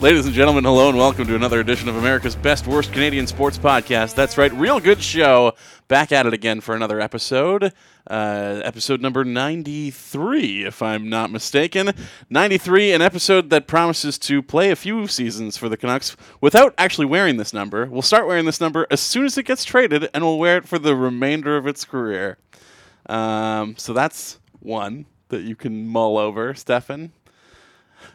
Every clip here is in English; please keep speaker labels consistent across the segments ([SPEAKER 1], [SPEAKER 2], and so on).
[SPEAKER 1] Ladies and gentlemen, hello and welcome to another edition of America's Best Worst Canadian Sports Podcast. That's right, Real Good Show. Back at it again for another episode. Uh, episode number 93, if I'm not mistaken. 93, an episode that promises to play a few seasons for the Canucks without actually wearing this number. We'll start wearing this number as soon as it gets traded, and we'll wear it for the remainder of its career. Um, so that's one that you can mull over, Stefan.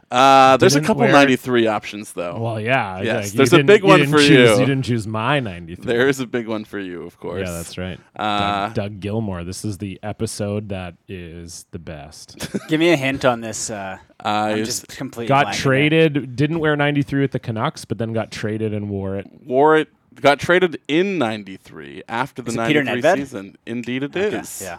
[SPEAKER 1] Uh, there's a
[SPEAKER 2] Didn't
[SPEAKER 1] couple
[SPEAKER 2] wear-
[SPEAKER 1] 93 options, though.
[SPEAKER 2] Well, yeah.
[SPEAKER 1] Yes,
[SPEAKER 2] like, you
[SPEAKER 1] there's a
[SPEAKER 2] didn't-
[SPEAKER 1] big one
[SPEAKER 2] didn't
[SPEAKER 1] for
[SPEAKER 2] choose,
[SPEAKER 1] you.
[SPEAKER 2] didn't choose my 93.
[SPEAKER 1] There is a big one for you, of course.
[SPEAKER 2] Yeah, that's right.
[SPEAKER 1] Uh,
[SPEAKER 2] Doug, Doug Gilmore. This is the episode that is the best.
[SPEAKER 3] Give me a hint on this. Uh,
[SPEAKER 1] I
[SPEAKER 3] I'm
[SPEAKER 1] s-
[SPEAKER 3] just completely blanking
[SPEAKER 2] got
[SPEAKER 3] here.
[SPEAKER 2] traded, didn't wear 93 with the Canucks, but then got traded and wore it.
[SPEAKER 1] wore it. Got traded in '93 after the
[SPEAKER 3] Is it Peter
[SPEAKER 1] '93
[SPEAKER 3] Nedved?
[SPEAKER 1] season. Indeed, it is.
[SPEAKER 3] Okay, Yeah.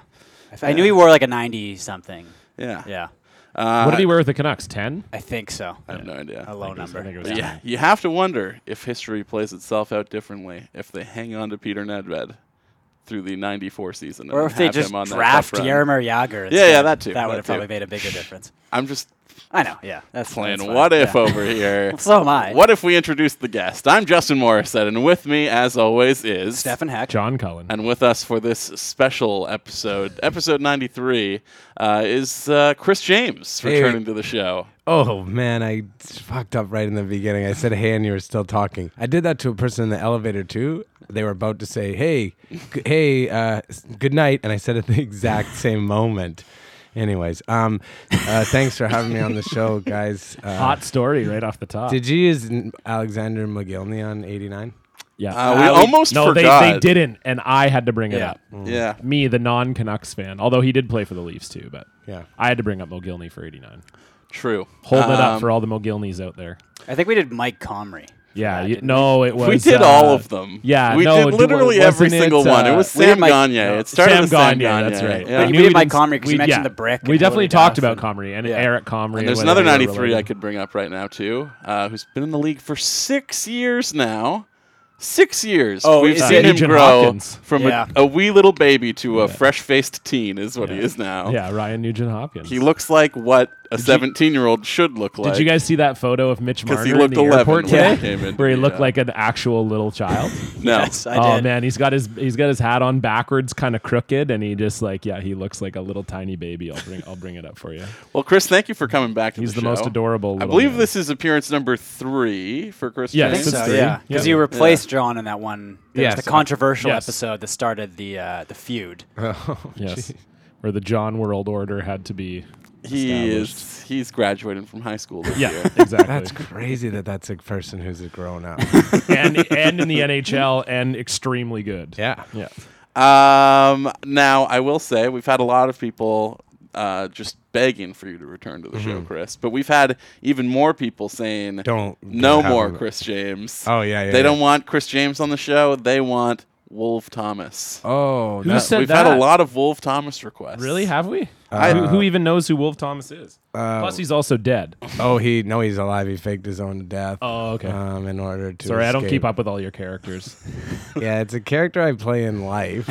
[SPEAKER 3] I f- I knew he wore like a 90 something.
[SPEAKER 1] yeah,
[SPEAKER 3] Yeah,
[SPEAKER 1] Uh,
[SPEAKER 2] What did he wear with the Canucks? 10?
[SPEAKER 3] I think so.
[SPEAKER 1] I have no idea.
[SPEAKER 3] A low number.
[SPEAKER 2] I think it was
[SPEAKER 1] But
[SPEAKER 2] 10.
[SPEAKER 1] yeah, you have to wonder if history plays itself out differently if they hang on to Peter Nedved through the '94 season,
[SPEAKER 3] Or
[SPEAKER 1] and
[SPEAKER 3] if they
[SPEAKER 1] have
[SPEAKER 3] just
[SPEAKER 1] him on that
[SPEAKER 3] draft
[SPEAKER 1] tough run.
[SPEAKER 3] Yarmer Yager.
[SPEAKER 1] Yeah, yeah, that too,
[SPEAKER 3] That
[SPEAKER 1] that
[SPEAKER 3] would have probably
[SPEAKER 1] too.
[SPEAKER 3] made a bigger difference.
[SPEAKER 1] I'm just
[SPEAKER 3] I know. Yeah, that's
[SPEAKER 1] playing
[SPEAKER 3] that's fine,
[SPEAKER 1] what if
[SPEAKER 3] yeah.
[SPEAKER 1] over here.
[SPEAKER 3] So am I.
[SPEAKER 1] What if we introduced the guest? I'm Justin Morissette, and with me, as always, is
[SPEAKER 3] Stefan Heck.
[SPEAKER 2] John Cullen.
[SPEAKER 1] And with us for this special episode, episode 93, uh, is uh, Chris James
[SPEAKER 4] Hey.
[SPEAKER 1] returning to the show.
[SPEAKER 4] Oh man, I fucked up right in the beginning. I said hey, and you were still talking. I did that to a person in the elevator too. They were about to say hey, g- hey, uh, s- good night, and I said it at the exact same moment. Anyways, um, uh, thanks for having me on the show, guys. Uh,
[SPEAKER 2] Hot story right off the top.
[SPEAKER 4] Did you use N- Alexander McGillney on '89?
[SPEAKER 2] yeah.
[SPEAKER 1] Uh, we almost
[SPEAKER 2] no, they,
[SPEAKER 1] forgot.
[SPEAKER 2] they didn't, and I had to bring it
[SPEAKER 3] Yeah.
[SPEAKER 2] up.
[SPEAKER 1] Yeah.
[SPEAKER 2] Me, the non Canucks fan, although he did play for the Leafs too, but
[SPEAKER 4] Yeah.
[SPEAKER 2] I had to bring up Mogilny for 89.
[SPEAKER 1] True.
[SPEAKER 2] Holding it up
[SPEAKER 1] Um,
[SPEAKER 2] for all the Mogilnys out there.
[SPEAKER 3] I think we did Mike Comrie.
[SPEAKER 2] Yeah,
[SPEAKER 3] that,
[SPEAKER 2] you,
[SPEAKER 3] didn't
[SPEAKER 2] no, it was.
[SPEAKER 1] We did
[SPEAKER 2] uh,
[SPEAKER 1] all of them.
[SPEAKER 2] yeah,
[SPEAKER 1] we
[SPEAKER 2] no,
[SPEAKER 1] did
[SPEAKER 2] d-
[SPEAKER 1] literally every
[SPEAKER 2] wasn't it,
[SPEAKER 1] single one. It was
[SPEAKER 3] uh, we
[SPEAKER 1] Sam
[SPEAKER 3] did Mike-
[SPEAKER 1] Gagne.
[SPEAKER 3] no,
[SPEAKER 1] It started
[SPEAKER 2] Sam
[SPEAKER 1] with Sam
[SPEAKER 2] Gagne,
[SPEAKER 1] Gagne.
[SPEAKER 2] that's right.
[SPEAKER 1] Yeah.
[SPEAKER 3] But
[SPEAKER 2] I
[SPEAKER 3] you
[SPEAKER 2] knew
[SPEAKER 3] did
[SPEAKER 2] we
[SPEAKER 3] Mike
[SPEAKER 2] didn't-
[SPEAKER 3] Comrie 'cause you
[SPEAKER 2] we-
[SPEAKER 3] mentioned
[SPEAKER 2] yeah.
[SPEAKER 3] the brick
[SPEAKER 2] We
[SPEAKER 3] and
[SPEAKER 2] definitely
[SPEAKER 3] Hillary
[SPEAKER 2] talked
[SPEAKER 3] Duff
[SPEAKER 2] about
[SPEAKER 3] and-
[SPEAKER 2] Comrie and
[SPEAKER 3] Yeah.
[SPEAKER 2] Eric Comrie.
[SPEAKER 1] And there's another
[SPEAKER 2] whether they were
[SPEAKER 1] 93 I
[SPEAKER 2] related.
[SPEAKER 1] could bring up right now, too, uh, who's been in the league for six years now. Six years.
[SPEAKER 3] Oh,
[SPEAKER 1] We've
[SPEAKER 3] is
[SPEAKER 1] seen
[SPEAKER 3] it-
[SPEAKER 1] him
[SPEAKER 2] Nugent
[SPEAKER 1] grow
[SPEAKER 2] Hopkins.
[SPEAKER 1] from
[SPEAKER 3] Yeah.
[SPEAKER 1] a, a wee little baby to a fresh faced teen, is what he
[SPEAKER 2] Yeah.
[SPEAKER 1] is now.
[SPEAKER 2] Yeah, Ryan Nugent Hopkins.
[SPEAKER 1] He looks like what a 17 year old should look like.
[SPEAKER 2] Did you guys see that photo of Mitch
[SPEAKER 1] 'Cause
[SPEAKER 2] Marner
[SPEAKER 1] he
[SPEAKER 2] in
[SPEAKER 1] looked
[SPEAKER 2] the
[SPEAKER 1] 11
[SPEAKER 2] airport
[SPEAKER 1] when he
[SPEAKER 2] today,
[SPEAKER 1] came in,
[SPEAKER 2] where he looked
[SPEAKER 1] yeah.
[SPEAKER 2] like an actual little child?
[SPEAKER 1] No.
[SPEAKER 3] Yes, I
[SPEAKER 2] oh
[SPEAKER 3] did.
[SPEAKER 2] man, he's got his he's got his hat on backwards, kind of crooked, and he just like yeah, he looks like a little tiny baby. I'll bring I'll bring it up for you.
[SPEAKER 1] Well, Chris, thank you for coming back. To
[SPEAKER 2] He's
[SPEAKER 1] the,
[SPEAKER 2] the most
[SPEAKER 1] show.
[SPEAKER 2] adorable
[SPEAKER 1] I
[SPEAKER 2] little
[SPEAKER 1] believe
[SPEAKER 2] man.
[SPEAKER 1] this is appearance number three for Chris.
[SPEAKER 2] Yes,
[SPEAKER 3] I
[SPEAKER 1] James.
[SPEAKER 3] think
[SPEAKER 2] It's
[SPEAKER 3] so,
[SPEAKER 2] three.
[SPEAKER 3] yeah, because
[SPEAKER 2] Yeah.
[SPEAKER 3] you replaced John in that one. There
[SPEAKER 4] Yes.
[SPEAKER 3] was the controversial
[SPEAKER 2] Yes.
[SPEAKER 3] episode that started the uh, the feud.
[SPEAKER 4] Oh,
[SPEAKER 2] Yes,
[SPEAKER 4] gee.
[SPEAKER 2] where the John World Order had to be.
[SPEAKER 1] he
[SPEAKER 2] established.
[SPEAKER 1] is. He's graduating from high school this
[SPEAKER 2] Yeah,
[SPEAKER 1] year.
[SPEAKER 2] exactly.
[SPEAKER 4] That's crazy that that's a person who's a grown up.
[SPEAKER 2] and and in the NHL and extremely good.
[SPEAKER 4] yeah.
[SPEAKER 2] Yeah.
[SPEAKER 1] Um, now I will say we've had a lot of people uh, just begging for you to return to the show,
[SPEAKER 2] Mm-hmm.
[SPEAKER 1] Chris. But we've had even more people saying,
[SPEAKER 4] Don't-
[SPEAKER 1] no
[SPEAKER 4] don't have
[SPEAKER 1] more
[SPEAKER 4] him."
[SPEAKER 1] Chris James."
[SPEAKER 4] Oh, yeah, yeah,
[SPEAKER 1] They
[SPEAKER 4] yeah.
[SPEAKER 1] don't want Chris James on the show. They want Wolf Thomas.
[SPEAKER 4] Oh,
[SPEAKER 2] Who
[SPEAKER 4] no.
[SPEAKER 2] said
[SPEAKER 1] Uh, we've
[SPEAKER 2] that?
[SPEAKER 1] had a lot of Wolf Thomas requests.
[SPEAKER 2] Really? Have we?
[SPEAKER 4] Uh,
[SPEAKER 2] who, who even knows who Wolf Thomas is?
[SPEAKER 4] Uh,
[SPEAKER 2] Plus, he's also dead.
[SPEAKER 4] oh, he no, he's alive. He faked his own death.
[SPEAKER 2] Oh, okay.
[SPEAKER 4] Um, in order to
[SPEAKER 2] Sorry, I don't
[SPEAKER 4] escape.
[SPEAKER 2] keep up with all your characters.
[SPEAKER 4] Yeah, it's a character I play in life.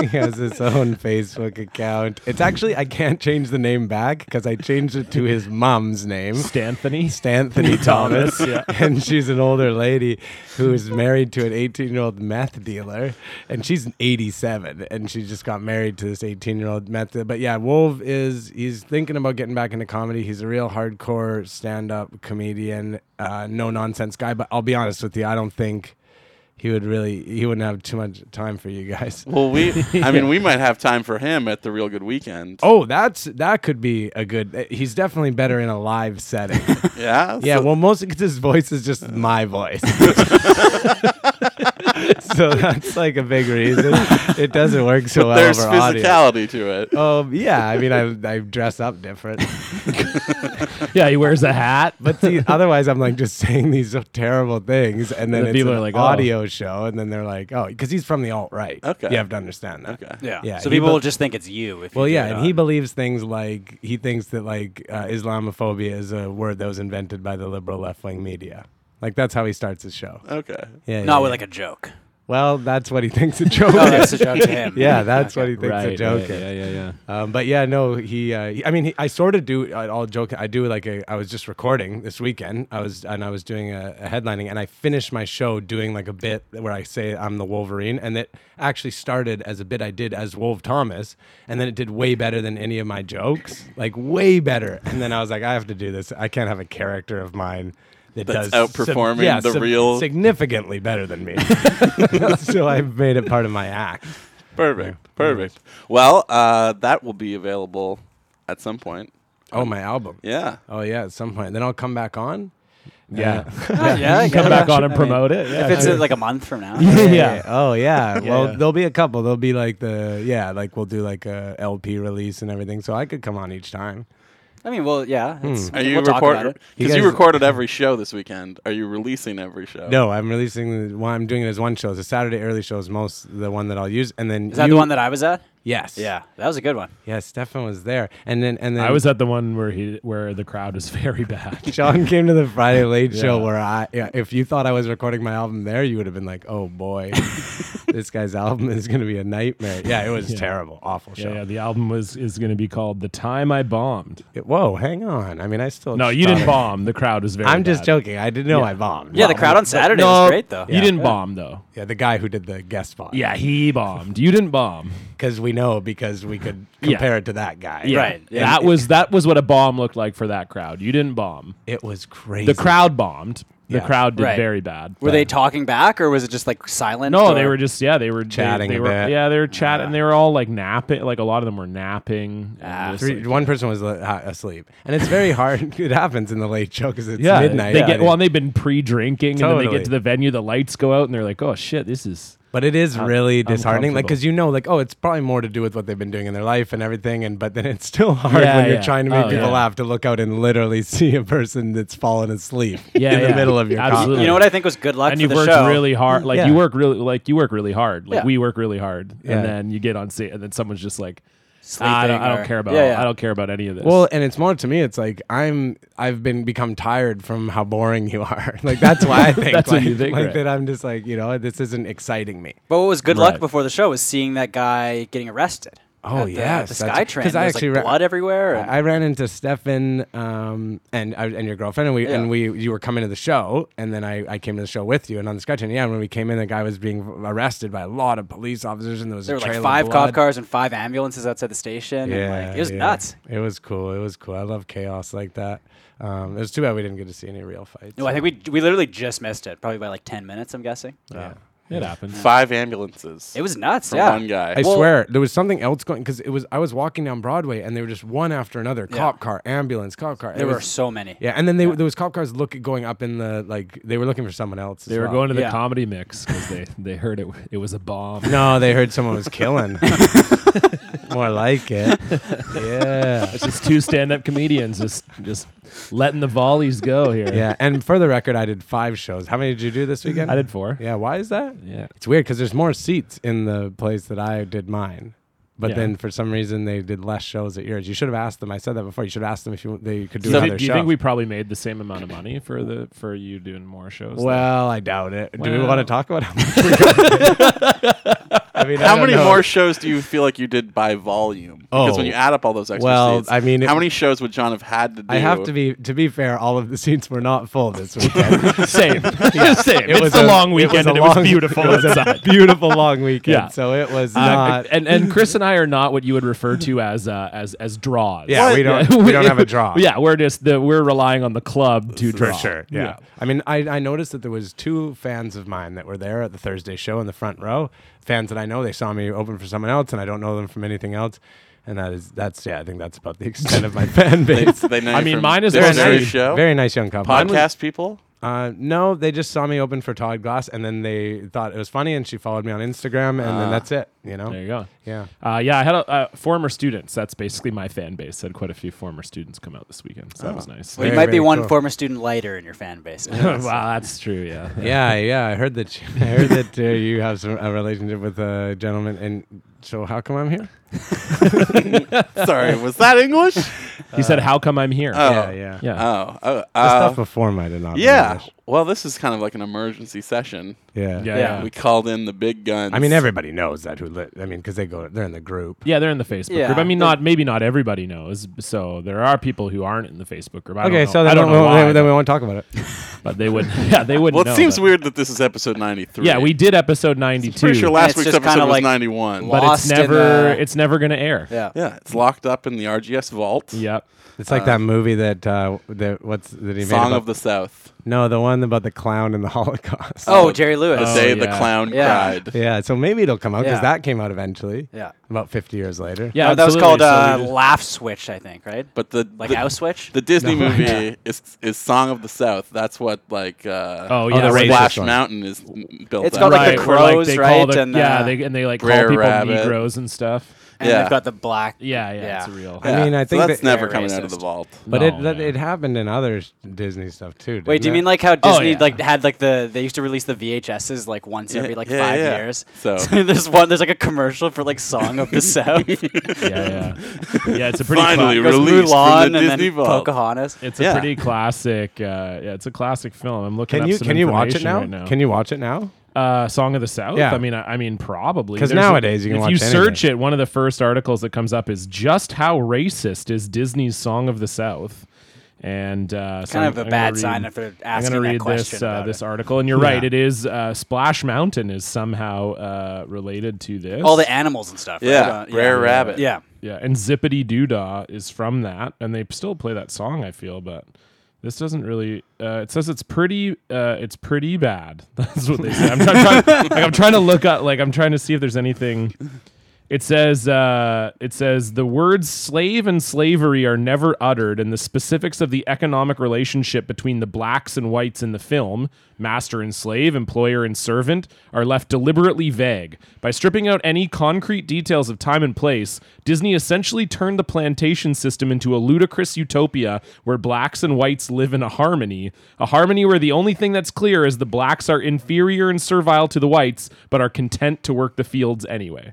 [SPEAKER 4] he has his own Facebook account. It's actually I can't change the name back because I changed it to his mom's name,
[SPEAKER 2] Stanthony?
[SPEAKER 4] Stanthony Thomas,
[SPEAKER 2] Thomas,
[SPEAKER 4] and she's an older lady who is married to an 18-year-old meth dealer, and she's 87, and she just got married to this 18-year-old meth. dealer. But yeah, Wolf is he's thinking about getting back into comedy. He's a real hardcore stand-up comedian, uh, no nonsense guy. But I'll be honest with you, I don't think he would really he wouldn't have too much time for you guys.
[SPEAKER 1] Well, we. I mean, we might have time for him at the Real Good Weekend.
[SPEAKER 4] Oh, that's that could be a good. He's definitely better in a live setting.
[SPEAKER 1] yeah.
[SPEAKER 4] yeah,
[SPEAKER 1] So-
[SPEAKER 4] well, mostly because his voice is just my voice. so that's like a big reason it doesn't work so well
[SPEAKER 1] there's
[SPEAKER 4] over audio. Oh.
[SPEAKER 1] physicality to it.
[SPEAKER 4] Um, yeah, I mean, I I dress up different.
[SPEAKER 2] yeah, he wears a hat.
[SPEAKER 4] But see, otherwise, I'm like just saying these terrible things, and then
[SPEAKER 2] The
[SPEAKER 4] it's
[SPEAKER 2] people
[SPEAKER 4] an
[SPEAKER 2] are like, oh.
[SPEAKER 4] audio show, and then they're like, oh, because he's from the alt right.
[SPEAKER 1] Okay.
[SPEAKER 4] you have to understand that.
[SPEAKER 1] Okay.
[SPEAKER 3] Yeah.
[SPEAKER 4] Yeah,
[SPEAKER 3] so
[SPEAKER 4] he
[SPEAKER 3] people
[SPEAKER 4] bu-
[SPEAKER 3] will just think it's you. If
[SPEAKER 4] Well,
[SPEAKER 3] you do
[SPEAKER 4] yeah,
[SPEAKER 3] it
[SPEAKER 4] and he
[SPEAKER 3] on-
[SPEAKER 4] believes things like he thinks that like uh, Islamophobia is a word that was invented by the liberal left wing media. Like that's how he starts his show.
[SPEAKER 1] Okay.
[SPEAKER 4] Yeah, yeah,
[SPEAKER 3] not
[SPEAKER 4] yeah.
[SPEAKER 3] with like a joke.
[SPEAKER 4] Well, that's what he thinks a joke.
[SPEAKER 3] Oh,
[SPEAKER 4] is.
[SPEAKER 3] that's a joke to him.
[SPEAKER 4] yeah, that's what he thinks
[SPEAKER 2] Right.
[SPEAKER 4] a joke.
[SPEAKER 2] yeah,
[SPEAKER 4] is.
[SPEAKER 2] yeah, yeah, yeah.
[SPEAKER 4] Um, but yeah, no, he. Uh, he- I mean, he, I sort of do. I- I'll joke. I do like a. I was just recording this weekend. I was and I was doing a, a headlining, and I finished my show doing like a bit where I say I'm the Wolverine, and it actually started as a bit I did as Wolf Thomas, and then it did way better than any of my jokes, like way better. And then I was like, I have to do this. I can't have a character of mine. That
[SPEAKER 1] That's
[SPEAKER 4] does sig-
[SPEAKER 1] outperforming
[SPEAKER 4] yeah,
[SPEAKER 1] the
[SPEAKER 4] sig-
[SPEAKER 1] real-
[SPEAKER 4] significantly better than me. so I made it part of my act.
[SPEAKER 1] Perfect. Perfect. Well, uh, that will be available at some point.
[SPEAKER 4] Oh, my album.
[SPEAKER 1] Yeah.
[SPEAKER 4] Oh yeah, at some point. Then I'll come back on.
[SPEAKER 2] Yeah.
[SPEAKER 3] yeah, I
[SPEAKER 2] Come
[SPEAKER 3] guess.
[SPEAKER 2] back on
[SPEAKER 3] I
[SPEAKER 2] and
[SPEAKER 3] mean,
[SPEAKER 2] promote it. Yeah,
[SPEAKER 3] If it's
[SPEAKER 2] sure.
[SPEAKER 3] uh, like a month from now.
[SPEAKER 2] yeah.
[SPEAKER 4] Yeah. Oh yeah. well,
[SPEAKER 2] yeah.
[SPEAKER 4] there'll be a couple. There'll be like the yeah, like we'll do like a LP release and everything. So I could come on each time.
[SPEAKER 3] I mean, well, yeah. It's,
[SPEAKER 1] Are you
[SPEAKER 3] we'll talk about
[SPEAKER 1] recording?
[SPEAKER 3] it.
[SPEAKER 4] You
[SPEAKER 1] Because you
[SPEAKER 4] guys-
[SPEAKER 1] recorded every show this weekend. Are you releasing every
[SPEAKER 3] Oh.
[SPEAKER 1] show?
[SPEAKER 4] No, I'm releasing. The, well, I'm doing it as one show. It's a Saturday early show is most the one that I'll use. And then
[SPEAKER 3] Is that
[SPEAKER 4] you-
[SPEAKER 3] the one that I was at?
[SPEAKER 4] Yes.
[SPEAKER 3] Yeah, that was a good one.
[SPEAKER 4] Yeah. Stefan was there, and then and then
[SPEAKER 2] I was at the one where he where the crowd was very bad.
[SPEAKER 4] Sean came to the Friday Late Show
[SPEAKER 2] Yeah.
[SPEAKER 4] where I, yeah, if you thought I was recording my album there, you would have been like, "Oh boy, this guy's album is going to be a nightmare." Yeah, it was
[SPEAKER 2] Yeah.
[SPEAKER 4] terrible, awful show.
[SPEAKER 2] Yeah, yeah, the album was is going to be called "The Time I Bombed."
[SPEAKER 4] It- whoa, hang on. I mean, I still
[SPEAKER 2] No, you didn't bomb. The crowd was very.
[SPEAKER 4] I'm just
[SPEAKER 2] bad.
[SPEAKER 4] joking. I didn't know
[SPEAKER 2] Yeah.
[SPEAKER 4] I bombed.
[SPEAKER 3] Yeah, the
[SPEAKER 4] Well,
[SPEAKER 3] crowd on Saturday
[SPEAKER 2] No,
[SPEAKER 3] was great though.
[SPEAKER 2] You
[SPEAKER 4] Yeah.
[SPEAKER 2] didn't bomb though.
[SPEAKER 4] Yeah, the guy who did the guest spot.
[SPEAKER 2] Yeah, he bombed. You didn't bomb.
[SPEAKER 4] because we know because we could
[SPEAKER 2] Yeah.
[SPEAKER 4] compare it to that guy.
[SPEAKER 3] Right. Yeah.
[SPEAKER 2] That was that was what a bomb looked like for that crowd. You didn't bomb.
[SPEAKER 4] It was crazy.
[SPEAKER 2] The crowd bombed. The
[SPEAKER 4] Yeah.
[SPEAKER 2] crowd did
[SPEAKER 3] Right.
[SPEAKER 2] very bad.
[SPEAKER 3] Were they talking back or was it just like silent?
[SPEAKER 2] No,
[SPEAKER 3] or-
[SPEAKER 2] they were just yeah, they were they-
[SPEAKER 4] Chatting
[SPEAKER 2] They,
[SPEAKER 4] a
[SPEAKER 2] were
[SPEAKER 4] bit.
[SPEAKER 2] yeah, they were chatting. They were all like napping. Like a lot of them were napping. and just,
[SPEAKER 4] Three,
[SPEAKER 2] like-
[SPEAKER 4] one person was le- ha- asleep, and it's very hard. it happens in the late show because it's
[SPEAKER 2] yeah,
[SPEAKER 4] midnight.
[SPEAKER 2] They get well, and they've been pre-drinking, and then they
[SPEAKER 4] Totally.
[SPEAKER 2] get to the venue. The lights go out, and they're like, "Oh shit, this is."
[SPEAKER 4] But it is
[SPEAKER 2] Un-
[SPEAKER 4] really disheartening, like
[SPEAKER 2] uncomfortable.
[SPEAKER 4] because you know, like oh, it's probably more to do with what they've been doing in their life and everything, and but then it's still hard
[SPEAKER 2] Yeah,
[SPEAKER 4] when you're
[SPEAKER 2] yeah.
[SPEAKER 4] trying to make
[SPEAKER 2] Oh,
[SPEAKER 4] people
[SPEAKER 2] yeah.
[SPEAKER 4] laugh to look out and literally see a person that's fallen asleep
[SPEAKER 2] Yeah,
[SPEAKER 4] in the
[SPEAKER 2] yeah.
[SPEAKER 4] middle of your
[SPEAKER 2] Absolutely.
[SPEAKER 4] comedy.
[SPEAKER 3] You know what I think was good luck
[SPEAKER 2] and
[SPEAKER 3] for
[SPEAKER 2] you've
[SPEAKER 3] the
[SPEAKER 2] worked
[SPEAKER 3] show.
[SPEAKER 2] really hard. Like
[SPEAKER 4] Yeah.
[SPEAKER 2] you work really, like you work really hard. Like
[SPEAKER 3] Yeah.
[SPEAKER 2] we work really hard,
[SPEAKER 4] Yeah.
[SPEAKER 2] and then you get on stage, and then someone's just like,
[SPEAKER 3] Sleeping
[SPEAKER 2] "Ah, "I don't, I
[SPEAKER 3] or-
[SPEAKER 2] don't care about.
[SPEAKER 3] Yeah, yeah.
[SPEAKER 2] I don't care about any of this."
[SPEAKER 4] Well, and it's more to me. It's like I'm. I've been become tired from how boring you are. Like that's why I think.
[SPEAKER 2] That's what
[SPEAKER 4] like,
[SPEAKER 2] you think,
[SPEAKER 4] Like
[SPEAKER 2] right.
[SPEAKER 4] that I'm just like you know this isn't exciting me.
[SPEAKER 3] But what was good
[SPEAKER 2] Right.
[SPEAKER 3] luck before the show was seeing that guy getting arrested.
[SPEAKER 4] Oh,
[SPEAKER 3] at the,
[SPEAKER 4] yes,
[SPEAKER 3] the
[SPEAKER 4] that's-
[SPEAKER 3] Sky Train.
[SPEAKER 4] 'cause
[SPEAKER 3] There
[SPEAKER 4] I
[SPEAKER 3] was,
[SPEAKER 4] actually
[SPEAKER 3] like
[SPEAKER 4] re-
[SPEAKER 3] blood everywhere. and-
[SPEAKER 4] I I ran into Stefan um, and I- and your girlfriend, and we and
[SPEAKER 3] Yeah.
[SPEAKER 4] we you were coming to the show, and then I, I came to the show with you, and on the sketch, and yeah, when we came in, the guy was being arrested by a lot of police officers, and there was
[SPEAKER 3] there
[SPEAKER 4] a
[SPEAKER 3] were
[SPEAKER 4] trail
[SPEAKER 3] like
[SPEAKER 4] of
[SPEAKER 3] five
[SPEAKER 4] blood.
[SPEAKER 3] cop cars and five ambulances outside the station. and, like, it was
[SPEAKER 4] yeah.
[SPEAKER 3] nuts.
[SPEAKER 4] It was cool. It was cool. I love chaos like that. Um, it was too bad we didn't get to see any real fights.
[SPEAKER 3] No, I think we we literally just missed it, probably by like ten minutes. I'm guessing.
[SPEAKER 2] it happens.
[SPEAKER 1] Five ambulances.
[SPEAKER 3] It was nuts.
[SPEAKER 1] for
[SPEAKER 3] yeah.
[SPEAKER 1] one guy.
[SPEAKER 4] I
[SPEAKER 3] Well-
[SPEAKER 4] swear there was something else going because it was I was walking down Broadway and they were just one after another
[SPEAKER 3] Yeah.
[SPEAKER 4] cop car ambulance cop car It
[SPEAKER 3] There were
[SPEAKER 4] was-
[SPEAKER 3] so many.
[SPEAKER 4] yeah and then they there was cop cars look going up in the like they were looking for someone else
[SPEAKER 2] They were going to the
[SPEAKER 3] Yeah.
[SPEAKER 2] comedy mix because they they heard it. It was a bomb.
[SPEAKER 4] no they heard someone was killing more like it yeah
[SPEAKER 2] It's just two stand-up comedians just just letting the volleys go here.
[SPEAKER 4] yeah and for the record I did five shows how many did you do this weekend
[SPEAKER 2] I did four.
[SPEAKER 4] yeah why is that
[SPEAKER 2] Yeah.
[SPEAKER 4] it's weird because there's more seats in the place that I did mine. But
[SPEAKER 2] Yeah.
[SPEAKER 4] then, for some reason, they did less shows at yours. You should have asked them. I said that before. You should have asked them if you, they could do
[SPEAKER 2] So do,
[SPEAKER 4] another
[SPEAKER 2] do you
[SPEAKER 4] show.
[SPEAKER 2] think we probably made the same amount of money for the for you doing more shows? than-
[SPEAKER 4] Well, I doubt it. Do we want to
[SPEAKER 2] Well.
[SPEAKER 4] talk about how much we got? I mean, I
[SPEAKER 1] how
[SPEAKER 4] don't
[SPEAKER 1] many
[SPEAKER 4] know.
[SPEAKER 1] more shows do you feel like you did by volume? Because when
[SPEAKER 4] Oh.
[SPEAKER 1] you add up all those extra
[SPEAKER 4] Well,
[SPEAKER 1] seats,
[SPEAKER 4] I mean, it-
[SPEAKER 1] how many shows would John have had to do?
[SPEAKER 4] I have to be to be fair. All of the seats were not full this weekend.
[SPEAKER 2] same, same. It
[SPEAKER 4] was
[SPEAKER 2] was a
[SPEAKER 4] a-
[SPEAKER 2] long
[SPEAKER 4] it was
[SPEAKER 2] weekend
[SPEAKER 4] a
[SPEAKER 2] and it
[SPEAKER 4] long-
[SPEAKER 2] was beautiful
[SPEAKER 4] it was a
[SPEAKER 2] outside.
[SPEAKER 4] Beautiful long weekend.
[SPEAKER 2] Yeah.
[SPEAKER 4] So it was
[SPEAKER 2] Uh,
[SPEAKER 4] not.
[SPEAKER 2] and and Chris and I are not what you would refer to as uh, as as draws.
[SPEAKER 4] Yeah, we don't- we don't have a draw.
[SPEAKER 2] Yeah, we're just the, we're relying on the club to draw.
[SPEAKER 4] Yeah. I mean, I, I noticed that there was two fans of mine that were there at the Thursday show in the front row. Fans that I know, they saw me open for someone else, and I don't know them from anything else. And that is that's yeah, I think that's about the extent of my fan
[SPEAKER 1] They,
[SPEAKER 4] base.
[SPEAKER 1] they know
[SPEAKER 2] I
[SPEAKER 1] you
[SPEAKER 2] mean,
[SPEAKER 1] from
[SPEAKER 2] mine is
[SPEAKER 1] their
[SPEAKER 2] mostly-
[SPEAKER 1] very show,
[SPEAKER 4] Very nice young couple.
[SPEAKER 1] podcast people.
[SPEAKER 4] Uh, no, they just saw me open for Todd Glass, and then they thought it was funny, and she followed me on Instagram, and then that's it. Ah. You know?
[SPEAKER 2] There you go.
[SPEAKER 4] Yeah.
[SPEAKER 2] Uh, yeah, I had a, uh, former students. That's basically my fan base. Had quite a few former students come out this weekend, so that was nice.
[SPEAKER 3] Well, you
[SPEAKER 4] Very,
[SPEAKER 3] might be
[SPEAKER 4] very
[SPEAKER 3] one
[SPEAKER 4] cool.
[SPEAKER 3] former student lighter in your fan base.
[SPEAKER 2] wow, that's true. Yeah.
[SPEAKER 4] Yeah, yeah. I heard that. You, I heard that uh, you have some, a relationship with a gentleman, and so how come I'm here?
[SPEAKER 1] Sorry, was that English?
[SPEAKER 2] He said, "How come I'm here?"
[SPEAKER 1] Oh.
[SPEAKER 4] Yeah, yeah.
[SPEAKER 2] yeah.
[SPEAKER 1] Oh, oh,
[SPEAKER 4] The
[SPEAKER 1] uh,
[SPEAKER 4] stuff before might have not. been
[SPEAKER 1] yeah.
[SPEAKER 4] English.
[SPEAKER 1] Well, this is kind of like an emergency session.
[SPEAKER 4] yeah,
[SPEAKER 2] Yeah, yeah.
[SPEAKER 1] We called in the big guns.
[SPEAKER 4] I mean, everybody knows that. Who lit? I mean, because they go, they're in the group.
[SPEAKER 2] Yeah, they're in the Facebook
[SPEAKER 3] Yeah.
[SPEAKER 2] group. I mean, not maybe not everybody knows. So there are people who aren't in the Facebook group. I
[SPEAKER 4] okay,
[SPEAKER 2] don't know.
[SPEAKER 4] so then,
[SPEAKER 2] I don't
[SPEAKER 4] we
[SPEAKER 2] know
[SPEAKER 4] won't-
[SPEAKER 2] why,
[SPEAKER 4] then we won't talk about it.
[SPEAKER 2] but they would. Yeah, they would.
[SPEAKER 1] Well, it
[SPEAKER 2] know,
[SPEAKER 1] seems
[SPEAKER 2] but-
[SPEAKER 1] weird that this is episode 93.
[SPEAKER 2] Yeah, we did episode ninety two,
[SPEAKER 1] Pretty sure last
[SPEAKER 3] It's
[SPEAKER 1] week's
[SPEAKER 3] just kinda
[SPEAKER 1] episode was
[SPEAKER 3] like-
[SPEAKER 1] 91.
[SPEAKER 2] but it's
[SPEAKER 3] Lost in
[SPEAKER 2] never.
[SPEAKER 3] the-
[SPEAKER 2] It's never going to air.
[SPEAKER 3] Yeah.
[SPEAKER 1] Yeah, it's locked up in the RGS vault.
[SPEAKER 2] Yep.
[SPEAKER 4] It's like that movie that uh, that what's that he made
[SPEAKER 1] Song
[SPEAKER 4] about,
[SPEAKER 1] of the South.
[SPEAKER 4] no the one about the clown and the Holocaust.
[SPEAKER 3] Oh, Jerry Lewis.
[SPEAKER 1] The day the
[SPEAKER 2] yeah.
[SPEAKER 1] clown
[SPEAKER 3] Yeah.
[SPEAKER 1] cried.
[SPEAKER 4] Yeah, so maybe it'll come out because
[SPEAKER 3] Yeah.
[SPEAKER 4] that came out eventually.
[SPEAKER 3] Yeah.
[SPEAKER 4] About 50 years later.
[SPEAKER 2] Yeah,
[SPEAKER 3] Oh, that was
[SPEAKER 2] absolutely.
[SPEAKER 3] called
[SPEAKER 2] So
[SPEAKER 3] uh,
[SPEAKER 2] we just-
[SPEAKER 3] Laugh Switch, I think, right?
[SPEAKER 1] But the
[SPEAKER 3] Like
[SPEAKER 1] the,
[SPEAKER 3] House Switch?
[SPEAKER 1] the Disney movie is is Song of the South. That's what like uh,
[SPEAKER 2] Oh, yeah,
[SPEAKER 4] the
[SPEAKER 2] right.
[SPEAKER 4] racist
[SPEAKER 1] Splash
[SPEAKER 4] one.
[SPEAKER 1] Mountain is m- built.
[SPEAKER 3] It's
[SPEAKER 1] on.
[SPEAKER 3] got, like, the
[SPEAKER 2] right, where, like,
[SPEAKER 3] crows,
[SPEAKER 2] they call
[SPEAKER 3] right,
[SPEAKER 2] the-
[SPEAKER 3] and,
[SPEAKER 2] yeah,
[SPEAKER 3] uh,
[SPEAKER 2] they and they like
[SPEAKER 1] Brer
[SPEAKER 2] call people
[SPEAKER 1] Rabbit.
[SPEAKER 2] Negroes and stuff.
[SPEAKER 3] and
[SPEAKER 1] Yeah.
[SPEAKER 3] they've got the black.
[SPEAKER 2] Yeah, yeah, it's real.
[SPEAKER 4] I mean, I
[SPEAKER 1] So
[SPEAKER 4] think
[SPEAKER 1] that's
[SPEAKER 4] that-
[SPEAKER 1] never
[SPEAKER 3] They're
[SPEAKER 1] coming out of
[SPEAKER 3] racist.
[SPEAKER 1] the vault.
[SPEAKER 4] But
[SPEAKER 2] No,
[SPEAKER 4] it that,
[SPEAKER 2] yeah.
[SPEAKER 4] it happened in other s- Disney stuff too.
[SPEAKER 3] Wait,
[SPEAKER 4] didn't
[SPEAKER 3] do you
[SPEAKER 4] it?
[SPEAKER 3] mean like how
[SPEAKER 2] Oh,
[SPEAKER 3] Disney
[SPEAKER 2] yeah.
[SPEAKER 3] like had like the they used to release the VHSs like once every like
[SPEAKER 1] yeah,
[SPEAKER 3] five
[SPEAKER 1] yeah.
[SPEAKER 3] years?
[SPEAKER 1] So-
[SPEAKER 3] there's one there's like a commercial for like Song of the South.
[SPEAKER 2] Yeah, yeah. Yeah, it's a pretty.
[SPEAKER 1] Finally,
[SPEAKER 2] cla-
[SPEAKER 3] Goes
[SPEAKER 1] Released
[SPEAKER 3] Mulan
[SPEAKER 1] from the
[SPEAKER 3] and
[SPEAKER 1] Disney
[SPEAKER 3] then
[SPEAKER 1] vault.
[SPEAKER 3] Pocahontas.
[SPEAKER 2] It's a
[SPEAKER 1] Yeah.
[SPEAKER 2] pretty classic. Uh, yeah, it's a classic film. I'm looking.
[SPEAKER 4] Can
[SPEAKER 2] up
[SPEAKER 4] you
[SPEAKER 2] some
[SPEAKER 4] can you watch it
[SPEAKER 2] information
[SPEAKER 4] now?
[SPEAKER 2] Right now?
[SPEAKER 4] Can you watch it now?
[SPEAKER 2] uh, Song of the South.
[SPEAKER 4] Yeah.
[SPEAKER 2] I mean, I, I mean, probably
[SPEAKER 4] 'Cause
[SPEAKER 2] There's a-
[SPEAKER 4] nowadays you can
[SPEAKER 2] if
[SPEAKER 4] watch
[SPEAKER 2] you
[SPEAKER 4] anything.
[SPEAKER 2] search it, one of the first articles that comes up is just how racist is Disney's Song of the South, and uh, so
[SPEAKER 3] Kind
[SPEAKER 2] I'm-
[SPEAKER 3] of a
[SPEAKER 2] I'm gonna
[SPEAKER 3] bad
[SPEAKER 2] read-
[SPEAKER 3] sign if they're
[SPEAKER 2] I'm
[SPEAKER 3] asking
[SPEAKER 2] gonna
[SPEAKER 3] that
[SPEAKER 2] read
[SPEAKER 3] question
[SPEAKER 2] this uh,
[SPEAKER 3] about
[SPEAKER 2] this
[SPEAKER 3] it.
[SPEAKER 2] article, and you're right. It is uh, Splash Mountain is somehow uh, related to this.
[SPEAKER 3] all the animals and stuff. right?
[SPEAKER 1] Yeah,
[SPEAKER 3] Uh,
[SPEAKER 1] Brer Rabbit.
[SPEAKER 3] Yeah.
[SPEAKER 2] yeah, and Zippity Doodah is from that, and they still play that song. I feel, but. This doesn't really. Uh, it says it's pretty. Uh, it's pretty bad. That's what they say. I'm, trying, trying- like, I'm trying to look up. Like I'm trying to see if there's anything. It says. Uh, it says the words "slave" and "slavery" are never uttered, and the specifics of the economic relationship between the blacks and whites in the film, master and slave, employer and servant, are left deliberately vague. By stripping out any concrete details of time and place, Disney essentially turned the plantation system into a ludicrous utopia where blacks and whites live in a harmony. A harmony where the only thing that's clear is the blacks are inferior and servile to the whites, but are content to work the fields anyway.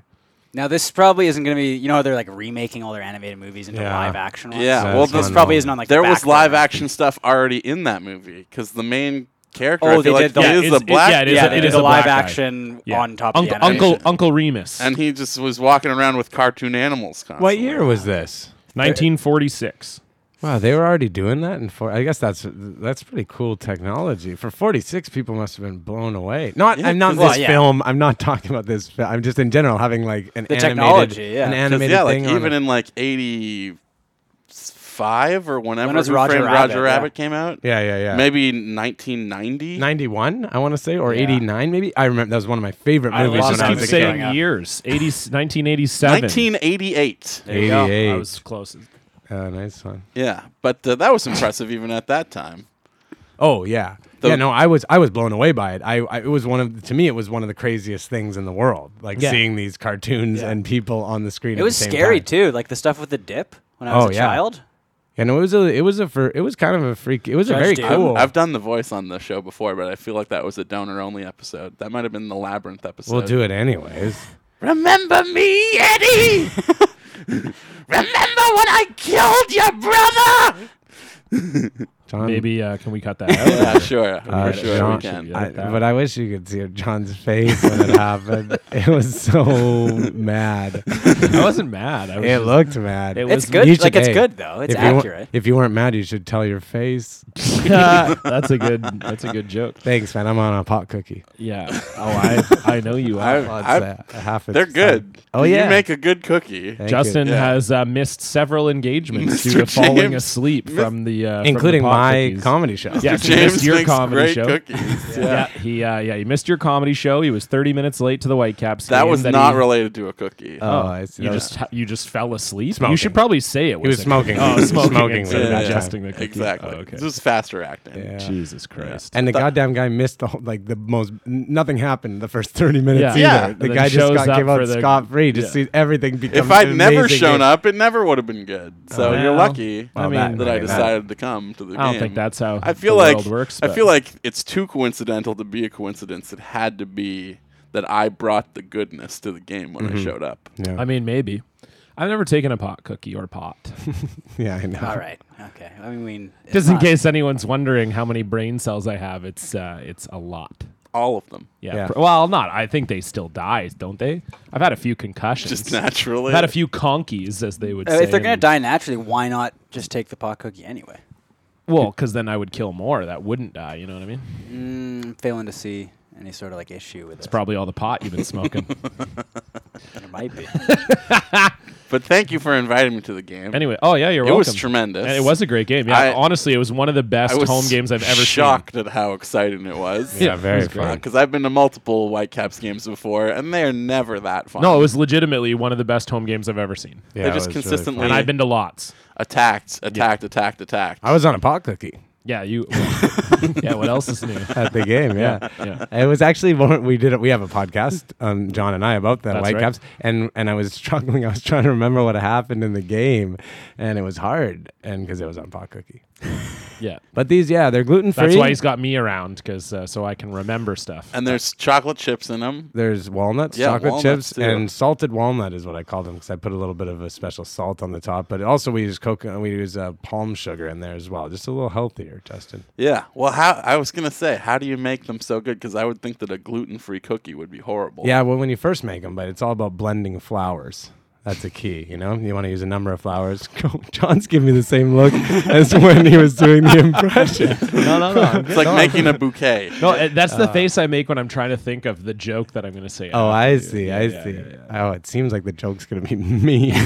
[SPEAKER 3] Now this probably isn't going to be. You know, how they're like remaking all their animated movies into
[SPEAKER 4] Yeah.
[SPEAKER 3] live action. Ones?
[SPEAKER 1] Yeah,
[SPEAKER 4] Yeah,
[SPEAKER 1] well,
[SPEAKER 4] it's
[SPEAKER 3] this
[SPEAKER 1] this,
[SPEAKER 4] one-
[SPEAKER 3] probably isn't on like the
[SPEAKER 1] there was
[SPEAKER 3] back
[SPEAKER 1] live
[SPEAKER 3] burner.
[SPEAKER 1] action stuff already in that movie because the main character
[SPEAKER 3] Oh,
[SPEAKER 1] I feel
[SPEAKER 3] they
[SPEAKER 1] like,
[SPEAKER 3] did the- Yeah,
[SPEAKER 1] is
[SPEAKER 2] it's-
[SPEAKER 1] the
[SPEAKER 2] it-
[SPEAKER 1] black
[SPEAKER 2] yeah, it is
[SPEAKER 3] Yeah,
[SPEAKER 2] a-
[SPEAKER 3] they
[SPEAKER 2] it
[SPEAKER 3] did
[SPEAKER 2] is
[SPEAKER 3] the
[SPEAKER 2] a black
[SPEAKER 3] live
[SPEAKER 2] guy.
[SPEAKER 3] action on top
[SPEAKER 2] Uncle,
[SPEAKER 3] of the animation.
[SPEAKER 2] Uncle Uncle Remus,
[SPEAKER 1] and he just was walking around with cartoon animals. Constantly.
[SPEAKER 4] What year was this?
[SPEAKER 2] 1946.
[SPEAKER 4] Wow, they were already doing that in four. I guess that's that's pretty cool technology. For 46, people must have been blown away. Not I'm not
[SPEAKER 1] 'cause-
[SPEAKER 4] this
[SPEAKER 3] Well, yeah.
[SPEAKER 4] film. I'm not talking about this. fi- I'm just in general having like an
[SPEAKER 3] The
[SPEAKER 4] animated
[SPEAKER 3] technology, yeah. 'Cause,
[SPEAKER 4] an
[SPEAKER 1] Because
[SPEAKER 4] animated
[SPEAKER 1] yeah, like
[SPEAKER 4] thing. on
[SPEAKER 1] even
[SPEAKER 4] it.
[SPEAKER 1] in like '85 or whenever
[SPEAKER 3] When was
[SPEAKER 1] Who
[SPEAKER 3] Roger
[SPEAKER 1] Framed
[SPEAKER 3] Rabbit,
[SPEAKER 1] Roger
[SPEAKER 3] yeah.
[SPEAKER 1] Rabbit came out,
[SPEAKER 4] yeah, yeah, yeah.
[SPEAKER 1] maybe 1990.
[SPEAKER 4] 91, I want to say, or
[SPEAKER 3] Yeah.
[SPEAKER 4] 89, maybe. I remember that was one of my favorite
[SPEAKER 2] I
[SPEAKER 4] movies.
[SPEAKER 3] love
[SPEAKER 4] when
[SPEAKER 2] just
[SPEAKER 3] that
[SPEAKER 4] I
[SPEAKER 2] keep
[SPEAKER 4] was a
[SPEAKER 3] music
[SPEAKER 2] saying
[SPEAKER 3] going up.
[SPEAKER 2] years. 80, 1987.
[SPEAKER 1] 1988.
[SPEAKER 3] There you go.
[SPEAKER 4] Eighty-eight.
[SPEAKER 2] I was close.
[SPEAKER 4] kid. Uh, nice one.
[SPEAKER 1] Yeah, but uh, that was impressive even at that time.
[SPEAKER 4] Oh yeah,
[SPEAKER 1] The-
[SPEAKER 4] yeah. No, I was I was blown away by it. I, I it was one of to me it was one of the craziest things in the world. Like
[SPEAKER 2] Yeah.
[SPEAKER 4] seeing these cartoons and people on the screen.
[SPEAKER 3] It was scary too, like the stuff with the dip when I was
[SPEAKER 4] Oh,
[SPEAKER 3] a
[SPEAKER 4] yeah.
[SPEAKER 3] child.
[SPEAKER 4] And it was a it was a for it was kind of a freak. It was a
[SPEAKER 3] Judge
[SPEAKER 4] very
[SPEAKER 3] Doom.
[SPEAKER 4] cool.
[SPEAKER 1] I've done the voice on the show before, but I feel like that was a donor only episode. That might have been the labyrinth episode.
[SPEAKER 4] we'll do it anyways.
[SPEAKER 1] Remember me, Eddie. Remember when I killed your brother?
[SPEAKER 4] John,
[SPEAKER 2] Maybe uh, can we cut that out?
[SPEAKER 1] Yeah, sure, for
[SPEAKER 4] uh,
[SPEAKER 1] sure
[SPEAKER 4] John-
[SPEAKER 1] we can.
[SPEAKER 2] yeah.
[SPEAKER 4] I,
[SPEAKER 2] Like that.
[SPEAKER 4] but I wish you could see John's face when it happened. It was so mad.
[SPEAKER 2] I wasn't mad. I was
[SPEAKER 4] It
[SPEAKER 2] just-
[SPEAKER 4] looked mad.
[SPEAKER 2] It
[SPEAKER 3] It's
[SPEAKER 2] was-
[SPEAKER 3] good.
[SPEAKER 4] You should-
[SPEAKER 3] like it's
[SPEAKER 4] hey,
[SPEAKER 3] good though. It's
[SPEAKER 4] if you wa-
[SPEAKER 3] accurate.
[SPEAKER 4] if you weren't mad, you should tell your face.
[SPEAKER 2] that's a good. That's a good joke.
[SPEAKER 4] Thanks, man. I'm on a pot cookie.
[SPEAKER 2] Yeah. Oh, I I know you are.
[SPEAKER 1] I-
[SPEAKER 4] Well, it's,
[SPEAKER 1] I-
[SPEAKER 4] uh, half its
[SPEAKER 1] They're
[SPEAKER 4] size.
[SPEAKER 1] good.
[SPEAKER 4] Oh,
[SPEAKER 1] Can
[SPEAKER 4] yeah.
[SPEAKER 1] you make a good cookie.
[SPEAKER 4] Thank you.
[SPEAKER 2] Justin
[SPEAKER 1] Yeah.
[SPEAKER 2] has uh, missed several engagements due
[SPEAKER 1] Mr.
[SPEAKER 2] to falling
[SPEAKER 1] James.
[SPEAKER 2] asleep from the, uh, from the
[SPEAKER 4] including my
[SPEAKER 2] cookies.
[SPEAKER 4] comedy show.
[SPEAKER 2] Yeah,
[SPEAKER 1] Mr.
[SPEAKER 2] he missed
[SPEAKER 1] James
[SPEAKER 2] your
[SPEAKER 1] makes
[SPEAKER 2] comedy
[SPEAKER 1] great
[SPEAKER 2] show.
[SPEAKER 1] cookies. Yeah.
[SPEAKER 2] Yeah, he uh, yeah he missed your comedy show. He was 30 minutes late to the Whitecaps.
[SPEAKER 1] That
[SPEAKER 2] game
[SPEAKER 1] was
[SPEAKER 2] that
[SPEAKER 1] not
[SPEAKER 2] he,
[SPEAKER 1] related to a cookie.
[SPEAKER 4] Oh, I see.
[SPEAKER 2] You
[SPEAKER 4] That was-
[SPEAKER 2] just you just fell asleep.
[SPEAKER 4] Smoking.
[SPEAKER 2] You should probably say it. Was
[SPEAKER 4] he was
[SPEAKER 2] a
[SPEAKER 4] smoking.
[SPEAKER 2] cookie. Oh, smoking.
[SPEAKER 4] instead
[SPEAKER 2] instead
[SPEAKER 4] of
[SPEAKER 2] of
[SPEAKER 1] Yeah, yeah.
[SPEAKER 2] digesting the cookie.
[SPEAKER 1] exactly.
[SPEAKER 2] Oh, okay.
[SPEAKER 1] This is faster acting.
[SPEAKER 4] Yeah.
[SPEAKER 2] Jesus Christ.
[SPEAKER 4] And the goddamn guy missed the whole, like the most. n- Nothing happened the first thirty minutes
[SPEAKER 2] Yeah. Yeah.
[SPEAKER 4] either. The
[SPEAKER 2] Then
[SPEAKER 4] guy just
[SPEAKER 2] shows
[SPEAKER 4] got
[SPEAKER 2] up
[SPEAKER 4] came
[SPEAKER 2] for
[SPEAKER 4] out
[SPEAKER 2] the-
[SPEAKER 4] scot free. Just
[SPEAKER 2] yeah.
[SPEAKER 4] see everything become.
[SPEAKER 1] If I'd never
[SPEAKER 4] amazing
[SPEAKER 1] shown
[SPEAKER 4] game.
[SPEAKER 1] up, it never would have been good. So
[SPEAKER 2] Well,
[SPEAKER 1] you're lucky
[SPEAKER 2] I
[SPEAKER 4] Well,
[SPEAKER 2] mean,
[SPEAKER 1] that I
[SPEAKER 4] that-
[SPEAKER 1] decided to come to the game.
[SPEAKER 2] I don't think that's how
[SPEAKER 1] I feel
[SPEAKER 2] the
[SPEAKER 1] like
[SPEAKER 2] world works.
[SPEAKER 1] I
[SPEAKER 2] but-
[SPEAKER 1] feel like it's too coincidental to be a coincidence. It had to be that I brought the goodness to the game when
[SPEAKER 2] Mm-hmm.
[SPEAKER 1] I showed up.
[SPEAKER 4] Yeah,
[SPEAKER 2] I mean, maybe. I've never taken a pot cookie or pot.
[SPEAKER 4] yeah, I know.
[SPEAKER 3] All right. Okay. I mean, it's
[SPEAKER 2] Just in
[SPEAKER 3] not-
[SPEAKER 2] case anyone's wondering how many brain cells I have, it's uh, it's a lot.
[SPEAKER 1] All of them,
[SPEAKER 2] Yeah.
[SPEAKER 4] Yeah.
[SPEAKER 2] pr- Well, not. I think they still die, don't they? I've had a few concussions.
[SPEAKER 1] just naturally.
[SPEAKER 2] I've had a few conkies, as they would
[SPEAKER 3] Uh,
[SPEAKER 2] say.
[SPEAKER 3] if they're gonna
[SPEAKER 2] and-
[SPEAKER 3] die naturally, why not just take the pot cookie anyway?
[SPEAKER 2] well, because then I would kill more that wouldn't die. You know what I mean?
[SPEAKER 3] Mm, failing to see any sort of like issue with it.
[SPEAKER 2] Probably all the pot you've been smoking.
[SPEAKER 3] It might be.
[SPEAKER 1] but thank you for inviting me to the game.
[SPEAKER 2] anyway, oh yeah, you're
[SPEAKER 1] it
[SPEAKER 2] welcome.
[SPEAKER 1] was tremendous.
[SPEAKER 2] And it was a great game. Yeah,
[SPEAKER 1] I-
[SPEAKER 2] honestly, it was one of the best
[SPEAKER 1] I was
[SPEAKER 2] home games I've ever
[SPEAKER 1] shocked at how exciting it was.
[SPEAKER 2] seen. Yeah,
[SPEAKER 4] very
[SPEAKER 2] it was great.
[SPEAKER 4] fun.
[SPEAKER 1] Because I've been to multiple Whitecaps games before, and they are never that fun.
[SPEAKER 2] No, it was legitimately one of the best home games I've ever seen,
[SPEAKER 4] Yeah,
[SPEAKER 1] They
[SPEAKER 4] it
[SPEAKER 1] just
[SPEAKER 4] was really
[SPEAKER 1] consistently
[SPEAKER 4] fun.
[SPEAKER 2] and I've been to lots.
[SPEAKER 1] attacked, attacked, attacked, attacked.
[SPEAKER 4] I was on a pot cookie
[SPEAKER 2] Yeah, you. yeah, what else is new?
[SPEAKER 4] at the game. Yeah.
[SPEAKER 2] Yeah.
[SPEAKER 4] It was actually one we did it. We have a podcast, um, John and I, about the
[SPEAKER 2] That's right.
[SPEAKER 4] Whitecaps, and and I was struggling. I was trying to remember what happened in the game, and it was hard, and because it was on pot cookie.
[SPEAKER 2] Yeah.
[SPEAKER 4] But these, yeah, they're gluten free.
[SPEAKER 2] That's why he's got me around because uh, so I can remember stuff.
[SPEAKER 1] and there's chocolate chips in them.
[SPEAKER 4] There's walnuts,
[SPEAKER 1] Yeah,
[SPEAKER 4] chocolate
[SPEAKER 1] walnuts
[SPEAKER 4] chips,
[SPEAKER 1] too.
[SPEAKER 4] and salted walnut is what I call them because I put a little bit of a special salt on the top. But also we use coconut, we use uh, palm sugar in there as well, just a little healthier, Justin.
[SPEAKER 1] Yeah. Well, how I was gonna say, how do you make them so good? Because I would think that a gluten-free cookie would be horrible.
[SPEAKER 4] Yeah, well, when you first make them, but it's all about blending flours. That's a key, you know. You want to use a number of flowers. John's giving me the same look as when he was doing the impression.
[SPEAKER 2] no, no, no. I'm
[SPEAKER 1] It's
[SPEAKER 2] good.
[SPEAKER 1] like
[SPEAKER 2] no, I'm-
[SPEAKER 1] making a bouquet.
[SPEAKER 2] no, uh, that's the face I make when I'm trying to think of the joke that I'm going to say.
[SPEAKER 4] Oh, I see, I
[SPEAKER 2] yeah,
[SPEAKER 4] see.
[SPEAKER 2] yeah,
[SPEAKER 4] Oh, it seems like the joke's gonna be me.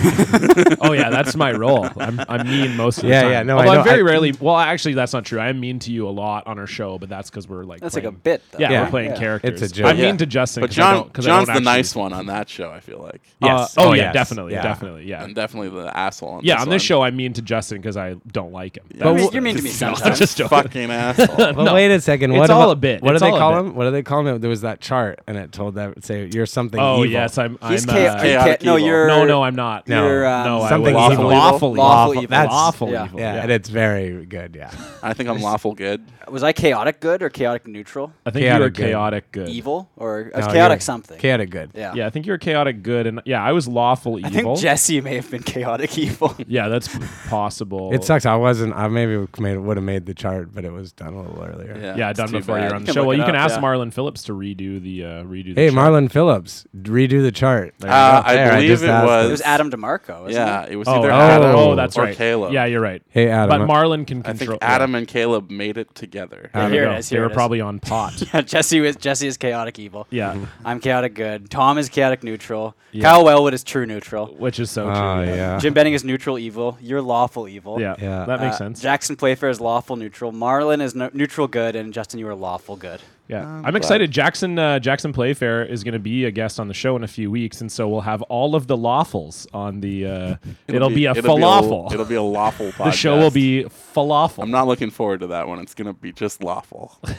[SPEAKER 2] oh yeah, that's my role. I'm, I'm mean most of the
[SPEAKER 4] Yeah,
[SPEAKER 2] time.
[SPEAKER 4] yeah, no, I
[SPEAKER 2] Although
[SPEAKER 4] know,
[SPEAKER 2] am very
[SPEAKER 4] I-
[SPEAKER 2] rarely. Well, actually, that's not true. I'm mean to you a lot on our show, but that's because we're like
[SPEAKER 3] That's like
[SPEAKER 2] playing,
[SPEAKER 3] a bit. Though.
[SPEAKER 2] Yeah,
[SPEAKER 4] Yeah.
[SPEAKER 2] we're playing
[SPEAKER 3] Yeah.
[SPEAKER 2] characters.
[SPEAKER 4] It's a joke.
[SPEAKER 2] I'm
[SPEAKER 1] Yeah.
[SPEAKER 2] mean to Justin,
[SPEAKER 1] But
[SPEAKER 2] 'cause I
[SPEAKER 1] John,
[SPEAKER 2] don't- 'cause I
[SPEAKER 1] John's
[SPEAKER 2] don't
[SPEAKER 1] the
[SPEAKER 2] actually-
[SPEAKER 1] nice one on that show. I feel like.
[SPEAKER 4] Yes.
[SPEAKER 2] Uh, oh,
[SPEAKER 4] Oh,
[SPEAKER 2] yeah,
[SPEAKER 4] yes.
[SPEAKER 2] definitely,
[SPEAKER 4] Yeah.
[SPEAKER 2] definitely, yeah.
[SPEAKER 1] I'm definitely the asshole on
[SPEAKER 2] Yeah,
[SPEAKER 1] this
[SPEAKER 2] on this
[SPEAKER 1] one.
[SPEAKER 2] show, I'm mean to Justin because I don't like him.
[SPEAKER 1] Yeah,
[SPEAKER 3] You're mean-
[SPEAKER 1] I'm
[SPEAKER 3] you're mean to me
[SPEAKER 1] just-
[SPEAKER 3] sometimes.
[SPEAKER 2] Just joking.
[SPEAKER 1] fucking asshole.
[SPEAKER 4] But wait a second,
[SPEAKER 2] It's
[SPEAKER 4] what
[SPEAKER 2] all
[SPEAKER 4] about-
[SPEAKER 2] a bit.
[SPEAKER 4] What
[SPEAKER 2] It's
[SPEAKER 4] do they
[SPEAKER 2] all a
[SPEAKER 4] call
[SPEAKER 2] bit.
[SPEAKER 4] him? What do they call him? There was that chart, and it told that say you're something.
[SPEAKER 2] oh
[SPEAKER 4] evil.
[SPEAKER 2] yes, I'm. I'm.
[SPEAKER 3] He's
[SPEAKER 2] uh,
[SPEAKER 3] cha-
[SPEAKER 1] chaotic
[SPEAKER 3] ca- no,
[SPEAKER 1] evil.
[SPEAKER 3] you're
[SPEAKER 2] no, no, I'm not.
[SPEAKER 4] No.
[SPEAKER 3] You're, um,
[SPEAKER 2] no,
[SPEAKER 4] Something
[SPEAKER 2] I was
[SPEAKER 4] evil.
[SPEAKER 2] lawful,
[SPEAKER 3] Lawful
[SPEAKER 2] lawful,
[SPEAKER 3] evil.
[SPEAKER 2] That's
[SPEAKER 4] That's-
[SPEAKER 2] lawful
[SPEAKER 3] yeah.
[SPEAKER 2] evil.
[SPEAKER 4] Yeah, and it's very good. Yeah,
[SPEAKER 1] I think I'm lawful good.
[SPEAKER 3] Was I chaotic good or chaotic neutral?
[SPEAKER 2] I think you
[SPEAKER 4] Chaotic
[SPEAKER 2] were
[SPEAKER 4] good.
[SPEAKER 2] chaotic good.
[SPEAKER 3] Evil or I
[SPEAKER 4] No,
[SPEAKER 3] was
[SPEAKER 4] you're
[SPEAKER 3] chaotic something?
[SPEAKER 4] chaotic good.
[SPEAKER 3] yeah.
[SPEAKER 2] Yeah, I think you were chaotic good, and yeah, I was lawful
[SPEAKER 3] I
[SPEAKER 2] evil.
[SPEAKER 3] think Jesse may have been chaotic evil.
[SPEAKER 2] yeah, that's possible.
[SPEAKER 4] It sucks. I wasn't. I maybe would have made the chart, but it was done a little earlier.
[SPEAKER 1] Yeah,
[SPEAKER 2] Yeah,
[SPEAKER 1] it's
[SPEAKER 2] done
[SPEAKER 1] too
[SPEAKER 2] before
[SPEAKER 1] bad.
[SPEAKER 2] you're on the
[SPEAKER 3] can
[SPEAKER 2] show.
[SPEAKER 3] look
[SPEAKER 2] Well,
[SPEAKER 3] it
[SPEAKER 2] you can
[SPEAKER 3] up,
[SPEAKER 2] ask
[SPEAKER 3] yeah.
[SPEAKER 2] Marlon Phillips to redo the uh, redo. The
[SPEAKER 4] Hey,
[SPEAKER 2] chart.
[SPEAKER 4] Marlon Phillips, redo the chart. There you
[SPEAKER 1] Uh,
[SPEAKER 4] go.
[SPEAKER 1] I
[SPEAKER 4] There,
[SPEAKER 1] believe
[SPEAKER 4] just
[SPEAKER 1] it
[SPEAKER 4] asked
[SPEAKER 3] it
[SPEAKER 1] was-
[SPEAKER 3] was Adam DeMarco. Wasn't
[SPEAKER 1] Yeah,
[SPEAKER 3] It?
[SPEAKER 1] it was
[SPEAKER 2] Oh,
[SPEAKER 1] either
[SPEAKER 2] oh,
[SPEAKER 1] Adam
[SPEAKER 2] oh, that's
[SPEAKER 1] or
[SPEAKER 2] right.
[SPEAKER 1] Caleb.
[SPEAKER 2] Yeah, you're right.
[SPEAKER 4] Hey, Adam.
[SPEAKER 2] But Marlon can
[SPEAKER 1] I think
[SPEAKER 2] control.
[SPEAKER 1] Adam and Caleb made it together.
[SPEAKER 2] Yeah.
[SPEAKER 4] Adam-
[SPEAKER 2] There
[SPEAKER 3] Here
[SPEAKER 2] you
[SPEAKER 3] it
[SPEAKER 2] go.
[SPEAKER 3] is,
[SPEAKER 2] They
[SPEAKER 3] here
[SPEAKER 2] were
[SPEAKER 3] it is.
[SPEAKER 2] probably on pot.
[SPEAKER 3] Yeah, Jesse was Jesse is chaotic evil.
[SPEAKER 2] yeah,
[SPEAKER 3] I'm chaotic good. Tom is chaotic neutral. Kyle Wellwood is true neutral.
[SPEAKER 2] which is so true.
[SPEAKER 4] Oh yeah.
[SPEAKER 3] Jim Benning is neutral evil. You're lawful evil.
[SPEAKER 2] Uh-huh. Yeah,
[SPEAKER 4] Yeah.
[SPEAKER 2] that makes
[SPEAKER 3] Uh,
[SPEAKER 2] sense.
[SPEAKER 3] Jackson Playfair is lawful neutral. Marlon is no- neutral good, and Justin, you are lawful good.
[SPEAKER 2] Yeah, I'm excited. Jackson uh, Jackson Playfair is going to be a guest on the show in a few weeks, and so we'll have all of the lawfuls on the. Uh, it'll, be, a falafel.
[SPEAKER 1] It'll be a lawful podcast.
[SPEAKER 2] the show will be falafel.
[SPEAKER 1] I'm not looking forward to that one. It's gonna be just lawful. um,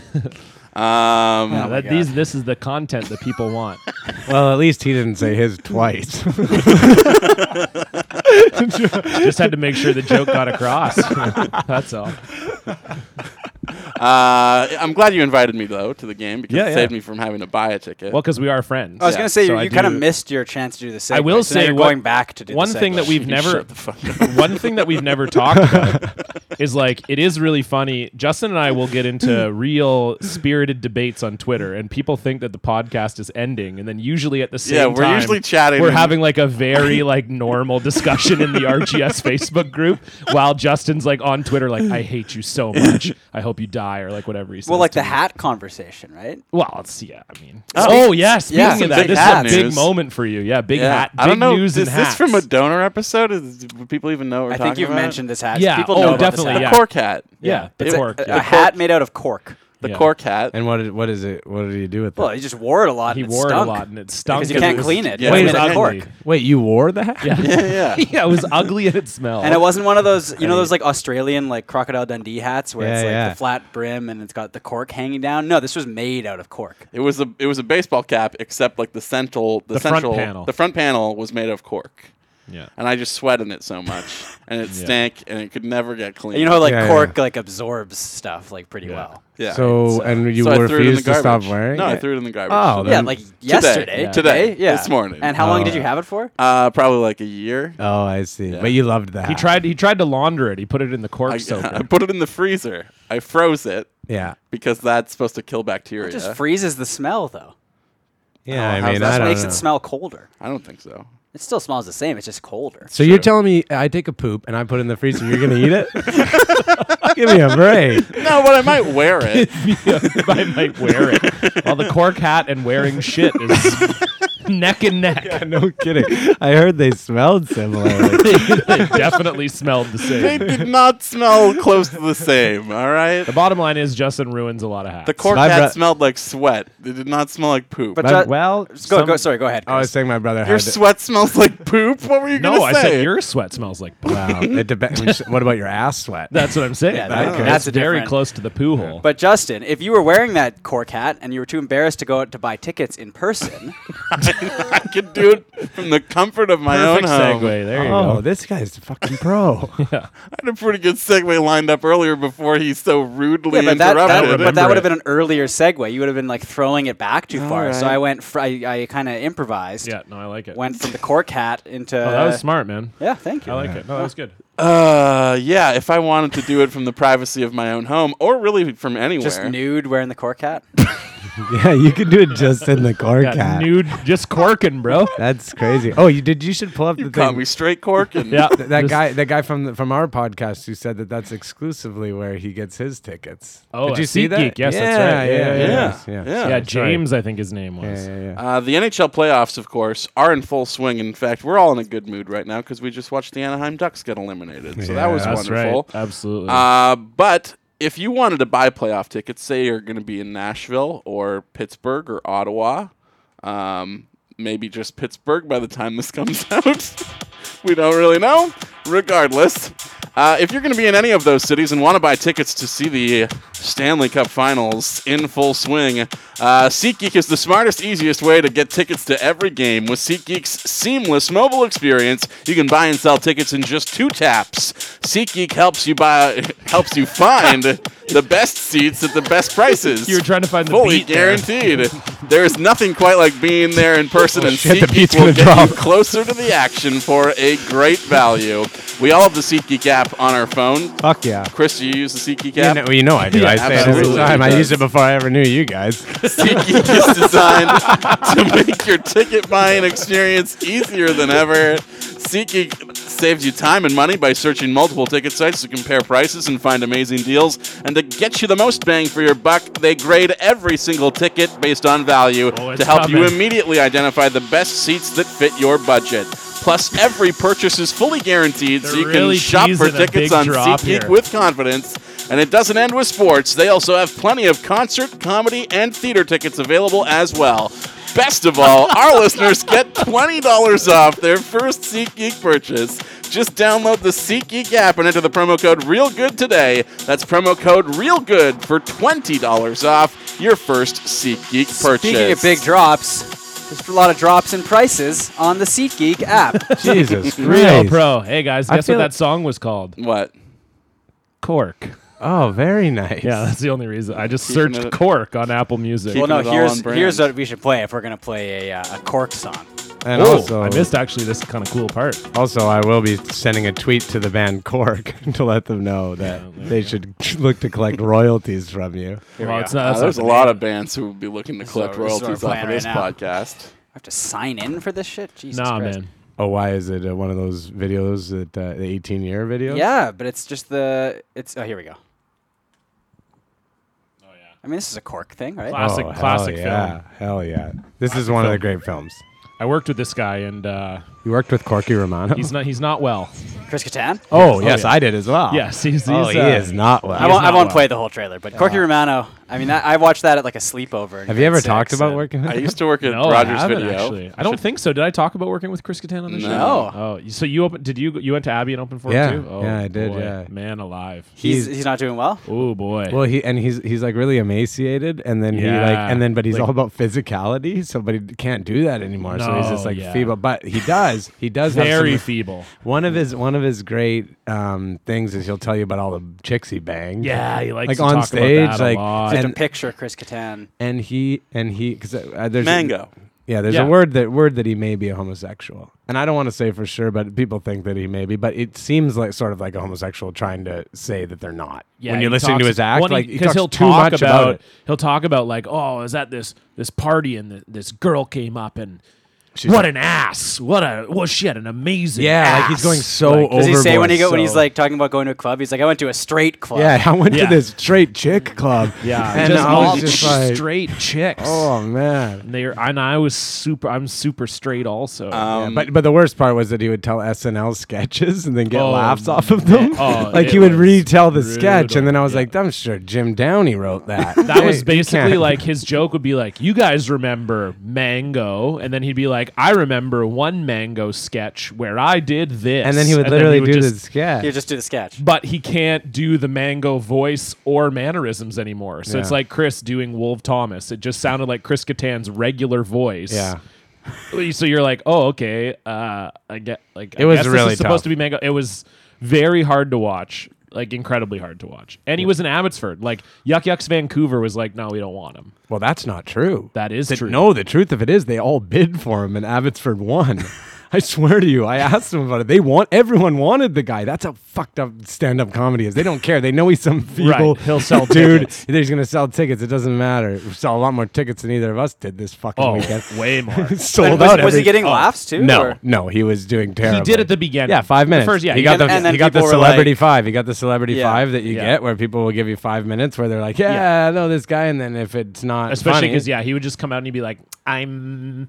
[SPEAKER 2] Yeah, that,
[SPEAKER 3] God.
[SPEAKER 2] these this is the content that people want.
[SPEAKER 4] Well, at least he didn't say his twice.
[SPEAKER 2] Just had to make sure the joke got across. That's all.
[SPEAKER 1] uh, I'm glad you invited me though to the game because
[SPEAKER 2] Yeah,
[SPEAKER 1] it
[SPEAKER 2] yeah.
[SPEAKER 1] saved me from having to buy a ticket.
[SPEAKER 2] Well, because we are friends.
[SPEAKER 3] I was
[SPEAKER 1] Yeah,
[SPEAKER 3] gonna say
[SPEAKER 2] so
[SPEAKER 3] you,
[SPEAKER 2] I
[SPEAKER 3] you kind of
[SPEAKER 2] do-
[SPEAKER 3] missed your chance to do the segment.
[SPEAKER 2] I will
[SPEAKER 3] so now
[SPEAKER 2] say
[SPEAKER 3] you're
[SPEAKER 2] what-
[SPEAKER 3] going back to do the
[SPEAKER 2] one thing that
[SPEAKER 3] segment.
[SPEAKER 2] we've never
[SPEAKER 1] shut the fuck up.
[SPEAKER 2] one thing that we've never talked about is like it is really funny. Justin and I will get into real spirited debates on Twitter, and people think that the podcast is ending, and then usually at the same
[SPEAKER 1] Yeah, we're
[SPEAKER 2] time,
[SPEAKER 1] usually chatting
[SPEAKER 2] We're
[SPEAKER 1] and-
[SPEAKER 2] having like a very like normal discussion in the RGS Facebook group, while Justin's like on Twitter, like I hate you so much, I hope you die, or like whatever he says.
[SPEAKER 3] well, like
[SPEAKER 2] to
[SPEAKER 3] the
[SPEAKER 2] me.
[SPEAKER 3] hat conversation, right?
[SPEAKER 2] Well, it's yeah. I mean, oh, yeah. Speaking
[SPEAKER 3] yeah,
[SPEAKER 2] of
[SPEAKER 3] some
[SPEAKER 2] that,
[SPEAKER 3] big
[SPEAKER 2] this
[SPEAKER 3] hat
[SPEAKER 2] is a big
[SPEAKER 1] news.
[SPEAKER 2] moment for you. Yeah, big hat. Big
[SPEAKER 1] I don't know.
[SPEAKER 2] News
[SPEAKER 1] is
[SPEAKER 2] and
[SPEAKER 1] this
[SPEAKER 2] hats.
[SPEAKER 1] from a donor episode? Is, do people even know what we're
[SPEAKER 3] I
[SPEAKER 1] talking
[SPEAKER 3] think you've
[SPEAKER 1] about?
[SPEAKER 3] mentioned this hat.
[SPEAKER 2] Yeah.
[SPEAKER 3] People
[SPEAKER 2] oh,
[SPEAKER 3] know about
[SPEAKER 2] definitely. Definitely,
[SPEAKER 3] hat.
[SPEAKER 2] yeah.
[SPEAKER 1] Cork hat.
[SPEAKER 2] Yeah, the
[SPEAKER 3] It's a-
[SPEAKER 2] cork.
[SPEAKER 3] A,
[SPEAKER 2] yeah.
[SPEAKER 3] a hat made out of cork.
[SPEAKER 1] The
[SPEAKER 2] Yeah.
[SPEAKER 1] cork hat.
[SPEAKER 4] And what did, what is it? What did he do with that?
[SPEAKER 3] Well, he just wore it a lot.
[SPEAKER 2] He
[SPEAKER 3] and
[SPEAKER 2] wore it a
[SPEAKER 3] stunk.
[SPEAKER 2] lot, and it stunk
[SPEAKER 3] because you
[SPEAKER 2] and
[SPEAKER 3] can't
[SPEAKER 2] was-
[SPEAKER 3] clean it.
[SPEAKER 1] yeah,
[SPEAKER 3] It's
[SPEAKER 1] it
[SPEAKER 3] made
[SPEAKER 1] was
[SPEAKER 3] out of
[SPEAKER 2] ugly.
[SPEAKER 3] cork.
[SPEAKER 4] Wait, you wore the hat?
[SPEAKER 2] Yeah.
[SPEAKER 1] Yeah, yeah.
[SPEAKER 2] yeah, it was ugly and it smelled.
[SPEAKER 3] And it wasn't one of those, you know, those like Australian like crocodile Dundee hats where it's
[SPEAKER 4] Yeah,
[SPEAKER 3] like
[SPEAKER 4] yeah.
[SPEAKER 3] the flat brim and it's got the cork hanging down. No, this was made out of cork.
[SPEAKER 1] It was a it was a baseball cap, except like the central the,
[SPEAKER 2] The front
[SPEAKER 1] central
[SPEAKER 2] panel.
[SPEAKER 1] the front panel was made of cork,
[SPEAKER 2] Yeah.
[SPEAKER 1] and I just sweat in it so much, and it stank, and it could never get clean.
[SPEAKER 3] You know, how, like
[SPEAKER 4] Yeah, yeah.
[SPEAKER 3] cork like absorbs stuff like pretty well.
[SPEAKER 1] yeah.
[SPEAKER 4] So, and you
[SPEAKER 1] So I threw it in the
[SPEAKER 4] refused to stop
[SPEAKER 1] garbage.
[SPEAKER 4] wearing
[SPEAKER 1] No, I
[SPEAKER 4] it?
[SPEAKER 1] threw it in the garbage.
[SPEAKER 4] Oh,
[SPEAKER 1] today.
[SPEAKER 3] Yeah,
[SPEAKER 4] Then-
[SPEAKER 3] like yesterday,
[SPEAKER 1] Yeah. Today.
[SPEAKER 3] today, yeah,
[SPEAKER 1] This morning.
[SPEAKER 3] And how long did
[SPEAKER 4] Oh.
[SPEAKER 3] you have it for?
[SPEAKER 1] uh, probably like a year.
[SPEAKER 4] Oh, I see. But you loved that.
[SPEAKER 2] He tried. He tried to launder it. He put it in the cork
[SPEAKER 1] I,
[SPEAKER 2] soaker.
[SPEAKER 1] I put it in the freezer. I froze it
[SPEAKER 4] Yeah.
[SPEAKER 1] because that's supposed to kill bacteria.
[SPEAKER 3] It just freezes the smell though.
[SPEAKER 4] Yeah, I
[SPEAKER 3] How's
[SPEAKER 4] mean,
[SPEAKER 3] that-
[SPEAKER 4] I don't
[SPEAKER 3] makes
[SPEAKER 4] know.
[SPEAKER 3] it smell colder.
[SPEAKER 1] I don't think so.
[SPEAKER 3] It still smells the same. It's just colder.
[SPEAKER 4] So you're telling me I take a poop and I put it in the freezer, you're gonna eat it? Give me a break.
[SPEAKER 1] No, but I might wear it.
[SPEAKER 2] I might wear it. While the cork hat and wearing shit is neck and neck.
[SPEAKER 4] No kidding. I heard they smelled similarly.
[SPEAKER 2] they definitely smelled the
[SPEAKER 1] they
[SPEAKER 2] same.
[SPEAKER 1] did not smell close to the same. All right.
[SPEAKER 2] The bottom line is Justin ruins a lot of hats.
[SPEAKER 1] The cork
[SPEAKER 4] My
[SPEAKER 1] hat
[SPEAKER 4] bro-
[SPEAKER 1] smelled like sweat. It did not smell like poop.
[SPEAKER 3] But
[SPEAKER 4] But,
[SPEAKER 3] ju-
[SPEAKER 4] well,
[SPEAKER 3] Just go,
[SPEAKER 4] some-
[SPEAKER 3] go, sorry, go ahead.
[SPEAKER 4] I was
[SPEAKER 3] Chris.
[SPEAKER 4] saying my brother
[SPEAKER 1] Your
[SPEAKER 4] had it.
[SPEAKER 1] sweat smells like poop. What were you
[SPEAKER 2] no, I
[SPEAKER 1] gonna say?
[SPEAKER 2] said your sweat smells like. poop.
[SPEAKER 4] Wow. It depends. what about your ass sweat?
[SPEAKER 2] That's what I'm saying.
[SPEAKER 3] Yeah,
[SPEAKER 2] That-
[SPEAKER 3] okay.
[SPEAKER 2] that's
[SPEAKER 3] That's a
[SPEAKER 2] very
[SPEAKER 3] different-
[SPEAKER 2] close to the poo hole.
[SPEAKER 3] But Justin, if you were wearing that cork hat and you were too embarrassed to go out to buy tickets in person,
[SPEAKER 1] I could do it from the comfort of my
[SPEAKER 2] perfect
[SPEAKER 1] own home.
[SPEAKER 2] segue. There you
[SPEAKER 4] oh,
[SPEAKER 2] go.
[SPEAKER 4] this guy's a fucking pro.
[SPEAKER 1] I had a pretty good segue lined up earlier before he so rudely
[SPEAKER 3] yeah, but that, that-
[SPEAKER 1] interrupted.
[SPEAKER 3] but that
[SPEAKER 2] Remember
[SPEAKER 3] would
[SPEAKER 2] it.
[SPEAKER 3] have been an earlier segue. You would have been like throwing it back too far. So
[SPEAKER 1] right.
[SPEAKER 3] I went, fr- I, I kind of improvised.
[SPEAKER 2] Yeah, no, I like it.
[SPEAKER 3] Went from the cork hat into.
[SPEAKER 2] oh, that was smart, man.
[SPEAKER 3] Yeah, thank you.
[SPEAKER 2] I like it. No, that was good.
[SPEAKER 1] uh, yeah, if I wanted to do it from the privacy of my own home, or really from anywhere,
[SPEAKER 3] Just nude wearing the cork hat.
[SPEAKER 4] yeah, you could do it just in the car
[SPEAKER 2] Yeah,
[SPEAKER 4] cat.
[SPEAKER 2] nude, just corking, bro.
[SPEAKER 4] That's crazy. Oh, you did. You should pull up the
[SPEAKER 1] caught
[SPEAKER 4] thing.
[SPEAKER 1] me straight corking.
[SPEAKER 2] Yeah,
[SPEAKER 4] Th- that
[SPEAKER 2] just-
[SPEAKER 4] guy, that guy from the, from our podcast, who said that that's exclusively where he gets his tickets.
[SPEAKER 2] Oh,
[SPEAKER 4] did
[SPEAKER 2] at
[SPEAKER 4] you see that?
[SPEAKER 2] SeatGeek. Yes,
[SPEAKER 4] yeah,
[SPEAKER 2] that's right. Yeah,
[SPEAKER 4] Yeah,
[SPEAKER 2] yeah,
[SPEAKER 4] yeah,
[SPEAKER 1] yeah.
[SPEAKER 4] yeah.
[SPEAKER 2] Yeah,
[SPEAKER 1] Yeah,
[SPEAKER 2] James, I think his name was.
[SPEAKER 4] Oh, yeah, yeah.
[SPEAKER 1] Uh, the NHL playoffs, of course, are in full swing. In fact, we're all in a good mood right now because we just watched the Anaheim Ducks get eliminated. So that was
[SPEAKER 2] That's
[SPEAKER 1] wonderful.
[SPEAKER 2] right. Absolutely.
[SPEAKER 1] Uh, but if you wanted to buy playoff tickets, say you're going to be in Nashville or Pittsburgh or Ottawa, um, maybe just Pittsburgh by the time this comes out. we don't really know. Regardless, uh, if you're going to be in any of those cities and want to buy tickets to see the Stanley Cup Finals in full swing, uh, SeatGeek is the smartest, easiest way to get tickets to every game. With SeatGeek's seamless mobile experience, you can buy and sell tickets in just two taps. SeatGeek helps you buy, helps you find the best seats at the best prices.
[SPEAKER 2] You were trying to find the
[SPEAKER 1] fully
[SPEAKER 2] beat there.
[SPEAKER 1] guaranteed. there is nothing quite like being there in person, and
[SPEAKER 4] Oh, shit, the beat's
[SPEAKER 1] SeatGeek will
[SPEAKER 4] gonna
[SPEAKER 1] get
[SPEAKER 4] drop.
[SPEAKER 1] you closer to the action for a great value. We all have the SeatGeek app on our phone.
[SPEAKER 4] Fuck yeah.
[SPEAKER 1] Chris, do you use the SeatGeek
[SPEAKER 4] You
[SPEAKER 1] app?
[SPEAKER 4] know, well, you know I do. I say it every
[SPEAKER 1] absolutely.
[SPEAKER 4] time. I
[SPEAKER 1] He
[SPEAKER 4] used it
[SPEAKER 1] does.
[SPEAKER 4] before I ever knew you guys.
[SPEAKER 1] SeatGeek is designed to make your ticket buying experience easier than ever. SeatGeek saves you time and money by searching multiple ticket sites to compare prices and find amazing deals. And to get you the most bang for your buck, they grade every single ticket based on value
[SPEAKER 2] Oh, it's
[SPEAKER 1] to help you
[SPEAKER 2] coming.
[SPEAKER 1] immediately identify the best seats that fit your budget. Plus, every purchase is fully guaranteed, so
[SPEAKER 2] They're
[SPEAKER 1] you
[SPEAKER 2] really
[SPEAKER 1] can shop for
[SPEAKER 2] teasing a big
[SPEAKER 1] tickets on
[SPEAKER 2] drop
[SPEAKER 1] SeatGeek
[SPEAKER 2] here.
[SPEAKER 1] with confidence. And it doesn't end with sports. They also have plenty of concert, comedy, and theater tickets available as well. Best of all, our listeners get $20 off their first SeatGeek purchase. Just download the SeatGeek app and enter the promo code REALGOOD today. That's promo code REALGOOD for $20 off your first SeatGeek purchase.
[SPEAKER 3] Speaking of big drops, there's a lot of drops in prices on the SeatGeek app.
[SPEAKER 4] Jesus
[SPEAKER 2] Real
[SPEAKER 4] Christ.
[SPEAKER 2] pro. Hey guys,
[SPEAKER 4] I
[SPEAKER 2] guess what
[SPEAKER 4] feel-
[SPEAKER 2] that song was called?
[SPEAKER 1] What?
[SPEAKER 2] Cork.
[SPEAKER 4] Oh, very nice.
[SPEAKER 2] Yeah, that's the only reason. I just
[SPEAKER 1] Keeping
[SPEAKER 2] searched
[SPEAKER 1] it-
[SPEAKER 2] cork on Apple Music.
[SPEAKER 3] well,
[SPEAKER 1] Keeping
[SPEAKER 3] no,
[SPEAKER 1] it all
[SPEAKER 3] here's
[SPEAKER 1] on brand.
[SPEAKER 3] here's what we should play if we're gonna play a, uh, a cork song.
[SPEAKER 4] And
[SPEAKER 2] Oh,
[SPEAKER 4] also,
[SPEAKER 2] I missed actually this kind of cool part.
[SPEAKER 4] Also, I will be sending a tweet to the band Cork to let them know that they should look to collect royalties from you.
[SPEAKER 2] well,
[SPEAKER 3] we
[SPEAKER 2] it's
[SPEAKER 3] go.
[SPEAKER 2] not.
[SPEAKER 1] Uh,
[SPEAKER 2] That's
[SPEAKER 1] there's a
[SPEAKER 2] not
[SPEAKER 1] lot of bands who would be looking to collect
[SPEAKER 3] our- this is our
[SPEAKER 1] royalties off
[SPEAKER 3] plan
[SPEAKER 1] of this
[SPEAKER 3] right now.
[SPEAKER 1] podcast.
[SPEAKER 3] I have to sign in for this shit. Jesus
[SPEAKER 2] Nah,
[SPEAKER 3] Christ.
[SPEAKER 2] man.
[SPEAKER 4] Oh, why is it uh, one of those videos that uh, the 18 year video?
[SPEAKER 3] Yeah, but it's just the it's. Oh, here we go.
[SPEAKER 1] Oh,
[SPEAKER 3] I mean, this is a cork thing, right?
[SPEAKER 2] Classic,
[SPEAKER 4] oh,
[SPEAKER 2] classic
[SPEAKER 4] hell
[SPEAKER 2] film.
[SPEAKER 4] yeah, Hell yeah. This is one of the great films.
[SPEAKER 2] I worked with this guy, and uh,
[SPEAKER 4] You worked with Corky Romano.
[SPEAKER 2] He's not. He's not well.
[SPEAKER 3] Chris Kattan.
[SPEAKER 4] oh,
[SPEAKER 2] yeah.
[SPEAKER 4] yes, I did as well.
[SPEAKER 2] Yes, he's. he's
[SPEAKER 4] oh, he
[SPEAKER 2] uh,
[SPEAKER 4] is not well.
[SPEAKER 3] I won't. I
[SPEAKER 2] not
[SPEAKER 3] won't
[SPEAKER 2] well.
[SPEAKER 3] play the whole trailer, but Corky Romano. I mean, that, I watched that at like a sleepover. in
[SPEAKER 4] Have you ever
[SPEAKER 3] grade
[SPEAKER 4] talked
[SPEAKER 3] six,
[SPEAKER 4] about
[SPEAKER 3] and-
[SPEAKER 4] working?
[SPEAKER 1] I used to work at
[SPEAKER 2] No, I
[SPEAKER 1] Rogers
[SPEAKER 2] haven't,
[SPEAKER 1] Video.
[SPEAKER 2] Actually, I don't think so. Did I talk about working with Chris Kattan on the show?
[SPEAKER 3] No.
[SPEAKER 2] Oh, you- so you open? Did you you went to Abbey and opened for
[SPEAKER 4] Yeah.
[SPEAKER 2] him too? Oh,
[SPEAKER 4] Yeah, I did,
[SPEAKER 2] boy.
[SPEAKER 4] yeah.
[SPEAKER 2] man alive.
[SPEAKER 3] He's he's not doing well.
[SPEAKER 2] Oh boy.
[SPEAKER 4] Well, he and he's he's like really emaciated, and then he like
[SPEAKER 2] Yeah.
[SPEAKER 4] and then but he's
[SPEAKER 2] Like-
[SPEAKER 4] all about physicality, so but he can't do that anymore. so he's just
[SPEAKER 2] No,
[SPEAKER 4] like
[SPEAKER 2] yeah.
[SPEAKER 4] feeble. But he does, he does have some-
[SPEAKER 2] very feeble.
[SPEAKER 4] One of his one of his great um, things is he'll tell you about all the chicks he banged.
[SPEAKER 2] Yeah, he likes
[SPEAKER 4] like
[SPEAKER 2] to
[SPEAKER 4] on
[SPEAKER 2] talk about
[SPEAKER 4] stage,
[SPEAKER 2] that a
[SPEAKER 4] like
[SPEAKER 2] lot.
[SPEAKER 3] Just a
[SPEAKER 4] and
[SPEAKER 3] picture Chris Kattan.
[SPEAKER 4] and he and he because uh, there's
[SPEAKER 1] Mango.
[SPEAKER 4] Yeah, there's
[SPEAKER 2] Yeah.
[SPEAKER 4] a word that word that he may be a homosexual, and I don't want to say for sure, but people think that he may be. But it seems like sort of like a homosexual trying to say that they're not.
[SPEAKER 2] Yeah,
[SPEAKER 4] when you're
[SPEAKER 2] he
[SPEAKER 4] listening to
[SPEAKER 2] talks-
[SPEAKER 4] his act,
[SPEAKER 2] when he-
[SPEAKER 4] like he
[SPEAKER 2] 'cause
[SPEAKER 4] talks
[SPEAKER 2] he'll
[SPEAKER 4] too
[SPEAKER 2] talk
[SPEAKER 4] much about, it.
[SPEAKER 2] He'll talk about like, oh, I was at this this party and th this girl came up and
[SPEAKER 4] She's
[SPEAKER 2] what an ass! What a well, she had an amazing
[SPEAKER 4] Yeah, like he's
[SPEAKER 2] ass."
[SPEAKER 4] going so
[SPEAKER 2] Like,
[SPEAKER 4] over.
[SPEAKER 3] Does he say when he go when he's
[SPEAKER 4] so-
[SPEAKER 3] like talking about going to a club? He's like, I went to a straight club.
[SPEAKER 4] Yeah, I went
[SPEAKER 2] Yeah.
[SPEAKER 4] to this straight chick club.
[SPEAKER 2] Yeah,
[SPEAKER 4] and
[SPEAKER 2] just
[SPEAKER 4] I
[SPEAKER 2] all
[SPEAKER 4] was just like,
[SPEAKER 2] straight chicks.
[SPEAKER 4] oh man.
[SPEAKER 2] And they are, and I was super. I'm super straight also.
[SPEAKER 1] Um,
[SPEAKER 4] But but the worst part was that he would tell SNL sketches and then get
[SPEAKER 2] Oh,
[SPEAKER 4] laughs off of
[SPEAKER 2] man.
[SPEAKER 4] them.
[SPEAKER 2] Oh,
[SPEAKER 4] like
[SPEAKER 2] it
[SPEAKER 4] he would
[SPEAKER 2] was
[SPEAKER 4] retell the sketch,
[SPEAKER 2] brutal.
[SPEAKER 4] and then I was
[SPEAKER 2] Yeah.
[SPEAKER 4] like, I'm sure Jim Downey wrote that.
[SPEAKER 2] that was
[SPEAKER 4] You
[SPEAKER 2] basically
[SPEAKER 4] can't.
[SPEAKER 2] like his joke would be like, "You guys remember Mango?" And then he'd be like, "I remember one Mango sketch where I did this."
[SPEAKER 4] And then he would literally do the sketch.
[SPEAKER 3] You just do the sketch.
[SPEAKER 2] but he can't do the mango voice or mannerisms anymore. So it's
[SPEAKER 4] Yeah.
[SPEAKER 2] like Chris doing Wolf Thomas. It just sounded like Chris Kattan's regular voice.
[SPEAKER 4] Yeah.
[SPEAKER 2] So you're like, oh, okay. Uh, I get like I
[SPEAKER 4] It was
[SPEAKER 2] guess this
[SPEAKER 4] really
[SPEAKER 2] is supposed
[SPEAKER 4] tough.
[SPEAKER 2] to be mango. It was very hard to watch, like incredibly hard to watch. And he was in Abbotsford. Like Yuck Yucks Vancouver was like, no, we don't want him.
[SPEAKER 4] Well, that's not true.
[SPEAKER 2] That is true.
[SPEAKER 4] No, the truth of it is they all bid for him and Abbotsford won. I swear to you, I asked them about it. They want everyone wanted the guy. That's how fucked up stand up comedy is. They don't care. They know he's some feeble
[SPEAKER 2] He'll sell
[SPEAKER 4] dude.
[SPEAKER 2] tickets.
[SPEAKER 4] He's gonna sell tickets. It doesn't matter. We sell a lot more tickets than either of us did this fucking
[SPEAKER 2] Oh,
[SPEAKER 4] weekend.
[SPEAKER 2] way more.
[SPEAKER 4] Sold
[SPEAKER 3] was,
[SPEAKER 4] out.
[SPEAKER 3] was he
[SPEAKER 4] every- Oh,
[SPEAKER 3] getting laughs too?
[SPEAKER 4] No,
[SPEAKER 3] or-
[SPEAKER 4] no, he was doing terrible.
[SPEAKER 2] He did at the beginning.
[SPEAKER 4] Yeah, five
[SPEAKER 2] The
[SPEAKER 4] minutes.
[SPEAKER 2] first- yeah,
[SPEAKER 4] he
[SPEAKER 2] he
[SPEAKER 4] got
[SPEAKER 2] did-
[SPEAKER 4] the
[SPEAKER 3] and then
[SPEAKER 4] he got the
[SPEAKER 3] people were
[SPEAKER 4] celebrity
[SPEAKER 3] like-
[SPEAKER 4] five. He got the celebrity
[SPEAKER 3] Yeah.
[SPEAKER 4] five that you
[SPEAKER 2] Yeah.
[SPEAKER 4] get where people will give you five minutes where they're like, yeah, I know this guy, and then if it's not
[SPEAKER 2] especially
[SPEAKER 4] funny-
[SPEAKER 2] because yeah, he would just come out and he'd be like, "I'm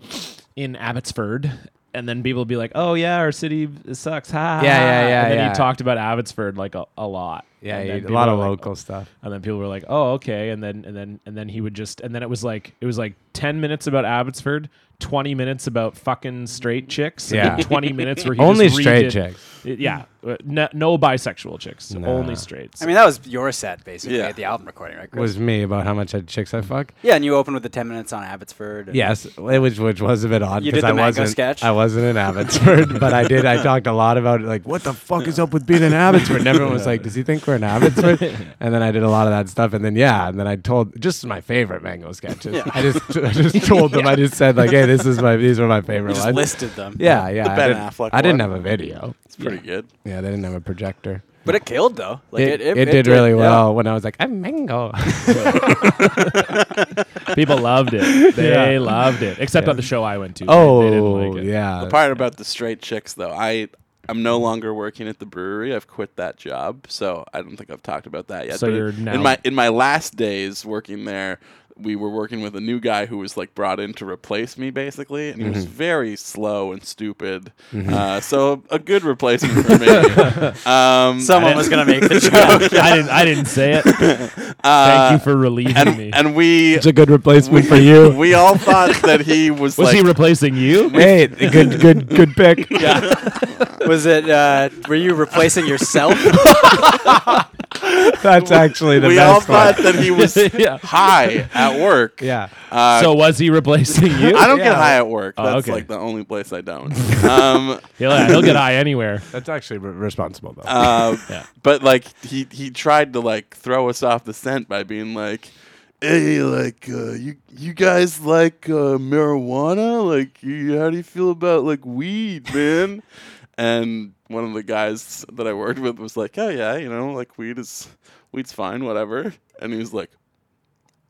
[SPEAKER 2] in Abbotsford," and then people would be like, "Oh yeah, our city sucks." Ha. ha,
[SPEAKER 4] Yeah, yeah,
[SPEAKER 2] ha."
[SPEAKER 4] yeah,
[SPEAKER 2] And then
[SPEAKER 4] yeah.
[SPEAKER 2] he talked about Abbotsford like a, a lot.
[SPEAKER 4] yeah,
[SPEAKER 2] And
[SPEAKER 4] he-
[SPEAKER 2] then
[SPEAKER 4] a
[SPEAKER 2] people
[SPEAKER 4] lot of
[SPEAKER 2] were like- "Oh,
[SPEAKER 4] local stuff.
[SPEAKER 2] And then people were like, "Oh okay," and then and then and then he would just and then it was like it was like ten minutes about Abbotsford. 20 minutes about fucking straight chicks. and
[SPEAKER 4] Yeah.
[SPEAKER 2] then 20 minutes where he
[SPEAKER 4] Only
[SPEAKER 2] just
[SPEAKER 4] straight
[SPEAKER 2] redid-
[SPEAKER 4] chicks.
[SPEAKER 2] Yeah. uh, No, no bisexual chicks.
[SPEAKER 4] Nah.
[SPEAKER 2] Only straights.
[SPEAKER 3] I mean, that was your set basically
[SPEAKER 1] Yeah.
[SPEAKER 3] at the album recording, right? Chris?
[SPEAKER 4] Was me about how much I chicks I fuck.
[SPEAKER 3] yeah, and you opened with the ten minutes on Abbotsford. and-
[SPEAKER 4] Yes, it was- which was a bit odd
[SPEAKER 3] You
[SPEAKER 4] because
[SPEAKER 3] did the
[SPEAKER 4] I
[SPEAKER 3] mango
[SPEAKER 4] wasn't
[SPEAKER 3] sketch?
[SPEAKER 4] I wasn't in Abbotsford, but I did. I talked a lot about like what the fuck is up with being in Abbotsford. And everyone was like, "Does he think we're in Abbotsford?" And then I did a lot of that stuff. And then yeah, and then I told just my favorite mango sketches. I just I just told them. I just said like, "Hey, this is my these were my favorite
[SPEAKER 3] You just
[SPEAKER 4] ones."
[SPEAKER 3] listed them.
[SPEAKER 4] yeah, yeah.
[SPEAKER 1] The
[SPEAKER 4] I
[SPEAKER 1] Ben
[SPEAKER 4] didn't-
[SPEAKER 1] Affleck
[SPEAKER 4] I didn't
[SPEAKER 1] one.
[SPEAKER 4] have a video.
[SPEAKER 1] it's pretty good.
[SPEAKER 4] Yeah, they didn't have a projector.
[SPEAKER 3] But it killed though. Like
[SPEAKER 4] it, it did really well when I was like, "I'm mango."
[SPEAKER 2] People loved it. They
[SPEAKER 4] Yeah.
[SPEAKER 2] loved it. Except at the show I went to. They- they didn't
[SPEAKER 4] oh
[SPEAKER 2] like it.
[SPEAKER 4] yeah.
[SPEAKER 1] The part about the straight chicks, though, I I'm no longer working at the brewery. I've quit that job, so I don't think I've talked about that yet.
[SPEAKER 2] So
[SPEAKER 1] but
[SPEAKER 2] you're
[SPEAKER 1] in
[SPEAKER 2] now-
[SPEAKER 1] my in my last days working there. We were working with a new guy who was like brought in to replace me, basically, and he
[SPEAKER 4] Mm-hmm.
[SPEAKER 1] was very slow and stupid. Uh, so a good replacement for me. um,
[SPEAKER 3] Someone was gonna make the joke.
[SPEAKER 2] I didn't. I didn't say it.
[SPEAKER 1] uh,
[SPEAKER 2] Thank you for relieving me.
[SPEAKER 1] and, and we
[SPEAKER 4] It's a good replacement for you.
[SPEAKER 1] we all thought that he was,
[SPEAKER 2] was
[SPEAKER 1] like
[SPEAKER 2] he replacing you?
[SPEAKER 4] Hey, good, good, good pick.
[SPEAKER 3] was it? Uh, were you replacing yourself?
[SPEAKER 4] That's actually the
[SPEAKER 1] we all
[SPEAKER 4] best
[SPEAKER 1] thought
[SPEAKER 4] one.
[SPEAKER 1] that he was
[SPEAKER 2] Yeah.
[SPEAKER 1] high at work.
[SPEAKER 4] Yeah.
[SPEAKER 1] Uh,
[SPEAKER 2] so was he replacing you?
[SPEAKER 1] I don't
[SPEAKER 4] Yeah.
[SPEAKER 1] get high at work.
[SPEAKER 2] Oh,
[SPEAKER 1] That's
[SPEAKER 2] okay.
[SPEAKER 1] like the only place I don't. um,
[SPEAKER 2] He'll, uh, he'll get high anywhere.
[SPEAKER 4] That's actually re- responsible though.
[SPEAKER 1] uh,
[SPEAKER 2] Yeah.
[SPEAKER 1] But like he he tried to like throw us off the scent by being like. Hey, like uh, you, you guys like uh, marijuana? Like, you, how do you feel about like weed, man? and one of the guys that I worked with was like, "Oh yeah, you know, like weed is weed's fine, whatever." And he was like,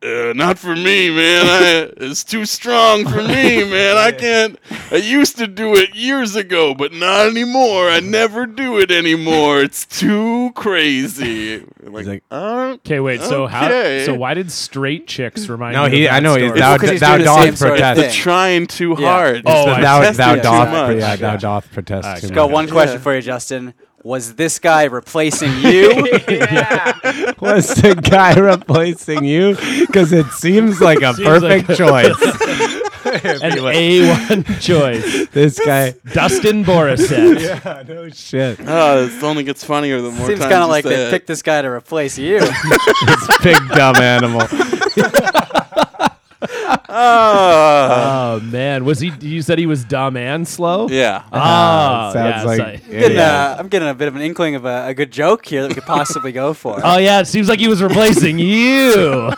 [SPEAKER 1] uh, not for me, man. I, it's too strong for me, man. I can't. I used to do it years ago, but not anymore. I never do it anymore. It's too crazy. Like,
[SPEAKER 4] like,
[SPEAKER 1] uh,
[SPEAKER 2] Okay, wait. So
[SPEAKER 1] Okay.
[SPEAKER 2] how? So why did straight chicks remind
[SPEAKER 4] No,
[SPEAKER 2] you?
[SPEAKER 4] he-
[SPEAKER 2] Of that
[SPEAKER 4] I know
[SPEAKER 2] story?
[SPEAKER 4] he's thou,
[SPEAKER 3] because he's
[SPEAKER 4] thou
[SPEAKER 3] doing the same
[SPEAKER 4] doth
[SPEAKER 3] sort of
[SPEAKER 4] protest.
[SPEAKER 3] thing.
[SPEAKER 1] they're trying too
[SPEAKER 3] Yeah.
[SPEAKER 1] hard.
[SPEAKER 2] Oh,
[SPEAKER 1] They're
[SPEAKER 2] I
[SPEAKER 4] thou,
[SPEAKER 1] testing
[SPEAKER 4] thou
[SPEAKER 1] too
[SPEAKER 4] doth,
[SPEAKER 1] much.
[SPEAKER 4] yeah, thou
[SPEAKER 2] Gotcha.
[SPEAKER 4] doth protest.
[SPEAKER 2] Alright,
[SPEAKER 4] too
[SPEAKER 3] Got
[SPEAKER 4] much.
[SPEAKER 3] one question for you, Justin. Was this guy replacing you?
[SPEAKER 4] Was the guy replacing you? Because it seems like a
[SPEAKER 2] Seems like
[SPEAKER 4] perfect choice.
[SPEAKER 2] an A one choice.
[SPEAKER 4] this guy.
[SPEAKER 2] Dustin Borisov.
[SPEAKER 4] Yeah, no shit.
[SPEAKER 1] Oh, it only gets funnier the more
[SPEAKER 3] Seems
[SPEAKER 1] times
[SPEAKER 3] kind of
[SPEAKER 1] you
[SPEAKER 3] like
[SPEAKER 1] say
[SPEAKER 3] they
[SPEAKER 1] it.
[SPEAKER 3] picked this guy to replace you.
[SPEAKER 4] This big dumb animal.
[SPEAKER 1] Ah.
[SPEAKER 2] Oh man, was he? You said he was dumb and slow.
[SPEAKER 1] yeah.
[SPEAKER 2] Ah,
[SPEAKER 4] Uh, sounds
[SPEAKER 2] yeah,
[SPEAKER 4] like.
[SPEAKER 2] so-
[SPEAKER 3] Getting,
[SPEAKER 4] yeah.
[SPEAKER 3] uh, I'm getting a bit of an inkling of a, a good joke here that we could possibly go for.
[SPEAKER 2] Oh yeah, it seems like he was replacing you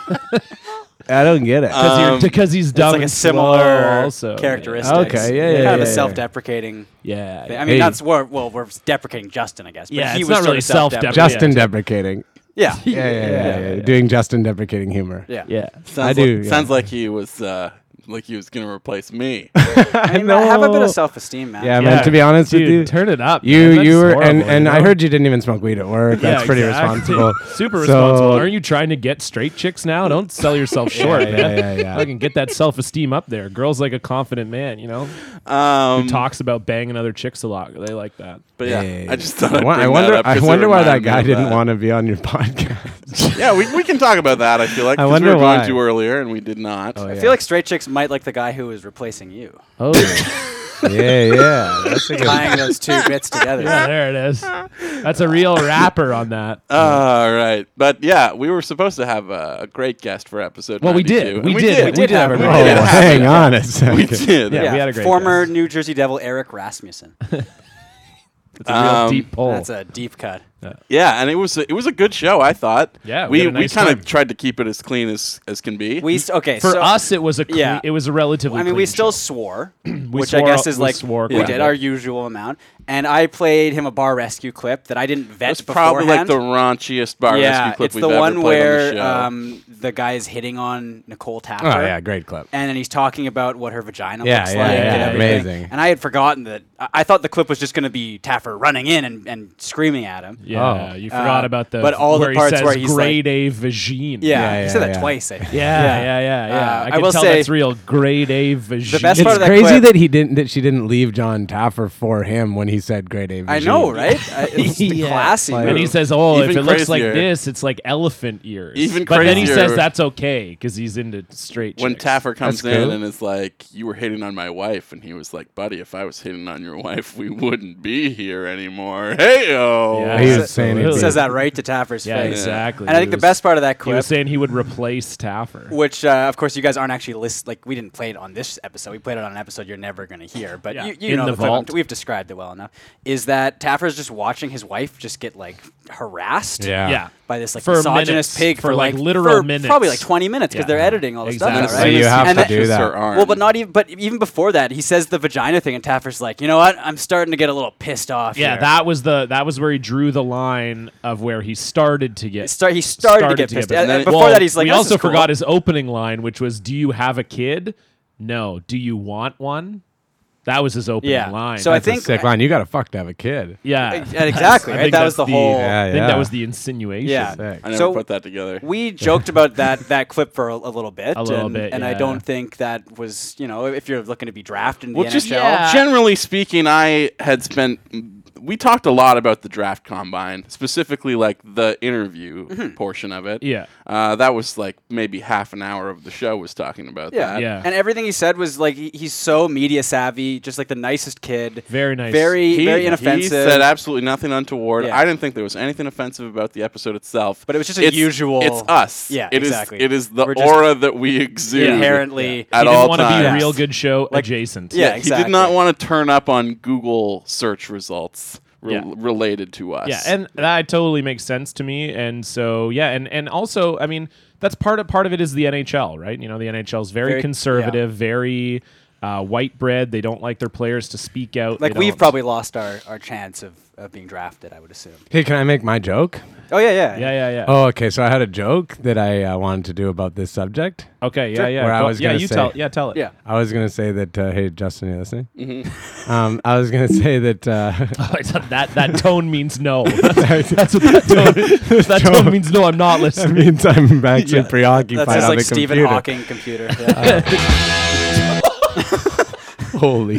[SPEAKER 4] I don't get it.
[SPEAKER 1] Uh, Um,
[SPEAKER 2] because he's dumb
[SPEAKER 3] it's like a
[SPEAKER 2] and slow
[SPEAKER 3] similar
[SPEAKER 2] also.
[SPEAKER 3] characteristic.
[SPEAKER 4] Okay, yeah, yeah,
[SPEAKER 3] Kind
[SPEAKER 4] yeah,
[SPEAKER 3] of
[SPEAKER 4] yeah,
[SPEAKER 3] a
[SPEAKER 4] yeah.
[SPEAKER 3] self-deprecating.
[SPEAKER 2] Yeah,
[SPEAKER 3] thing. I mean,
[SPEAKER 4] Hey.
[SPEAKER 3] that's where well, we're deprecating Justin, I guess. But
[SPEAKER 2] Yeah,
[SPEAKER 3] he
[SPEAKER 2] it's
[SPEAKER 3] was
[SPEAKER 2] not really
[SPEAKER 3] sort of
[SPEAKER 2] self-depre-
[SPEAKER 4] Justin deprecating.
[SPEAKER 3] Yeah,
[SPEAKER 4] Yeah yeah yeah,
[SPEAKER 2] yeah,
[SPEAKER 4] yeah,
[SPEAKER 2] yeah, yeah.
[SPEAKER 4] Doing Justin deprecating humor.
[SPEAKER 3] yeah.
[SPEAKER 2] yeah.
[SPEAKER 1] Sounds
[SPEAKER 4] I do,
[SPEAKER 1] Like,
[SPEAKER 4] yeah.
[SPEAKER 1] Sounds like he was uh, like he was gonna replace me.
[SPEAKER 3] I mean, I have a bit
[SPEAKER 4] know.
[SPEAKER 3] of self-esteem, man.
[SPEAKER 4] Yeah, man. to be honest
[SPEAKER 2] dude,
[SPEAKER 4] with you,
[SPEAKER 2] turn it up. man.
[SPEAKER 4] You
[SPEAKER 2] That's
[SPEAKER 4] you were and
[SPEAKER 2] horrible,
[SPEAKER 4] and
[SPEAKER 2] you
[SPEAKER 4] I
[SPEAKER 2] know?
[SPEAKER 4] heard you didn't even smoke weed at work.
[SPEAKER 2] Yeah,
[SPEAKER 4] That's pretty
[SPEAKER 2] exactly.
[SPEAKER 4] responsible.
[SPEAKER 2] Super
[SPEAKER 4] So-
[SPEAKER 2] responsible. Aren't you trying to get straight chicks now? Don't sell yourself short,
[SPEAKER 4] yeah,
[SPEAKER 2] man.
[SPEAKER 4] yeah, yeah.
[SPEAKER 2] Fucking get that self esteem up there. Girls like a confident man, you know.
[SPEAKER 1] Um,
[SPEAKER 3] Mm.
[SPEAKER 2] Talks about banging other chicks a lot. They like that.
[SPEAKER 1] but yeah, I just thought.
[SPEAKER 4] I
[SPEAKER 1] I'd
[SPEAKER 4] wa- I
[SPEAKER 1] bring
[SPEAKER 4] wonder.
[SPEAKER 1] That up 'cause
[SPEAKER 4] I
[SPEAKER 1] it
[SPEAKER 4] wonder why that
[SPEAKER 1] reminded me
[SPEAKER 4] guy
[SPEAKER 1] of
[SPEAKER 4] didn't
[SPEAKER 1] that.
[SPEAKER 4] want to be on your podcast.
[SPEAKER 1] yeah, we, we can talk about that. I feel like
[SPEAKER 4] I
[SPEAKER 1] 'cause we
[SPEAKER 4] wonder
[SPEAKER 1] were going
[SPEAKER 4] why. Oh,
[SPEAKER 1] to earlier and we did not.
[SPEAKER 3] I feel like straight chicks might like the guy who is replacing you.
[SPEAKER 2] Oh,
[SPEAKER 4] yeah, yeah. That's a good.
[SPEAKER 3] Tying those two bits together.
[SPEAKER 2] yeah, there it is. That's a real rapper on that.
[SPEAKER 1] Uh, All right, but yeah, we were supposed to have a, a great guest for episode.
[SPEAKER 2] Well, we
[SPEAKER 1] 92,
[SPEAKER 2] did.
[SPEAKER 1] and
[SPEAKER 2] We did. We did have a
[SPEAKER 1] We
[SPEAKER 4] Oh,
[SPEAKER 2] great
[SPEAKER 1] did.
[SPEAKER 2] guest.
[SPEAKER 4] hang on a
[SPEAKER 1] We
[SPEAKER 4] second.
[SPEAKER 1] did.
[SPEAKER 2] Yeah, we had a great
[SPEAKER 3] Former
[SPEAKER 2] guest.
[SPEAKER 3] New Jersey Devil Eric Rasmussen.
[SPEAKER 2] It's a real
[SPEAKER 1] Um,
[SPEAKER 2] deep pull.
[SPEAKER 3] That's a deep cut.
[SPEAKER 1] Yeah, and it was a, it was a good show. I thought.
[SPEAKER 2] Yeah,
[SPEAKER 1] we
[SPEAKER 2] we had a
[SPEAKER 1] we
[SPEAKER 2] nice
[SPEAKER 1] kind
[SPEAKER 2] time.
[SPEAKER 1] of tried to keep it as clean as as can be.
[SPEAKER 3] We st- okay
[SPEAKER 2] For
[SPEAKER 3] so,
[SPEAKER 2] us, it was a cle-
[SPEAKER 3] Yeah.
[SPEAKER 2] it was a relatively.
[SPEAKER 3] I mean, we
[SPEAKER 2] clean
[SPEAKER 3] still
[SPEAKER 2] show.
[SPEAKER 3] swore, which I
[SPEAKER 2] swore-
[SPEAKER 3] guess is
[SPEAKER 2] we
[SPEAKER 3] like
[SPEAKER 2] swore
[SPEAKER 3] we
[SPEAKER 2] quite a
[SPEAKER 3] did
[SPEAKER 2] bit.
[SPEAKER 3] our usual amount. And I played him a bar rescue clip that I didn't vet
[SPEAKER 1] That's
[SPEAKER 3] beforehand.
[SPEAKER 1] probably like the raunchiest bar
[SPEAKER 3] yeah,
[SPEAKER 1] rescue clip
[SPEAKER 3] it's
[SPEAKER 1] we've
[SPEAKER 3] the
[SPEAKER 1] ever
[SPEAKER 3] one
[SPEAKER 1] played
[SPEAKER 3] where
[SPEAKER 1] on the show.
[SPEAKER 3] um, the guy is hitting on Nicole Tapper.
[SPEAKER 4] Oh yeah, great clip.
[SPEAKER 3] And then he's talking about what her vagina
[SPEAKER 4] Yeah,
[SPEAKER 3] looks
[SPEAKER 4] yeah,
[SPEAKER 3] like.
[SPEAKER 2] yeah,
[SPEAKER 3] and everything.
[SPEAKER 4] amazing.
[SPEAKER 3] And I had forgotten that. I, I thought the clip was just going to be Taffer running in and, and screaming at him.
[SPEAKER 2] Yeah,
[SPEAKER 4] Oh.
[SPEAKER 2] you forgot
[SPEAKER 3] Uh,
[SPEAKER 2] about the
[SPEAKER 3] but all the
[SPEAKER 2] where
[SPEAKER 3] parts
[SPEAKER 2] he says
[SPEAKER 3] where he's like-
[SPEAKER 2] grade A vagine.
[SPEAKER 3] Yeah,
[SPEAKER 4] Yeah,
[SPEAKER 3] he said
[SPEAKER 4] yeah,
[SPEAKER 3] that
[SPEAKER 4] yeah.
[SPEAKER 3] twice. I think.
[SPEAKER 2] Yeah, yeah, yeah, yeah.
[SPEAKER 3] Uh,
[SPEAKER 2] I
[SPEAKER 3] I
[SPEAKER 2] can
[SPEAKER 3] will
[SPEAKER 2] tell
[SPEAKER 3] say-
[SPEAKER 2] that's real grade A vagine.
[SPEAKER 3] best part
[SPEAKER 4] It's
[SPEAKER 3] of that
[SPEAKER 4] crazy
[SPEAKER 3] clip-
[SPEAKER 4] that he didn't that she didn't leave John Taffer for him when he said grade A.
[SPEAKER 3] I know, right? Uh, it's the
[SPEAKER 2] Yeah.
[SPEAKER 3] classy.
[SPEAKER 2] and he
[SPEAKER 3] move.
[SPEAKER 2] says, "Oh, if
[SPEAKER 1] Even
[SPEAKER 2] it looks like
[SPEAKER 1] crazier.
[SPEAKER 2] this, it's like elephant ears."
[SPEAKER 1] Even
[SPEAKER 2] but then he
[SPEAKER 1] crazier.
[SPEAKER 2] says that's okay because he's into straight.
[SPEAKER 1] when
[SPEAKER 2] chicks.
[SPEAKER 1] Taffer comes
[SPEAKER 4] That's
[SPEAKER 1] in
[SPEAKER 4] cool.
[SPEAKER 1] and is like, "You were hitting on my wife," and he was like, "Buddy, if I was hitting on your wife, we wouldn't be here anymore." Hey
[SPEAKER 2] Yeah.
[SPEAKER 1] oh,
[SPEAKER 4] He
[SPEAKER 2] Says-
[SPEAKER 4] was saying
[SPEAKER 2] really?
[SPEAKER 4] it.
[SPEAKER 3] says that right to Taffer's
[SPEAKER 2] yeah,
[SPEAKER 3] face.
[SPEAKER 2] exactly.
[SPEAKER 3] And I think
[SPEAKER 2] He
[SPEAKER 3] the
[SPEAKER 2] was-
[SPEAKER 3] best part of that
[SPEAKER 2] he
[SPEAKER 3] clip
[SPEAKER 2] was saying he would replace Taffer.
[SPEAKER 3] which uh, of course you guys aren't actually list like we didn't play it on this episode we played it on an episode you're never going to hear but
[SPEAKER 2] Yeah.
[SPEAKER 3] you, you
[SPEAKER 2] In
[SPEAKER 3] know
[SPEAKER 2] the
[SPEAKER 3] the, clip.
[SPEAKER 2] vault.
[SPEAKER 3] we've described it well enough is that Taffer's just watching his wife just get like harassed
[SPEAKER 4] Yeah.
[SPEAKER 2] yeah.
[SPEAKER 3] by this like
[SPEAKER 2] For minutes,
[SPEAKER 3] misogynist pig
[SPEAKER 2] for,
[SPEAKER 3] for,
[SPEAKER 2] like, literal
[SPEAKER 3] for
[SPEAKER 2] minutes.
[SPEAKER 3] probably like 20 minutes because
[SPEAKER 2] Yeah.
[SPEAKER 3] they're editing all this
[SPEAKER 2] Exactly.
[SPEAKER 3] stuff
[SPEAKER 1] as
[SPEAKER 3] out,
[SPEAKER 4] So
[SPEAKER 3] right?
[SPEAKER 4] you have
[SPEAKER 3] and
[SPEAKER 4] to
[SPEAKER 3] that-
[SPEAKER 4] do that.
[SPEAKER 1] her arm.
[SPEAKER 3] well, but not even. But even before that, he says the vagina thing, and Taffer's like, "You know what? I'm starting to get a little pissed off."
[SPEAKER 2] Yeah,
[SPEAKER 3] here."
[SPEAKER 2] that was the that was where he drew the line of where he started to get.
[SPEAKER 3] It start, he started, to get pissed.
[SPEAKER 2] but
[SPEAKER 3] and
[SPEAKER 2] then-
[SPEAKER 3] and before
[SPEAKER 2] well,
[SPEAKER 3] that, he's like,
[SPEAKER 2] we
[SPEAKER 3] "This
[SPEAKER 2] also
[SPEAKER 3] is cool."
[SPEAKER 2] forgot his opening line, which was, "Do you have a kid? No. Do you want one?" That was his opening
[SPEAKER 3] Yeah.
[SPEAKER 2] line.
[SPEAKER 3] So I
[SPEAKER 2] That's-
[SPEAKER 3] think-
[SPEAKER 4] That's a sick line. You got to fuck to have a kid.
[SPEAKER 2] yeah,
[SPEAKER 3] Ex- exactly,
[SPEAKER 2] I
[SPEAKER 3] right?
[SPEAKER 2] think
[SPEAKER 3] That was
[SPEAKER 2] that's
[SPEAKER 3] the whole-
[SPEAKER 4] Yeah,
[SPEAKER 2] I think
[SPEAKER 4] yeah.
[SPEAKER 2] that was the insinuation.
[SPEAKER 3] Yeah.
[SPEAKER 4] Sick.
[SPEAKER 1] I never
[SPEAKER 3] so-
[SPEAKER 1] put that together.
[SPEAKER 3] We joked about that that clip for a, a little bit,
[SPEAKER 2] A little
[SPEAKER 3] and,
[SPEAKER 2] bit,
[SPEAKER 3] and
[SPEAKER 2] yeah.
[SPEAKER 3] I don't think that was you know if you're looking to be drafted in
[SPEAKER 1] well,
[SPEAKER 3] the
[SPEAKER 1] just
[SPEAKER 3] NHL,
[SPEAKER 2] yeah.
[SPEAKER 1] generally speaking, I had spent. We talked a lot about the draft combine, specifically like the interview
[SPEAKER 3] Mm-hmm.
[SPEAKER 1] portion of it.
[SPEAKER 2] Yeah.
[SPEAKER 1] uh, that was like maybe half an hour of the show was talking about
[SPEAKER 3] yeah,
[SPEAKER 1] that.
[SPEAKER 2] Yeah.
[SPEAKER 3] and everything he said was like he, he's so media savvy, just like the nicest kid,
[SPEAKER 2] Very nice.
[SPEAKER 3] very
[SPEAKER 1] He,
[SPEAKER 3] very
[SPEAKER 1] he
[SPEAKER 3] inoffensive.
[SPEAKER 1] said absolutely nothing untoward.
[SPEAKER 3] Yeah.
[SPEAKER 1] I didn't think there was anything offensive about the episode itself.
[SPEAKER 3] But it was just a
[SPEAKER 1] it's,
[SPEAKER 3] usual-
[SPEAKER 1] It's us.
[SPEAKER 3] Yeah,
[SPEAKER 1] It is-
[SPEAKER 3] exactly.
[SPEAKER 1] it is the
[SPEAKER 3] We're just
[SPEAKER 1] aura that we exude.
[SPEAKER 3] inherently
[SPEAKER 1] At
[SPEAKER 2] he didn't
[SPEAKER 1] all
[SPEAKER 2] want to be a
[SPEAKER 1] times.
[SPEAKER 2] real good show
[SPEAKER 3] Like-
[SPEAKER 2] adjacent.
[SPEAKER 3] Yeah,
[SPEAKER 1] He did not
[SPEAKER 3] exactly.
[SPEAKER 1] want to turn up on Google search results re-
[SPEAKER 2] Yeah.
[SPEAKER 1] related to us.
[SPEAKER 2] Yeah, and that totally makes sense to me. And so, yeah, and and also, I mean, that's part of part of it is the NHL, right? You know, the NHL is very,
[SPEAKER 3] Very-
[SPEAKER 2] conservative, very Uh, white bread, they don't like their players to speak out.
[SPEAKER 3] Like
[SPEAKER 2] They
[SPEAKER 3] we've
[SPEAKER 2] don't-
[SPEAKER 3] probably lost our, our chance of, of being drafted, I would assume.
[SPEAKER 4] Hey, can I make my joke?
[SPEAKER 3] Oh yeah, yeah.
[SPEAKER 2] Yeah, yeah, yeah.
[SPEAKER 4] Oh, okay. So I had a joke that I uh, wanted to do about this subject.
[SPEAKER 2] Okay, yeah,
[SPEAKER 3] Sure.
[SPEAKER 2] yeah.
[SPEAKER 4] Where I
[SPEAKER 2] Go-
[SPEAKER 4] was
[SPEAKER 2] yeah,
[SPEAKER 4] gonna
[SPEAKER 2] you
[SPEAKER 4] say-
[SPEAKER 2] tell. Yeah, tell it.
[SPEAKER 3] Yeah.
[SPEAKER 4] I was gonna say that. Uh, hey, Justin, you listening? Um, I was gonna say that. Uh,
[SPEAKER 2] that that tone means no. That's what that tone. That tone means no. I'm not
[SPEAKER 4] that
[SPEAKER 2] listening.
[SPEAKER 4] means I'm actually
[SPEAKER 2] Yeah.
[SPEAKER 4] preoccupied
[SPEAKER 3] That's just
[SPEAKER 4] on
[SPEAKER 3] like
[SPEAKER 4] the
[SPEAKER 3] Stephen
[SPEAKER 4] computer.
[SPEAKER 3] Hawking computer. Yeah.
[SPEAKER 4] Holy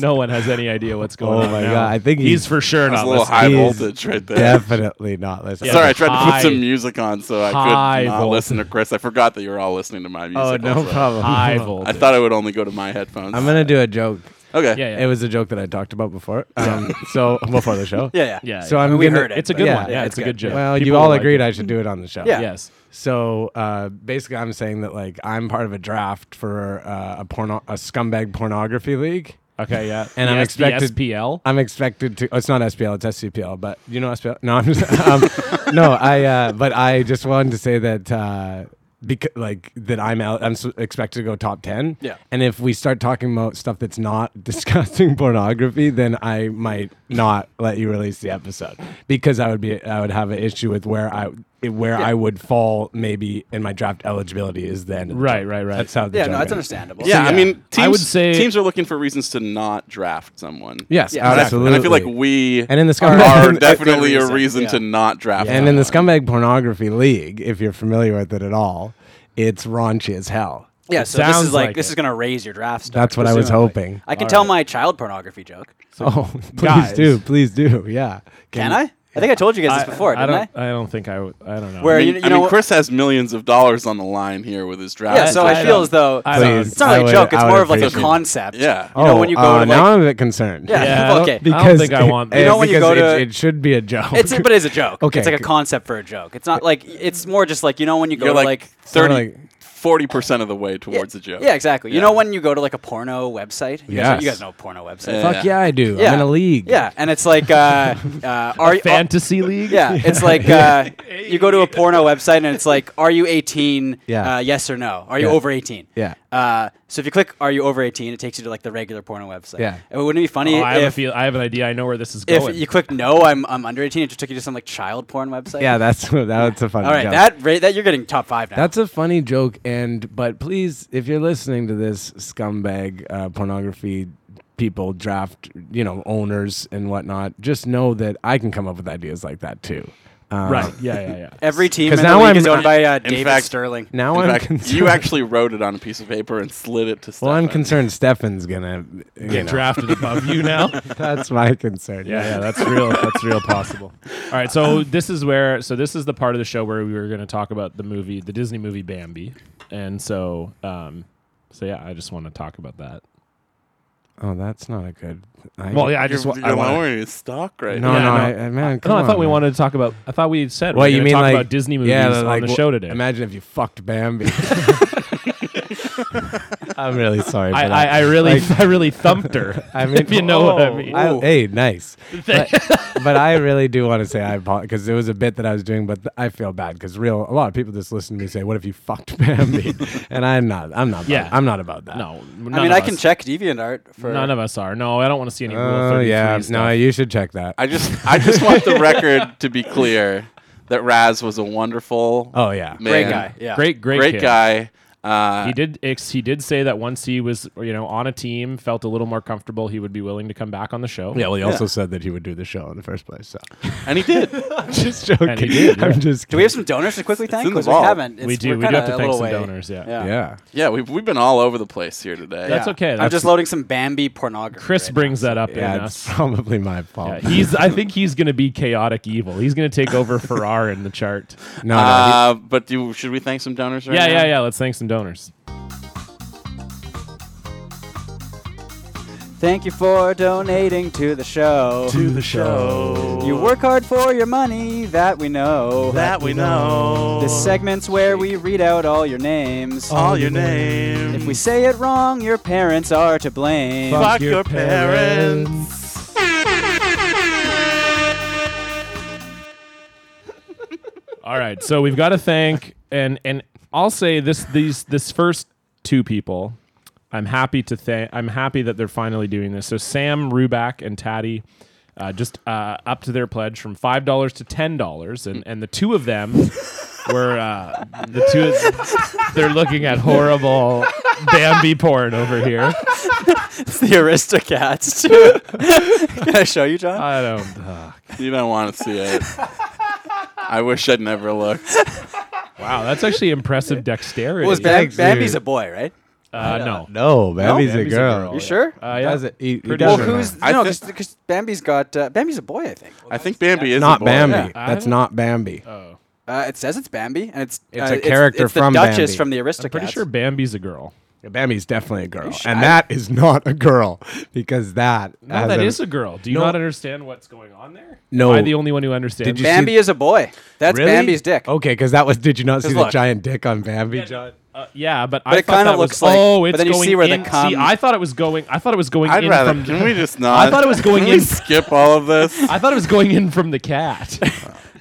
[SPEAKER 2] No one has any idea what's going
[SPEAKER 4] Oh
[SPEAKER 2] on.
[SPEAKER 4] my
[SPEAKER 2] now.
[SPEAKER 4] God, I think
[SPEAKER 2] he's,
[SPEAKER 4] he's-
[SPEAKER 2] for sure
[SPEAKER 1] That's
[SPEAKER 2] not
[SPEAKER 1] a little
[SPEAKER 2] listening.
[SPEAKER 1] high
[SPEAKER 4] He is
[SPEAKER 1] voltage right there.
[SPEAKER 4] Definitely not listening.
[SPEAKER 2] Yeah.
[SPEAKER 1] Sorry, I tried to put
[SPEAKER 2] High-
[SPEAKER 1] some music on so I
[SPEAKER 2] high
[SPEAKER 1] could not
[SPEAKER 2] voltage.
[SPEAKER 1] listen to Chris. I forgot that you were all listening to my music.
[SPEAKER 4] Oh, no
[SPEAKER 1] also.
[SPEAKER 4] problem.
[SPEAKER 2] High
[SPEAKER 1] I
[SPEAKER 2] voltage.
[SPEAKER 1] thought it would only go to my headphones.
[SPEAKER 4] I'm gonna do a joke.
[SPEAKER 1] okay.
[SPEAKER 2] Yeah, yeah.
[SPEAKER 4] It was a joke that I talked about before. Um, so before the show.
[SPEAKER 3] yeah, yeah.
[SPEAKER 2] yeah.
[SPEAKER 4] So
[SPEAKER 2] yeah.
[SPEAKER 4] I'm
[SPEAKER 3] We
[SPEAKER 4] gonna,
[SPEAKER 3] heard it.
[SPEAKER 2] It's a
[SPEAKER 3] but-
[SPEAKER 2] good one. Yeah, it's a good joke.
[SPEAKER 4] Well,
[SPEAKER 2] People
[SPEAKER 4] you all
[SPEAKER 2] like
[SPEAKER 4] agreed
[SPEAKER 2] it.
[SPEAKER 4] I should do it on the show.
[SPEAKER 3] Yeah.
[SPEAKER 2] Yes.
[SPEAKER 4] So uh, basically, I'm saying that like I'm part of a draft for uh, a porno a scumbag pornography league.
[SPEAKER 2] Okay. Yeah.
[SPEAKER 4] And
[SPEAKER 2] The
[SPEAKER 4] I'm
[SPEAKER 2] S- the
[SPEAKER 4] expected-
[SPEAKER 2] SPL.
[SPEAKER 4] I'm expected to. Oh, it's not SPL. It's SCPL. But you know SPL. No, I'm just. Um, no, I. Uh, but I just wanted to say that. Uh, because like that, I'm out. I'm s expected to go top ten.
[SPEAKER 3] Yeah.
[SPEAKER 4] And if we start talking about stuff that's not discussing pornography, then I might not let you release the episode because I would be. I would have an issue with where I where I would fall maybe in my draft eligibility is then.
[SPEAKER 2] Right. Right. Right.
[SPEAKER 4] That's how. The
[SPEAKER 3] Yeah,
[SPEAKER 4] joke
[SPEAKER 3] no, that's
[SPEAKER 4] ends.
[SPEAKER 3] understandable.
[SPEAKER 1] Yeah, I
[SPEAKER 4] yeah,
[SPEAKER 1] mean, teams,
[SPEAKER 2] I would say-
[SPEAKER 1] teams are looking for reasons to not draft someone.
[SPEAKER 4] Yes,
[SPEAKER 3] Yeah, exactly.
[SPEAKER 4] absolutely.
[SPEAKER 1] And I feel like we
[SPEAKER 4] And in the scumbag,
[SPEAKER 1] are definitely a
[SPEAKER 3] reason,
[SPEAKER 1] reason
[SPEAKER 3] yeah.
[SPEAKER 1] to not draft
[SPEAKER 4] And in the
[SPEAKER 1] someone.
[SPEAKER 4] scumbag pornography league, if you're familiar with it at all, it's raunchy as hell.
[SPEAKER 3] Yeah, so this
[SPEAKER 2] sounds
[SPEAKER 3] is like,
[SPEAKER 2] like
[SPEAKER 3] this
[SPEAKER 2] it.
[SPEAKER 3] is gonna raise your draft. stock,
[SPEAKER 4] That's what I was
[SPEAKER 3] presumably.
[SPEAKER 4] hoping.
[SPEAKER 3] I can tell my child pornography joke.
[SPEAKER 4] oh, please
[SPEAKER 2] guys.
[SPEAKER 4] do, please do. Yeah.
[SPEAKER 3] Can I? I think I told you guys
[SPEAKER 2] I,
[SPEAKER 3] this before,
[SPEAKER 2] I
[SPEAKER 3] didn't I?
[SPEAKER 2] don't. I don't think I. would- I don't know.
[SPEAKER 3] Where-
[SPEAKER 1] I
[SPEAKER 3] You-
[SPEAKER 1] mean,
[SPEAKER 3] you
[SPEAKER 1] I
[SPEAKER 3] know
[SPEAKER 1] mean,
[SPEAKER 3] what-
[SPEAKER 1] Chris has millions of dollars on the line here with his draft.
[SPEAKER 3] Yeah, so I,
[SPEAKER 2] I
[SPEAKER 3] feel
[SPEAKER 2] don't-
[SPEAKER 3] as though
[SPEAKER 2] I don't-
[SPEAKER 4] Please.
[SPEAKER 3] it's not really
[SPEAKER 4] I
[SPEAKER 3] a
[SPEAKER 4] would-
[SPEAKER 3] joke. It's
[SPEAKER 4] I would
[SPEAKER 3] more of like a
[SPEAKER 4] appreciate it.
[SPEAKER 3] concept.
[SPEAKER 1] Yeah.
[SPEAKER 3] you know when you go
[SPEAKER 4] uh,
[SPEAKER 3] to
[SPEAKER 4] now
[SPEAKER 3] like,
[SPEAKER 4] I'm a bit concerned.
[SPEAKER 3] Yeah.
[SPEAKER 2] Yeah.
[SPEAKER 3] okay.
[SPEAKER 2] I don't think I want.
[SPEAKER 4] it,
[SPEAKER 2] that.
[SPEAKER 3] You know when you
[SPEAKER 4] because
[SPEAKER 3] go
[SPEAKER 4] it,
[SPEAKER 3] to-
[SPEAKER 4] it should be a joke.
[SPEAKER 3] it's but it's a joke.
[SPEAKER 4] Okay.
[SPEAKER 3] it's like a concept for a joke. It's not like it's more just like you know when you go
[SPEAKER 1] You're
[SPEAKER 3] to
[SPEAKER 1] like,
[SPEAKER 3] like
[SPEAKER 1] 30, 40% of the way towards the joke.
[SPEAKER 3] Yeah, exactly.
[SPEAKER 1] Yeah.
[SPEAKER 3] You know when you go to like a porno website? You,
[SPEAKER 4] Yes.
[SPEAKER 3] guys, you guys know porno websites.
[SPEAKER 1] Yeah.
[SPEAKER 4] Fuck yeah, I do.
[SPEAKER 3] Yeah.
[SPEAKER 4] I'm in a league.
[SPEAKER 3] Yeah, and it's like, uh, uh, are you?
[SPEAKER 2] fantasy league.
[SPEAKER 3] yeah, it's like uh, you go to a porno website and it's like, are you 18?
[SPEAKER 4] Yeah.
[SPEAKER 3] Uh, yes or no? Are you
[SPEAKER 4] Yeah.
[SPEAKER 3] over 18?
[SPEAKER 4] Yeah.
[SPEAKER 3] Uh, so if you click, are you over 18? It takes you to like the regular porno website.
[SPEAKER 4] Yeah.
[SPEAKER 3] And wouldn't it be funny
[SPEAKER 2] Oh, I have a
[SPEAKER 3] if,
[SPEAKER 2] feel. I have an idea. I know where this is
[SPEAKER 3] if
[SPEAKER 2] going.
[SPEAKER 3] you click no, I'm I'm under 18, it just took you to some like child porn website?
[SPEAKER 4] Yeah, that's that's a funny
[SPEAKER 3] All right,
[SPEAKER 4] joke.
[SPEAKER 3] that ra- that you're getting top five now.
[SPEAKER 4] That's a funny joke, and but please, if you're listening to this, scumbag uh, pornography people draft, you know, owners and whatnot, just know that I can come up with ideas like that too. Um,
[SPEAKER 2] right. Yeah. Yeah. Yeah.
[SPEAKER 3] every team
[SPEAKER 4] 'Cause
[SPEAKER 3] in the
[SPEAKER 4] now
[SPEAKER 3] league
[SPEAKER 4] I'm-
[SPEAKER 3] is owned by uh, David
[SPEAKER 1] fact-
[SPEAKER 3] Sterling.
[SPEAKER 4] Now
[SPEAKER 1] In
[SPEAKER 4] I'm
[SPEAKER 1] fact,
[SPEAKER 4] concerned.
[SPEAKER 1] you actually wrote it on a piece of paper and slid it to
[SPEAKER 4] well, I'm
[SPEAKER 1] Stefan.
[SPEAKER 4] concerned Stefan's gonna you
[SPEAKER 2] Get
[SPEAKER 4] know.
[SPEAKER 2] drafted above you now.
[SPEAKER 4] That's my concern.
[SPEAKER 2] Yeah, yeah, that's real. That's real possible. All right, so this is where, so this is the part of the show where we were going to talk about the movie, the Disney movie Bambi, and so, um, so yeah, I just want to talk about that.
[SPEAKER 4] Oh, that's not a good. I,
[SPEAKER 2] Well, yeah, I
[SPEAKER 1] You're,
[SPEAKER 2] just, wa-
[SPEAKER 1] you're
[SPEAKER 2] I wanna,
[SPEAKER 1] lowering his stock right
[SPEAKER 4] No,
[SPEAKER 1] now.
[SPEAKER 2] Yeah,
[SPEAKER 4] no,
[SPEAKER 2] no.
[SPEAKER 4] I, I- man.
[SPEAKER 2] no,
[SPEAKER 4] Come
[SPEAKER 2] I thought
[SPEAKER 4] on,
[SPEAKER 2] we
[SPEAKER 4] man.
[SPEAKER 2] wanted to talk about. I thought we said
[SPEAKER 4] Well,
[SPEAKER 2] we
[SPEAKER 4] you
[SPEAKER 2] were
[SPEAKER 4] mean
[SPEAKER 2] gonna talk
[SPEAKER 4] like
[SPEAKER 2] about Disney movies
[SPEAKER 4] yeah,
[SPEAKER 2] on
[SPEAKER 4] like,
[SPEAKER 2] the
[SPEAKER 4] wha-
[SPEAKER 2] show today.
[SPEAKER 4] Imagine if you fucked Bambi. I'm really sorry. For
[SPEAKER 2] I, I,
[SPEAKER 4] that.
[SPEAKER 2] I really,
[SPEAKER 4] Like-
[SPEAKER 2] I really thumped her.
[SPEAKER 4] I mean,
[SPEAKER 2] if you know what I
[SPEAKER 4] oh,
[SPEAKER 2] mean.
[SPEAKER 4] I- hey, nice. But, but I really do want to say I apologize because it was a bit that I was doing, but th- I feel bad because real a lot of people just listen to me say, "What if you fucked Bambi?" and I'm not. I'm not.
[SPEAKER 2] Yeah.
[SPEAKER 4] About, I'm not about that.
[SPEAKER 2] no, none
[SPEAKER 3] I mean,
[SPEAKER 2] of
[SPEAKER 3] I can
[SPEAKER 2] us-
[SPEAKER 3] check DeviantArt for
[SPEAKER 2] None of us are. No, I don't want to see any rule
[SPEAKER 4] Oh
[SPEAKER 2] 33
[SPEAKER 4] yeah.
[SPEAKER 2] stuff.
[SPEAKER 4] No, you should check that.
[SPEAKER 1] I just, I just want the record to be clear that Raz was a wonderful
[SPEAKER 4] oh yeah.
[SPEAKER 1] man.
[SPEAKER 3] great guy. Yeah,
[SPEAKER 2] great, great,
[SPEAKER 1] Great
[SPEAKER 2] kid.
[SPEAKER 1] guy. Uh,
[SPEAKER 2] he did ex- he did say that once he was you know on a team felt a little more comfortable he would be willing to come back on the show
[SPEAKER 4] Yeah. Well, he also said that he would do the show in the first place. So
[SPEAKER 1] and he did.
[SPEAKER 4] just joking.
[SPEAKER 2] And he did, yeah.
[SPEAKER 4] I'm just.
[SPEAKER 3] Do we have some donors to quickly thank?
[SPEAKER 1] in the
[SPEAKER 3] 'Cause we
[SPEAKER 1] vault.
[SPEAKER 3] haven't. It's-
[SPEAKER 2] we do
[SPEAKER 3] we're
[SPEAKER 2] we do
[SPEAKER 3] kinda
[SPEAKER 2] have to
[SPEAKER 3] a
[SPEAKER 2] thank
[SPEAKER 3] little
[SPEAKER 2] some
[SPEAKER 3] way.
[SPEAKER 2] donors yeah,
[SPEAKER 3] Yeah.
[SPEAKER 4] yeah.
[SPEAKER 1] Yeah, we've, we've been all over the place here today.
[SPEAKER 2] that's
[SPEAKER 3] Yeah.
[SPEAKER 2] okay
[SPEAKER 3] I'm
[SPEAKER 2] that's-
[SPEAKER 3] just loading some Bambi pornography.
[SPEAKER 2] chris
[SPEAKER 3] right
[SPEAKER 2] brings that up in
[SPEAKER 4] Yeah. It's
[SPEAKER 2] us
[SPEAKER 4] probably my
[SPEAKER 2] yeah,
[SPEAKER 4] fault.
[SPEAKER 2] he's i think he's gonna be chaotic evil he's gonna take over ferrar in the chart
[SPEAKER 4] no. no he-
[SPEAKER 1] Uh, but do, should we thank some donors right
[SPEAKER 2] yeah
[SPEAKER 1] now?
[SPEAKER 2] yeah yeah let's thank some donors
[SPEAKER 3] now. Thank you for donating to the show.
[SPEAKER 2] to the show
[SPEAKER 3] You work hard for your money, that we know.
[SPEAKER 1] That we know.
[SPEAKER 3] This segment's where we read out all your names.
[SPEAKER 1] all your name.
[SPEAKER 3] If we say it wrong, your parents are to blame.
[SPEAKER 1] fuck your parents.
[SPEAKER 2] all right so we've got to thank and and i'll say this these this first two people I'm happy to thank. I'm happy that they're finally doing this. So Sam Ruback and Taddy. Uh, just uh, up to their pledge from five dollars to ten dollars, and, and the two of them were uh, the two. Of, they're looking at horrible Bambi porn over here.
[SPEAKER 3] It's the Aristocats, too. Can I show you, John?
[SPEAKER 2] I don't. Uh,
[SPEAKER 1] You don't want to see it. I wish I'd never looked.
[SPEAKER 2] wow, that's actually impressive dexterity.
[SPEAKER 3] Well, it's Bam-
[SPEAKER 4] Thanks,
[SPEAKER 3] Bambi's
[SPEAKER 4] dude.
[SPEAKER 3] a boy, right?
[SPEAKER 2] uh, no,
[SPEAKER 4] No, Bambi's a
[SPEAKER 2] Bambi's a
[SPEAKER 4] girl.
[SPEAKER 2] girl.
[SPEAKER 3] You sure?
[SPEAKER 2] Uh,
[SPEAKER 4] He
[SPEAKER 2] yeah.
[SPEAKER 4] does it. He, he
[SPEAKER 2] Pretty
[SPEAKER 4] does
[SPEAKER 3] Well,
[SPEAKER 2] sure.
[SPEAKER 4] it.
[SPEAKER 3] who's
[SPEAKER 1] I
[SPEAKER 3] no?
[SPEAKER 1] thi-
[SPEAKER 3] Because Bambi's got uh, Bambi's a boy, I think.
[SPEAKER 1] I think Bambi is a
[SPEAKER 4] not
[SPEAKER 1] boy.
[SPEAKER 4] Bambi?
[SPEAKER 2] Yeah.
[SPEAKER 4] That's not Bambi.
[SPEAKER 2] Oh,
[SPEAKER 3] Uh, it says it's Bambi, and it's
[SPEAKER 4] It's
[SPEAKER 3] uh,
[SPEAKER 4] a character
[SPEAKER 3] it's, the
[SPEAKER 4] from
[SPEAKER 3] Duchess
[SPEAKER 4] Bambi.
[SPEAKER 3] from the
[SPEAKER 2] I'm
[SPEAKER 3] Aristocats.
[SPEAKER 2] pretty sure Bambi's a girl.
[SPEAKER 4] Bambi's definitely a girl,
[SPEAKER 3] sh- I-
[SPEAKER 4] and that is not a girl because that.
[SPEAKER 2] No,
[SPEAKER 4] has
[SPEAKER 2] that is a girl. Do you
[SPEAKER 4] No.
[SPEAKER 2] not understand what's going on there?
[SPEAKER 4] No.
[SPEAKER 2] Am I the only one who understands?
[SPEAKER 4] Did you see-
[SPEAKER 3] Bambi is a boy. That's
[SPEAKER 4] Really? Oh.
[SPEAKER 3] Bambi's dick.
[SPEAKER 4] Okay, because that was. Did you not see the
[SPEAKER 3] look.
[SPEAKER 4] giant dick on Bambi, John?
[SPEAKER 2] Uh, yeah, but, I
[SPEAKER 3] it
[SPEAKER 2] thought
[SPEAKER 3] kinda
[SPEAKER 2] that
[SPEAKER 3] looks
[SPEAKER 2] was,
[SPEAKER 3] like-
[SPEAKER 2] Oh,
[SPEAKER 3] but
[SPEAKER 2] it's
[SPEAKER 3] then you
[SPEAKER 2] going
[SPEAKER 3] see where the
[SPEAKER 2] in. see,
[SPEAKER 3] cum-
[SPEAKER 2] I thought it was going. I thought it was going
[SPEAKER 1] I'd
[SPEAKER 2] in
[SPEAKER 1] rather.
[SPEAKER 2] from.
[SPEAKER 1] Can we just not?
[SPEAKER 2] I thought it was going
[SPEAKER 1] can
[SPEAKER 2] in-
[SPEAKER 1] We skip all of this.
[SPEAKER 2] I thought it was going in from the cat.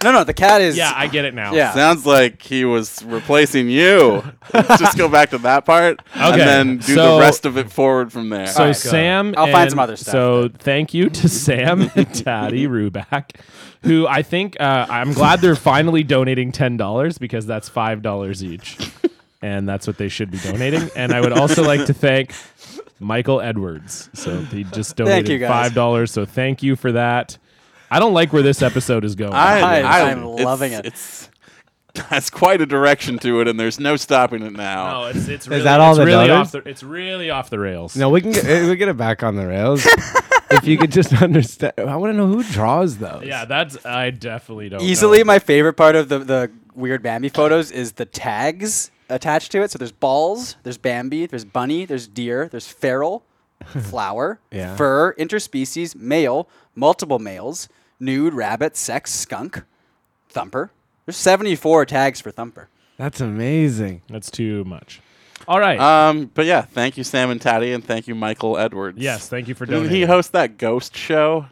[SPEAKER 3] No, no, the cat is.
[SPEAKER 2] yeah, I get it now.
[SPEAKER 3] Yeah.
[SPEAKER 1] Sounds like he was replacing you. Let's just go back to that part and
[SPEAKER 2] Okay,
[SPEAKER 1] then do
[SPEAKER 2] so-
[SPEAKER 1] the rest of it forward from there.
[SPEAKER 2] So Sam,
[SPEAKER 3] I'll find
[SPEAKER 2] and-
[SPEAKER 3] some other stuff
[SPEAKER 2] So thank you to Sam and Taddy Ruback, who I think uh, I'm glad they're finally donating ten dollars because that's five dollars each, and that's what they should be donating. And I would also like to thank Michael Edwards. So he just donated
[SPEAKER 3] you, guys.
[SPEAKER 2] five dollars. So thank you for that. I don't like where this episode is going.
[SPEAKER 1] I,
[SPEAKER 3] I-
[SPEAKER 1] I-
[SPEAKER 3] I'm
[SPEAKER 1] it's-
[SPEAKER 3] loving it.
[SPEAKER 1] It's has quite a direction to it, and there's no stopping it now.
[SPEAKER 2] no, it's it's really,
[SPEAKER 4] that all
[SPEAKER 2] it's
[SPEAKER 4] the
[SPEAKER 2] really
[SPEAKER 4] dollars?
[SPEAKER 2] off the it's really off the rails.
[SPEAKER 4] No, we can get, eh, we get it back on the rails. if you could just understand, I want to know who draws those.
[SPEAKER 2] Yeah, that's I definitely don't
[SPEAKER 3] Easily,
[SPEAKER 2] know.
[SPEAKER 3] my favorite part of the the weird Bambi photos is the tags attached to it. So there's balls, there's Bambi, there's bunny, there's deer, there's feral, flower,
[SPEAKER 4] Yeah.
[SPEAKER 3] fur, interspecies, male, multiple males, nude, rabbit, sex, skunk, thumper. There's 74 tags for thumper.
[SPEAKER 4] that's amazing.
[SPEAKER 2] that's too much. All right.
[SPEAKER 1] Um, but yeah, thank you, Sam and Taddy, and thank you, Michael Edwards.
[SPEAKER 2] yes, thank you for
[SPEAKER 1] Didn't
[SPEAKER 2] donating.
[SPEAKER 1] he host that ghost show?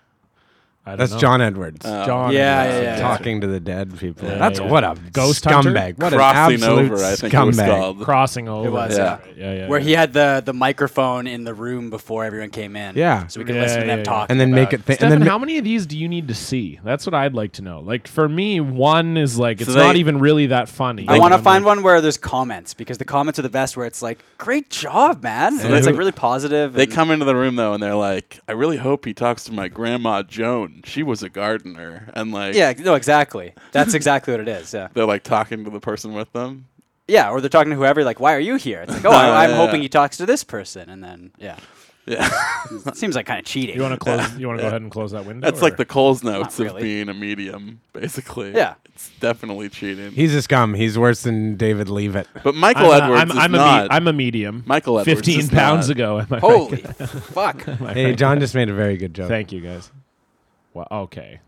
[SPEAKER 2] I don't
[SPEAKER 4] That's
[SPEAKER 2] know.
[SPEAKER 4] John Edwards.
[SPEAKER 2] John.
[SPEAKER 3] Yeah,
[SPEAKER 2] Edwards.
[SPEAKER 3] yeah, yeah.
[SPEAKER 4] Talking to the dead people.
[SPEAKER 2] Yeah,
[SPEAKER 4] That's
[SPEAKER 2] yeah.
[SPEAKER 4] what a
[SPEAKER 2] Ghost hunter?
[SPEAKER 4] scumbag. What an
[SPEAKER 1] Crossing
[SPEAKER 4] absolute
[SPEAKER 1] over, I think it was
[SPEAKER 4] scumbag.
[SPEAKER 1] called.
[SPEAKER 2] crossing over.
[SPEAKER 3] It was,
[SPEAKER 1] Yeah.
[SPEAKER 2] yeah, yeah, yeah.
[SPEAKER 3] Where he had the, the microphone in the room before everyone came in.
[SPEAKER 4] Yeah.
[SPEAKER 3] So we could
[SPEAKER 2] Yeah,
[SPEAKER 3] listen to
[SPEAKER 2] yeah,
[SPEAKER 3] them
[SPEAKER 2] yeah.
[SPEAKER 3] talk.
[SPEAKER 4] and then make it. Th- and
[SPEAKER 2] Stefan,
[SPEAKER 4] then
[SPEAKER 2] how many of these do you need to see? That's what I'd like to know. Like for me, one is like it's
[SPEAKER 1] they-
[SPEAKER 2] not even really that funny.
[SPEAKER 3] I
[SPEAKER 2] You
[SPEAKER 3] want
[SPEAKER 2] know,
[SPEAKER 3] to
[SPEAKER 2] I'm
[SPEAKER 3] find
[SPEAKER 2] like,
[SPEAKER 3] one where there's comments because the comments are the best. Where it's like, "Great job, man!" and it's
[SPEAKER 1] they-
[SPEAKER 3] like really positive.
[SPEAKER 1] They
[SPEAKER 3] and-
[SPEAKER 1] come into the room though, and they're like, "I really hope he talks to my grandma Joan. She was a gardener." And like,
[SPEAKER 3] Yeah, no, exactly. That's exactly what it is. Yeah,
[SPEAKER 1] they're like talking to the person with them.
[SPEAKER 3] yeah. Or they're talking to whoever. Like, why are you here? It's like, oh,
[SPEAKER 1] Yeah,
[SPEAKER 3] I, I'm
[SPEAKER 1] yeah,
[SPEAKER 3] hoping
[SPEAKER 1] yeah.
[SPEAKER 3] he talks to this person, and then yeah,
[SPEAKER 1] Yeah,
[SPEAKER 3] it seems like kind of cheating.
[SPEAKER 2] You want to close? You want to go ahead and close that window?
[SPEAKER 1] that's like
[SPEAKER 2] or-
[SPEAKER 1] the Cole's notes of
[SPEAKER 3] really.
[SPEAKER 1] being a medium, basically.
[SPEAKER 3] Yeah.
[SPEAKER 1] it's definitely cheating.
[SPEAKER 4] he's a scum. He's worse than David Leavitt.
[SPEAKER 1] but
[SPEAKER 2] I'm,
[SPEAKER 1] Michael
[SPEAKER 2] a-
[SPEAKER 1] Edwards
[SPEAKER 2] I'm,
[SPEAKER 1] is
[SPEAKER 2] I'm,
[SPEAKER 1] not.
[SPEAKER 2] A me- I'm a medium.
[SPEAKER 1] Michael Edwards
[SPEAKER 2] Fifteen
[SPEAKER 1] is
[SPEAKER 2] pounds
[SPEAKER 1] not.
[SPEAKER 2] ago. Am I right?
[SPEAKER 3] Holy fuck!
[SPEAKER 2] Am I
[SPEAKER 4] Hey,
[SPEAKER 2] right?
[SPEAKER 4] John just made a very good joke.
[SPEAKER 2] Thank you guys. Well, okay.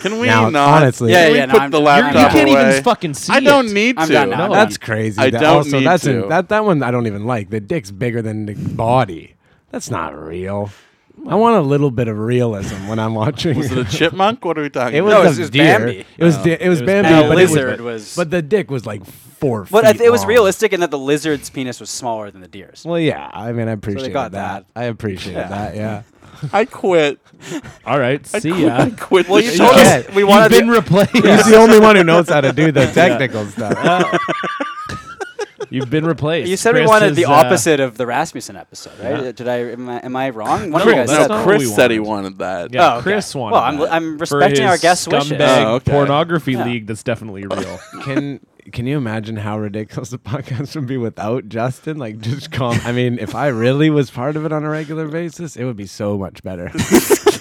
[SPEAKER 1] Can we
[SPEAKER 4] Now,
[SPEAKER 1] not?
[SPEAKER 4] honestly-
[SPEAKER 3] Yeah,
[SPEAKER 1] can we
[SPEAKER 3] yeah, no,
[SPEAKER 1] put
[SPEAKER 3] I'm-
[SPEAKER 1] the
[SPEAKER 3] you're-
[SPEAKER 2] You're, you
[SPEAKER 1] laptop
[SPEAKER 2] can't
[SPEAKER 1] away?
[SPEAKER 2] even fucking see.
[SPEAKER 1] I don't
[SPEAKER 2] it.
[SPEAKER 1] need
[SPEAKER 3] I'm
[SPEAKER 1] to.
[SPEAKER 3] done now.
[SPEAKER 2] No.
[SPEAKER 4] That's crazy.
[SPEAKER 1] I
[SPEAKER 4] That-
[SPEAKER 1] don't
[SPEAKER 4] also,
[SPEAKER 1] need
[SPEAKER 4] that's
[SPEAKER 1] to.
[SPEAKER 4] that that one I don't even like. The dick's bigger than the body. That's not real. I want a little bit of realism when I'm watching.
[SPEAKER 1] Was it a chipmunk? What are we talking
[SPEAKER 4] It was
[SPEAKER 1] about?
[SPEAKER 3] No,
[SPEAKER 4] a
[SPEAKER 3] it's just
[SPEAKER 4] deer.
[SPEAKER 3] Bambi.
[SPEAKER 4] It was di- it was
[SPEAKER 2] It was
[SPEAKER 4] Bambi,
[SPEAKER 2] Bambi.
[SPEAKER 3] And a
[SPEAKER 4] but
[SPEAKER 3] lizard
[SPEAKER 4] It was,
[SPEAKER 3] was.
[SPEAKER 4] but the dick was like four
[SPEAKER 3] but I
[SPEAKER 4] feet.
[SPEAKER 3] th- it was
[SPEAKER 4] long.
[SPEAKER 3] realistic in that the lizard's penis was smaller than the deer's.
[SPEAKER 4] Well, yeah. I mean, I appreciate
[SPEAKER 3] got
[SPEAKER 4] that. I appreciate that. Yeah.
[SPEAKER 1] I quit.
[SPEAKER 2] All right. See ya.
[SPEAKER 1] I quit.
[SPEAKER 3] Well,
[SPEAKER 1] the
[SPEAKER 3] you
[SPEAKER 1] show.
[SPEAKER 3] told us
[SPEAKER 4] Yeah.
[SPEAKER 3] we
[SPEAKER 2] You've
[SPEAKER 3] wanted.
[SPEAKER 2] been
[SPEAKER 3] to-
[SPEAKER 2] replaced.
[SPEAKER 4] He's the only one who knows how to do the technical stuff.
[SPEAKER 2] You've been replaced.
[SPEAKER 3] you said we
[SPEAKER 2] Chris
[SPEAKER 3] wanted
[SPEAKER 2] is,
[SPEAKER 3] the
[SPEAKER 2] uh,
[SPEAKER 3] opposite of the Rasmussen episode, right? Did I am I, am I wrong? One of you guys
[SPEAKER 2] that's not
[SPEAKER 3] said that.
[SPEAKER 1] no,
[SPEAKER 2] what
[SPEAKER 1] Chris
[SPEAKER 2] we
[SPEAKER 1] said he
[SPEAKER 2] wanted.
[SPEAKER 1] wanted that.
[SPEAKER 2] Yeah,
[SPEAKER 3] okay.
[SPEAKER 2] Chris wanted.
[SPEAKER 3] Well, I'm-
[SPEAKER 2] that
[SPEAKER 3] I'm
[SPEAKER 2] for
[SPEAKER 3] respecting our
[SPEAKER 2] his
[SPEAKER 3] guest wishes.
[SPEAKER 2] scumbag
[SPEAKER 1] Oh, okay.
[SPEAKER 2] pornography
[SPEAKER 3] Yeah.
[SPEAKER 2] league that's definitely real.
[SPEAKER 4] Can Can you imagine how ridiculous the podcast would be without Justin? Like, just calm. I mean, if I really was part of it on a regular basis, it would be so much better.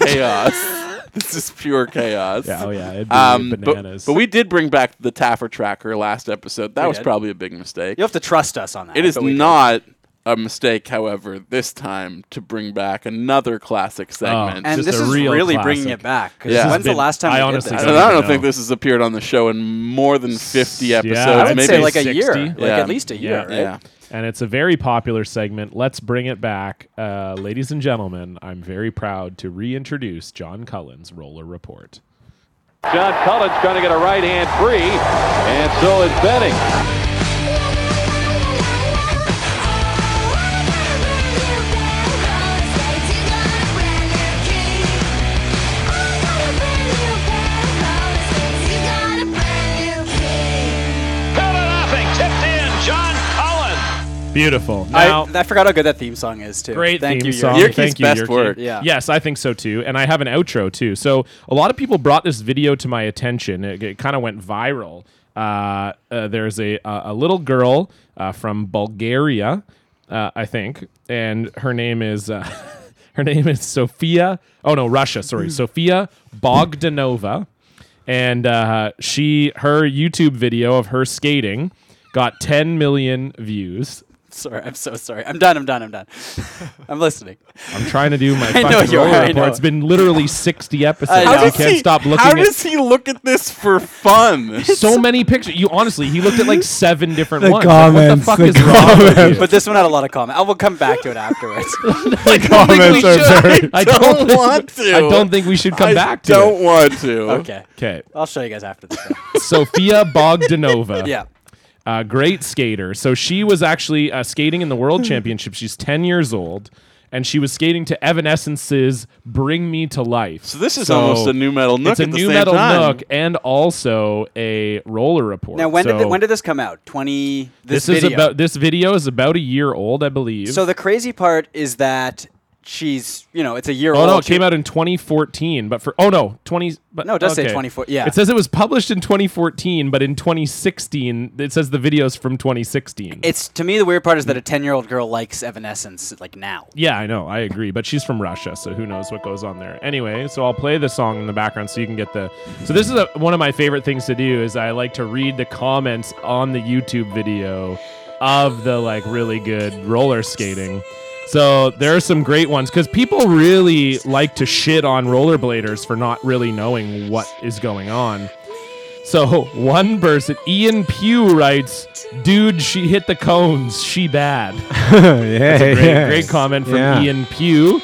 [SPEAKER 1] chaos. this is pure chaos.
[SPEAKER 2] yeah, oh yeah, it'd be
[SPEAKER 1] Um, but,
[SPEAKER 2] bananas.
[SPEAKER 1] but we did bring back the Taffer tracker last episode. That was
[SPEAKER 3] did.
[SPEAKER 1] probably a big mistake.
[SPEAKER 3] You have to trust us on that.
[SPEAKER 1] It is
[SPEAKER 3] but we did.
[SPEAKER 1] not a mistake, however, this time to bring back another
[SPEAKER 2] Oh.
[SPEAKER 1] classic segment.
[SPEAKER 2] It's
[SPEAKER 3] And
[SPEAKER 2] just
[SPEAKER 3] this
[SPEAKER 2] a
[SPEAKER 3] is
[SPEAKER 2] real
[SPEAKER 3] really
[SPEAKER 2] classic.
[SPEAKER 3] bringing it back. 'cause
[SPEAKER 1] Yeah.
[SPEAKER 3] When's the
[SPEAKER 2] Been-
[SPEAKER 3] last time
[SPEAKER 2] I
[SPEAKER 3] we did
[SPEAKER 2] honestly
[SPEAKER 3] this?
[SPEAKER 1] I
[SPEAKER 2] don't
[SPEAKER 1] don't, I don't
[SPEAKER 2] know.
[SPEAKER 1] think this has appeared on the show in more than 50 episodes.
[SPEAKER 2] I
[SPEAKER 3] I would
[SPEAKER 1] maybe
[SPEAKER 3] say like a
[SPEAKER 2] 60.
[SPEAKER 3] year, like
[SPEAKER 1] Yeah.
[SPEAKER 3] at least a year,
[SPEAKER 2] Yeah.
[SPEAKER 3] right?
[SPEAKER 1] Yeah.
[SPEAKER 2] and it's a very popular segment. Let's bring it back, uh, ladies and gentlemen. I'm very proud to reintroduce John Cullen's roller report.
[SPEAKER 5] John Cullen's trying to get a right hand free, and so is Benning.
[SPEAKER 6] La la la la la, oh la la la la.
[SPEAKER 2] Beautiful. Now,
[SPEAKER 3] I, I forgot how good that theme song is too.
[SPEAKER 2] great
[SPEAKER 3] Thank
[SPEAKER 2] theme
[SPEAKER 3] you,
[SPEAKER 2] song.
[SPEAKER 3] Yuri.
[SPEAKER 1] Yerke's
[SPEAKER 2] Thank you,
[SPEAKER 1] best
[SPEAKER 2] Yerke.
[SPEAKER 1] work.
[SPEAKER 3] Yeah.
[SPEAKER 2] Yes, I think so too. And I have an outro too. So a lot of people brought this video to my attention. It, it kind of went viral. Uh, uh, there's a a a little girl uh, from Bulgaria, uh, I think, and her name is. Uh, Her name is Sophia. Oh no, Russia. Sorry, Sophia Bogdanova, and uh, she her YouTube video of her skating got 10 million views.
[SPEAKER 3] Sorry, I'm so sorry. I'm done. I'm done. I'm done. I'm listening.
[SPEAKER 2] I'm trying to do my
[SPEAKER 3] I know
[SPEAKER 2] fucking
[SPEAKER 3] you are,
[SPEAKER 2] roll
[SPEAKER 3] I
[SPEAKER 2] report.
[SPEAKER 3] know.
[SPEAKER 2] It's been literally 60 episodes.
[SPEAKER 3] I know.
[SPEAKER 2] I,
[SPEAKER 3] How does
[SPEAKER 2] can't stop looking
[SPEAKER 1] How
[SPEAKER 2] at
[SPEAKER 1] does he look at this for fun?
[SPEAKER 2] so many pictures. You honestly, he looked at like seven different
[SPEAKER 4] The
[SPEAKER 2] ones.
[SPEAKER 4] comments,
[SPEAKER 2] like,
[SPEAKER 4] the
[SPEAKER 2] what the fuck is wrong with you?
[SPEAKER 3] But this one had a lot of comment. I will come back to it afterwards.
[SPEAKER 2] I don't think
[SPEAKER 4] comments
[SPEAKER 2] we
[SPEAKER 4] are
[SPEAKER 2] should.
[SPEAKER 4] very-
[SPEAKER 2] I don't,
[SPEAKER 1] Don't
[SPEAKER 2] think-
[SPEAKER 1] want to.
[SPEAKER 2] I don't think we should come
[SPEAKER 1] I
[SPEAKER 2] back to
[SPEAKER 1] don't
[SPEAKER 2] it.
[SPEAKER 1] want to.
[SPEAKER 3] okay.
[SPEAKER 2] Okay,
[SPEAKER 3] I'll show you guys after this.
[SPEAKER 2] Sophia Bogdanova.
[SPEAKER 3] yeah.
[SPEAKER 2] uh, great skater. So she was actually uh, skating in the World
[SPEAKER 1] Hmm.
[SPEAKER 2] Championship. She's 10 years old, and she was skating to Evanescence's "Bring Me to Life."
[SPEAKER 1] So this is almost a new metal nook
[SPEAKER 2] It's a
[SPEAKER 1] at the
[SPEAKER 2] new
[SPEAKER 1] same
[SPEAKER 2] metal
[SPEAKER 1] time.
[SPEAKER 2] nook and also a roller report.
[SPEAKER 3] Now when
[SPEAKER 2] So
[SPEAKER 3] did th- when did this come out? Twenty. This,
[SPEAKER 2] this, is
[SPEAKER 3] video.
[SPEAKER 2] about this video is about a year old, I believe.
[SPEAKER 3] So the crazy part is that she's you know it's a year
[SPEAKER 2] Oh
[SPEAKER 3] old.
[SPEAKER 2] no! It
[SPEAKER 3] She-
[SPEAKER 2] came out in 2014, but for oh no, 20. But
[SPEAKER 3] No, it does say
[SPEAKER 2] okay.
[SPEAKER 3] 24 yeah.
[SPEAKER 2] it says it was published in 2014, but in 2016 it says the videos from 2016.
[SPEAKER 3] It's to me the weird part is that a ten year old girl likes Evanescence like now.
[SPEAKER 2] Yeah, I know. I agree. But she's from Russia, so who knows what goes on there. Anyway, so I'll play the song in the background so you can get the. So this is a, one of my favorite things to do is I like to read the comments on the YouTube video of the like really good roller skating. So there are some great ones because people really like to shit on rollerbladers for not really knowing what is going on. So one person, Ian Pugh writes, "Dude, she hit the cones. She bad."
[SPEAKER 4] yeah,
[SPEAKER 2] great, great comment from
[SPEAKER 4] Yeah.
[SPEAKER 2] Ian Pugh.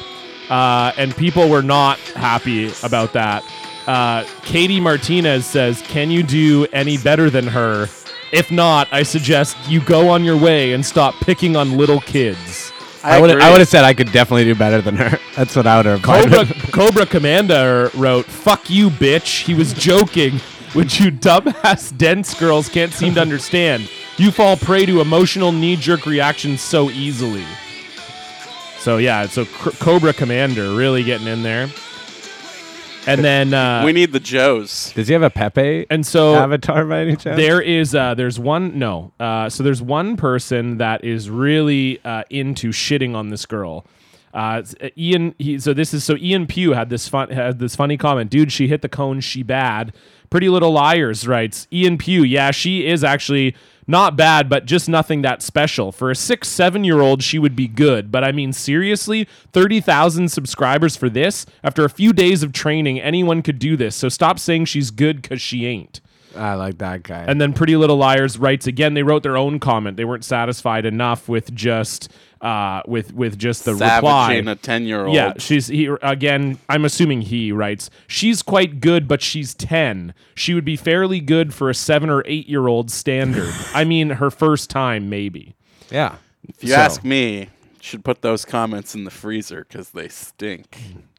[SPEAKER 2] Uh, and people were not happy about that. Uh, Katie Martinez says, Can you do any better than her? If not, I suggest you go on your way and stop picking on little kids.
[SPEAKER 4] I would I would have said I could definitely do better than her. That's what I would have.
[SPEAKER 2] Cobra, Cobra Commander wrote, Fuck you, bitch. He was joking, which you dumbass dense girls can't seem to understand. You fall prey to emotional knee jerk reactions so easily. So, yeah, so C- Cobra Commander really getting in there. And then, uh,
[SPEAKER 1] We need the Joes.
[SPEAKER 4] Does he have a Pepe
[SPEAKER 2] and so
[SPEAKER 4] avatar by any chance?
[SPEAKER 2] there is uh, there's one no uh, so there's one person that is really uh, into shitting on this girl. Uh, it's, uh, Ian, he, so this is so Ian Pugh had this fun had this funny comment. Dude, she hit the cone. She bad. Pretty Little Liars writes Ian Pugh. Yeah, she is actually not bad, but just nothing that special. For a six seven year old, she would be good. But I mean, seriously, thirty thousand subscribers for this. After a few days of training, anyone could do this. So stop saying she's good because she ain't.
[SPEAKER 4] I like that guy.
[SPEAKER 2] And then Pretty Little Liars writes again. They wrote their own comment. They weren't satisfied enough with just uh, with with just the reply.
[SPEAKER 1] Savaging a ten-year-old.
[SPEAKER 2] Yeah, she's he again. I'm assuming he writes. She's quite good, but she's ten. She would be fairly good for a seven or eight year old standard. I mean, her first time maybe.
[SPEAKER 4] yeah.
[SPEAKER 1] If you ask me, you should put those comments in the freezer because they stink.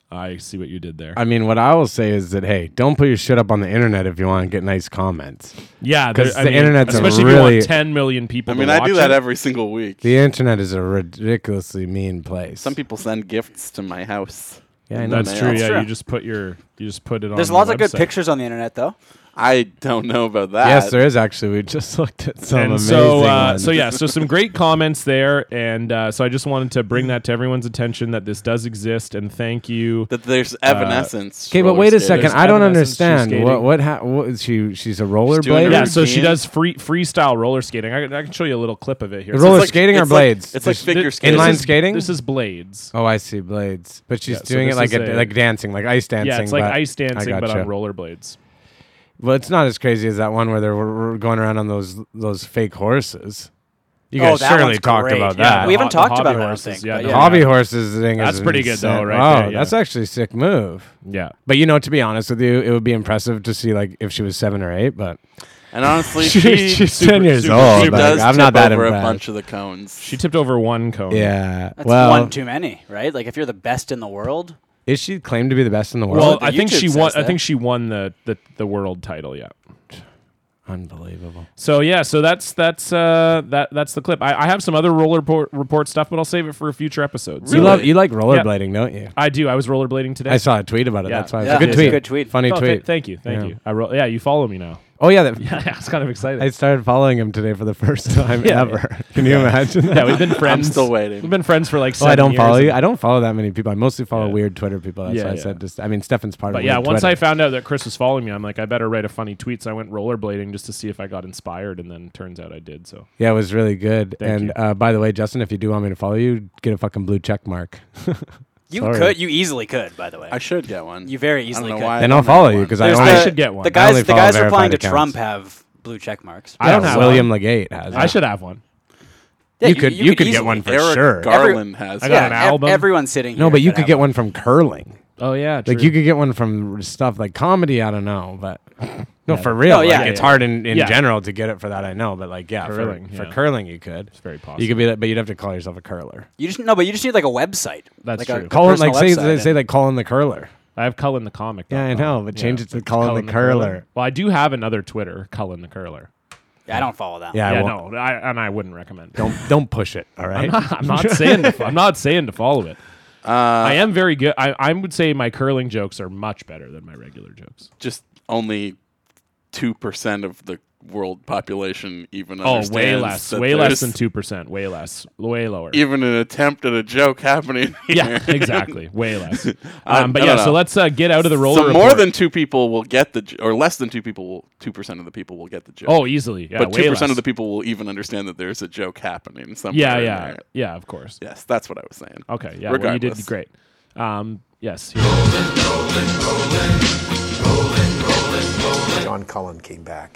[SPEAKER 2] I see what you did there.
[SPEAKER 4] I mean, what I will say is that hey, don't put your shit up on the internet if you want to get nice comments.
[SPEAKER 2] yeah,
[SPEAKER 4] 'Cause
[SPEAKER 2] there- I
[SPEAKER 4] the
[SPEAKER 2] mean,
[SPEAKER 4] internet's a
[SPEAKER 2] especially if you
[SPEAKER 4] really-
[SPEAKER 2] want ten million people.
[SPEAKER 1] I mean,
[SPEAKER 2] to
[SPEAKER 1] I do
[SPEAKER 2] watch
[SPEAKER 1] that
[SPEAKER 2] it.
[SPEAKER 1] every single week.
[SPEAKER 4] The internet is a ridiculously mean place.
[SPEAKER 1] Some people send gifts to my house.
[SPEAKER 4] yeah, I know.
[SPEAKER 2] That's true.
[SPEAKER 1] That's
[SPEAKER 2] yeah,
[SPEAKER 3] true.
[SPEAKER 2] you just put your you just put it on.
[SPEAKER 3] There's
[SPEAKER 2] the
[SPEAKER 3] lots of good
[SPEAKER 2] website.
[SPEAKER 3] pictures on the internet though.
[SPEAKER 1] I don't know about that.
[SPEAKER 4] Yes, there is actually. We just looked at some
[SPEAKER 2] and
[SPEAKER 4] amazing
[SPEAKER 2] so uh,
[SPEAKER 4] ones.
[SPEAKER 2] so yeah so some great comments there and uh, so i just wanted to bring that to everyone's attention that this does exist and thank you
[SPEAKER 1] that there's evanescence.
[SPEAKER 4] Uh, Okay, but wait a second.
[SPEAKER 2] There's
[SPEAKER 4] I don't
[SPEAKER 2] evidence she's
[SPEAKER 4] understand.
[SPEAKER 2] skating.
[SPEAKER 4] What what, ha- what is she? She's a rollerblader.
[SPEAKER 1] doing
[SPEAKER 2] yeah so she
[SPEAKER 1] Routine.
[SPEAKER 2] does free freestyle roller skating i, can- I can show you a little clip of it here
[SPEAKER 4] Roller
[SPEAKER 2] So
[SPEAKER 1] like-
[SPEAKER 4] skating or
[SPEAKER 1] it's like-
[SPEAKER 4] blades?
[SPEAKER 1] it's like
[SPEAKER 4] Just-
[SPEAKER 1] figure
[SPEAKER 2] this-
[SPEAKER 1] skating.
[SPEAKER 2] this
[SPEAKER 4] Inline
[SPEAKER 2] is-
[SPEAKER 4] skating?
[SPEAKER 2] this is blades
[SPEAKER 4] Oh, I see blades. But she's
[SPEAKER 2] Yeah, so
[SPEAKER 4] doing it
[SPEAKER 2] this
[SPEAKER 4] like
[SPEAKER 2] is a-
[SPEAKER 4] a, like dancing, like ice dancing.
[SPEAKER 2] yeah it's like
[SPEAKER 4] but-
[SPEAKER 2] ice
[SPEAKER 4] I
[SPEAKER 2] dancing but
[SPEAKER 4] gotcha.
[SPEAKER 2] on roller blades
[SPEAKER 4] Well, it's not as crazy as that one where they were were going around on those those fake horses. You
[SPEAKER 3] Oh,
[SPEAKER 4] guys
[SPEAKER 3] that
[SPEAKER 4] surely
[SPEAKER 3] one's
[SPEAKER 4] talked
[SPEAKER 3] great.
[SPEAKER 4] about
[SPEAKER 3] Yeah,
[SPEAKER 4] that.
[SPEAKER 3] we haven't
[SPEAKER 2] The
[SPEAKER 3] talked
[SPEAKER 2] hobby
[SPEAKER 3] about it, I don't
[SPEAKER 2] horses,
[SPEAKER 3] think,
[SPEAKER 2] yeah,
[SPEAKER 3] but
[SPEAKER 2] no,
[SPEAKER 3] yeah.
[SPEAKER 4] Hobby horses thing.
[SPEAKER 2] That's
[SPEAKER 4] is
[SPEAKER 2] pretty good though,
[SPEAKER 4] insane.
[SPEAKER 2] right
[SPEAKER 4] Oh,
[SPEAKER 2] there, yeah.
[SPEAKER 4] that's actually a sick move.
[SPEAKER 2] yeah
[SPEAKER 4] But you know, to be honest with you, it would be impressive to see like if she was seven or eight. But
[SPEAKER 1] And honestly,
[SPEAKER 4] She's-
[SPEAKER 1] she,
[SPEAKER 4] she's
[SPEAKER 1] super-
[SPEAKER 4] 10 years
[SPEAKER 1] super-
[SPEAKER 4] old,
[SPEAKER 1] She
[SPEAKER 4] like,
[SPEAKER 1] does
[SPEAKER 4] I'm
[SPEAKER 1] tip
[SPEAKER 4] not that
[SPEAKER 1] over
[SPEAKER 4] impressed.
[SPEAKER 1] a bunch of the cones.
[SPEAKER 2] she tipped over one cone
[SPEAKER 4] yeah,
[SPEAKER 3] That's
[SPEAKER 4] well,
[SPEAKER 3] one too many, right? Like if you're the best in the world,
[SPEAKER 4] is she claimed to be the best in the world?
[SPEAKER 2] well
[SPEAKER 3] the
[SPEAKER 2] i think
[SPEAKER 3] YouTube
[SPEAKER 2] she won
[SPEAKER 3] says
[SPEAKER 2] i think
[SPEAKER 3] that.
[SPEAKER 2] she won the, the the world title yeah
[SPEAKER 4] Unbelievable.
[SPEAKER 2] So yeah, so that's that's uh that that's the clip. I, I have some other roller por- report stuff, but I'll save it for a future episode. So-
[SPEAKER 4] You love you like rollerblading, don't you?
[SPEAKER 2] I do. I was rollerblading today.
[SPEAKER 4] I saw a tweet about it.
[SPEAKER 2] Yeah.
[SPEAKER 4] That's why it's
[SPEAKER 3] Yeah.
[SPEAKER 4] a good
[SPEAKER 3] It's a
[SPEAKER 4] tweet.
[SPEAKER 3] good tweet.
[SPEAKER 4] Funny
[SPEAKER 2] Oh, th-
[SPEAKER 4] tweet.
[SPEAKER 2] thank you, thank
[SPEAKER 4] Yeah.
[SPEAKER 2] you. I ro- yeah, you follow me now.
[SPEAKER 4] oh yeah, that,
[SPEAKER 2] Yeah, it's kind of exciting.
[SPEAKER 4] I started following him today for the first time
[SPEAKER 2] Yeah.
[SPEAKER 4] ever. Can you imagine?
[SPEAKER 2] yeah, we've been friends.
[SPEAKER 1] still waiting.
[SPEAKER 2] We've been friends for like.
[SPEAKER 4] Oh,
[SPEAKER 2] Seven
[SPEAKER 4] I don't
[SPEAKER 2] years
[SPEAKER 4] follow
[SPEAKER 2] and-
[SPEAKER 4] you. I don't follow that many people. I mostly follow
[SPEAKER 2] Yeah.
[SPEAKER 4] weird Twitter people. That's
[SPEAKER 2] Yeah,
[SPEAKER 4] why I
[SPEAKER 2] yeah.
[SPEAKER 4] said just. I mean, Stefan's part
[SPEAKER 2] But
[SPEAKER 4] of.
[SPEAKER 2] yeah,
[SPEAKER 4] weird
[SPEAKER 2] once I
[SPEAKER 4] Twitter.
[SPEAKER 2] found out that Chris was following me, I'm like, I better write a funny tweet. So I went rollerblading just to see if I got inspired, and then turns out I did. So
[SPEAKER 4] Yeah, it was really good.
[SPEAKER 2] Thank
[SPEAKER 4] and
[SPEAKER 2] you.
[SPEAKER 4] uh, by the way, Justin, if you do want me to follow you, get a fucking blue check mark.
[SPEAKER 3] You
[SPEAKER 4] Sorry.
[SPEAKER 3] could. You easily could. By the way,
[SPEAKER 1] I should get one.
[SPEAKER 3] you very
[SPEAKER 1] I don't
[SPEAKER 3] easily
[SPEAKER 1] know
[SPEAKER 3] could.
[SPEAKER 1] why. I
[SPEAKER 4] Then
[SPEAKER 1] don't
[SPEAKER 4] I'll
[SPEAKER 1] have
[SPEAKER 4] follow you
[SPEAKER 1] one.
[SPEAKER 4] because I
[SPEAKER 3] There's
[SPEAKER 4] only.
[SPEAKER 3] the-
[SPEAKER 2] should get one.
[SPEAKER 3] The
[SPEAKER 4] I only
[SPEAKER 3] guys, the
[SPEAKER 4] follow
[SPEAKER 3] guys replying
[SPEAKER 4] verified
[SPEAKER 3] to
[SPEAKER 4] accounts.
[SPEAKER 3] Trump have blue check marks.
[SPEAKER 2] I don't
[SPEAKER 4] Yeah,
[SPEAKER 2] have
[SPEAKER 4] William
[SPEAKER 2] one.
[SPEAKER 4] Legate has.
[SPEAKER 2] I
[SPEAKER 4] it.
[SPEAKER 2] should have one.
[SPEAKER 3] Yeah,
[SPEAKER 4] you, could. You, could get
[SPEAKER 3] easily-
[SPEAKER 4] one for
[SPEAKER 1] Eric
[SPEAKER 4] sure.
[SPEAKER 1] Garland has.
[SPEAKER 2] I
[SPEAKER 1] I
[SPEAKER 2] got an
[SPEAKER 3] ev-
[SPEAKER 2] album.
[SPEAKER 3] Everyone's sitting. Here
[SPEAKER 4] no, but you
[SPEAKER 3] could
[SPEAKER 4] could
[SPEAKER 3] have
[SPEAKER 4] get one from curling.
[SPEAKER 2] Oh yeah,
[SPEAKER 4] Like you could get one from stuff like comedy. I don't know, but no, for real.
[SPEAKER 1] Oh,
[SPEAKER 3] No,
[SPEAKER 4] like,
[SPEAKER 3] yeah,
[SPEAKER 4] it's
[SPEAKER 2] yeah.
[SPEAKER 4] hard in, in
[SPEAKER 2] Yeah.
[SPEAKER 4] general to get it for that. I know, but like yeah,
[SPEAKER 2] Curling,
[SPEAKER 4] for, for
[SPEAKER 2] yeah.
[SPEAKER 4] curling you could.
[SPEAKER 2] It's very possible.
[SPEAKER 4] You could be that, but you'd have to call yourself a curler.
[SPEAKER 3] You just no, but you just need like a website.
[SPEAKER 2] That's
[SPEAKER 3] like
[SPEAKER 2] true.
[SPEAKER 3] A
[SPEAKER 4] Call it
[SPEAKER 3] personal
[SPEAKER 4] like say,
[SPEAKER 3] website.
[SPEAKER 4] say say like Colin the curler.
[SPEAKER 2] I have Cullen the comic.
[SPEAKER 4] Yeah, I know, but change it to Cullen the Curler.
[SPEAKER 2] Well, I do have another Twitter, Cullen the Curler.
[SPEAKER 3] I don't follow that.
[SPEAKER 4] Yeah, I
[SPEAKER 2] yeah,
[SPEAKER 4] won't-
[SPEAKER 2] no, I, and I wouldn't recommend. it.
[SPEAKER 4] Don't don't push it. All right.
[SPEAKER 2] I'm not saying to, fo- I'm not saying to follow it.
[SPEAKER 1] Uh,
[SPEAKER 2] I am very good. I, I would say my curling jokes are much better than my regular jokes.
[SPEAKER 1] just only two percent of the world population even.
[SPEAKER 2] Oh, way
[SPEAKER 1] understands
[SPEAKER 2] less,
[SPEAKER 1] that
[SPEAKER 2] way less
[SPEAKER 1] there's
[SPEAKER 2] than two percent, way less, way lower.
[SPEAKER 1] Even an attempt at a joke happening.
[SPEAKER 2] yeah,
[SPEAKER 1] here.
[SPEAKER 2] exactly, way less. Um,
[SPEAKER 1] I-
[SPEAKER 2] but
[SPEAKER 1] I
[SPEAKER 2] yeah,
[SPEAKER 1] don't
[SPEAKER 2] so
[SPEAKER 1] know.
[SPEAKER 2] let's uh, get out of the roller.
[SPEAKER 1] so more
[SPEAKER 2] report.
[SPEAKER 1] than two people will get the, j- or less than two people, will two percent of the people will get the joke.
[SPEAKER 2] oh, easily. Yeah,
[SPEAKER 1] but
[SPEAKER 2] way
[SPEAKER 1] two percent
[SPEAKER 2] less.
[SPEAKER 1] of the people will even understand that there's a joke happening somewhere.
[SPEAKER 2] Yeah,
[SPEAKER 1] in
[SPEAKER 2] yeah,
[SPEAKER 1] there.
[SPEAKER 2] yeah. Of course.
[SPEAKER 1] Yes, that's what I was saying.
[SPEAKER 2] Okay. Yeah. Well, you did
[SPEAKER 1] Regardless.
[SPEAKER 2] great. Um, yes.
[SPEAKER 6] John Cullen came back.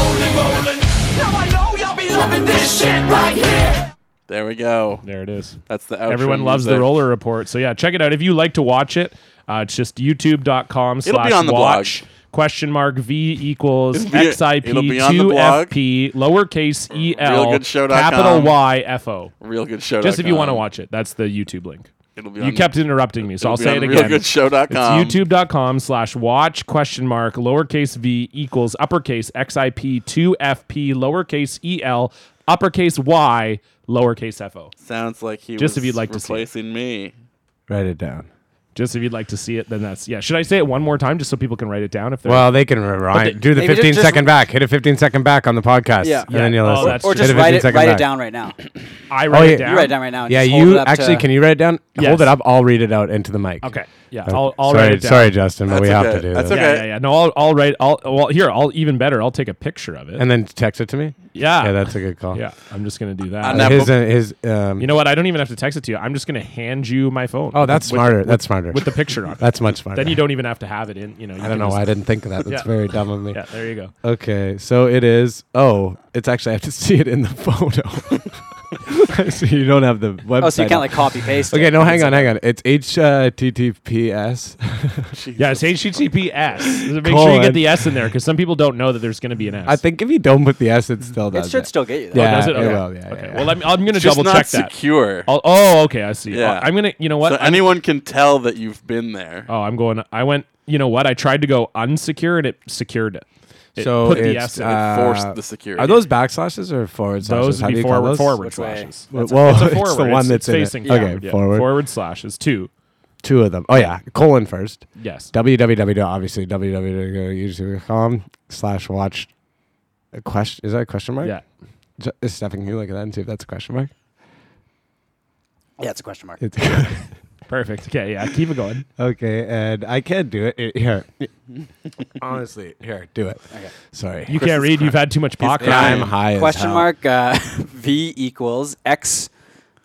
[SPEAKER 7] Now I know y'all be loving this shit right here.
[SPEAKER 1] There we go.
[SPEAKER 2] There it is.
[SPEAKER 1] That's the outro
[SPEAKER 2] Everyone loves the
[SPEAKER 1] music.
[SPEAKER 2] roller report. So yeah, check it out. If you like to watch it, uh, it's just youtube.com
[SPEAKER 1] It'll be
[SPEAKER 2] slash
[SPEAKER 1] on the blog.
[SPEAKER 2] watch question mark V equals
[SPEAKER 1] It'll be-
[SPEAKER 2] XIP
[SPEAKER 1] it'll be on the
[SPEAKER 2] 2FP lowercase E L
[SPEAKER 1] RealGoodShow.com.
[SPEAKER 2] capital Y F O.
[SPEAKER 1] Real good show.
[SPEAKER 2] Just if you want to watch it. That's the YouTube link.
[SPEAKER 1] It'll be
[SPEAKER 2] You
[SPEAKER 1] on-
[SPEAKER 2] kept interrupting me, so I'll
[SPEAKER 1] be
[SPEAKER 2] say
[SPEAKER 1] on
[SPEAKER 2] it again. It's
[SPEAKER 1] realgoodshow.com.
[SPEAKER 2] youtube.com slash watch question mark lowercase v equals uppercase xip 2fp lowercase el uppercase y lowercase fo.
[SPEAKER 1] Sounds like he
[SPEAKER 2] Just
[SPEAKER 1] was
[SPEAKER 2] if you'd like to see it.
[SPEAKER 1] replacing me.
[SPEAKER 4] Write it down.
[SPEAKER 2] Just if you'd like to see it, then that's yeah. Should I say it one more time just so people can write it down if they're
[SPEAKER 4] Well, they can rewind. do the
[SPEAKER 3] maybe just-
[SPEAKER 4] fifteen second
[SPEAKER 3] just-
[SPEAKER 4] back. Hit a fifteen second back on the podcast.
[SPEAKER 3] Yeah.
[SPEAKER 4] And then
[SPEAKER 2] Yeah.
[SPEAKER 4] you'll
[SPEAKER 2] Oh,
[SPEAKER 4] listen.
[SPEAKER 2] that's
[SPEAKER 3] Or
[SPEAKER 2] true.
[SPEAKER 4] Hit
[SPEAKER 3] just
[SPEAKER 4] a
[SPEAKER 3] write it.
[SPEAKER 4] 15
[SPEAKER 3] Write
[SPEAKER 4] back.
[SPEAKER 3] it down right now.
[SPEAKER 2] I write
[SPEAKER 4] oh, yeah.
[SPEAKER 2] it down.
[SPEAKER 3] You write it down right now. and
[SPEAKER 4] Yeah,
[SPEAKER 3] just hold
[SPEAKER 4] you
[SPEAKER 3] it up
[SPEAKER 4] actually
[SPEAKER 3] to-
[SPEAKER 4] can you write it down?
[SPEAKER 2] Yes.
[SPEAKER 4] Hold it up. I'll read it out into the mic.
[SPEAKER 2] Okay. Yeah.
[SPEAKER 4] Okay.
[SPEAKER 2] I'll, I'll
[SPEAKER 4] sorry,
[SPEAKER 2] write it down.
[SPEAKER 4] sorry, Justin, but we
[SPEAKER 1] That's
[SPEAKER 4] have
[SPEAKER 1] okay.
[SPEAKER 4] to do
[SPEAKER 1] That's
[SPEAKER 4] this.
[SPEAKER 1] okay.
[SPEAKER 2] Yeah, yeah, yeah. No, I'll, I'll write. I'll well here. I'll even better. I'll take a picture of it.
[SPEAKER 4] And then text it to me.
[SPEAKER 2] yeah.
[SPEAKER 4] Yeah, that's a good call.
[SPEAKER 2] yeah. I'm just gonna do
[SPEAKER 1] Uh,
[SPEAKER 2] that.
[SPEAKER 1] no.
[SPEAKER 4] His uh, his um.
[SPEAKER 2] You know what? I don't even have to text it to you. I'm just gonna hand you my phone.
[SPEAKER 4] Oh, that's
[SPEAKER 2] with-
[SPEAKER 4] smarter. that's smarter.
[SPEAKER 2] with the picture on. it.
[SPEAKER 4] that's much smarter.
[SPEAKER 2] Then you don't even have to have it in. You know. You
[SPEAKER 4] I don't know why I didn't think of that. That's
[SPEAKER 2] Yeah.
[SPEAKER 4] very dumb of me.
[SPEAKER 2] Yeah. There you go.
[SPEAKER 4] Okay, so it is. Oh, it's actually I have to see it in the photo. so you don't have the website.
[SPEAKER 3] Oh, so you can't like copy paste.
[SPEAKER 4] Okay,
[SPEAKER 3] it.
[SPEAKER 4] no, hang
[SPEAKER 3] It's-
[SPEAKER 4] on, hang on. It's uh, HTTPS.
[SPEAKER 2] Yeah. It's HTTPS. Make sure you
[SPEAKER 4] Colon.
[SPEAKER 2] get the S in there because some people don't know that there's gonna be an S. Oh,
[SPEAKER 4] I think if you don't put the S, it still does.
[SPEAKER 3] It should still get you. though.
[SPEAKER 4] Yeah,
[SPEAKER 2] Does it? Okay.
[SPEAKER 4] will. Yeah,
[SPEAKER 2] okay.
[SPEAKER 4] yeah, yeah.
[SPEAKER 2] Well, let me, I'm gonna
[SPEAKER 1] Just
[SPEAKER 2] double
[SPEAKER 1] not
[SPEAKER 2] check that.
[SPEAKER 1] secure.
[SPEAKER 2] I'll, oh, okay. I see.
[SPEAKER 1] Yeah.
[SPEAKER 2] Oh, I'm gonna. You know what?
[SPEAKER 1] So anyone can tell that you've been there.
[SPEAKER 2] Oh, I'm going. I went. You know what? I tried to go unsecure and it secured it. It
[SPEAKER 4] so
[SPEAKER 2] put the S
[SPEAKER 4] it's,
[SPEAKER 2] in. it.
[SPEAKER 4] uh,
[SPEAKER 1] forced the security.
[SPEAKER 4] Are those backslashes or forward slashes?
[SPEAKER 2] Those
[SPEAKER 4] How
[SPEAKER 2] would
[SPEAKER 4] do
[SPEAKER 2] be
[SPEAKER 4] you call
[SPEAKER 2] forward
[SPEAKER 4] those?
[SPEAKER 2] forward
[SPEAKER 3] Which way?
[SPEAKER 2] slashes.
[SPEAKER 4] Well, well,
[SPEAKER 2] It's
[SPEAKER 4] it's,
[SPEAKER 2] a forward.
[SPEAKER 4] the one
[SPEAKER 2] It's-
[SPEAKER 4] that's
[SPEAKER 2] it's facing.
[SPEAKER 4] in it. Okay,
[SPEAKER 2] forward. Yeah,
[SPEAKER 4] forward.
[SPEAKER 2] Forward slashes two.
[SPEAKER 4] Two of them. Oh yeah, colon first.
[SPEAKER 2] Yes.
[SPEAKER 4] www obviously www.youtube.com slash watch a question is that a question mark
[SPEAKER 2] Yeah.
[SPEAKER 4] J- is Stefan can you look at that and see if that's a question mark
[SPEAKER 3] Yeah, it's a question mark.
[SPEAKER 4] it's
[SPEAKER 2] Perfect. Okay. Yeah. Keep it going.
[SPEAKER 4] okay and I can't do it It- here honestly here do it sorry
[SPEAKER 2] You can't read. You've had too much
[SPEAKER 4] Yeah,
[SPEAKER 2] pocket.
[SPEAKER 4] I'm high as
[SPEAKER 3] Question
[SPEAKER 4] hell.
[SPEAKER 3] mark. uh, V equals X.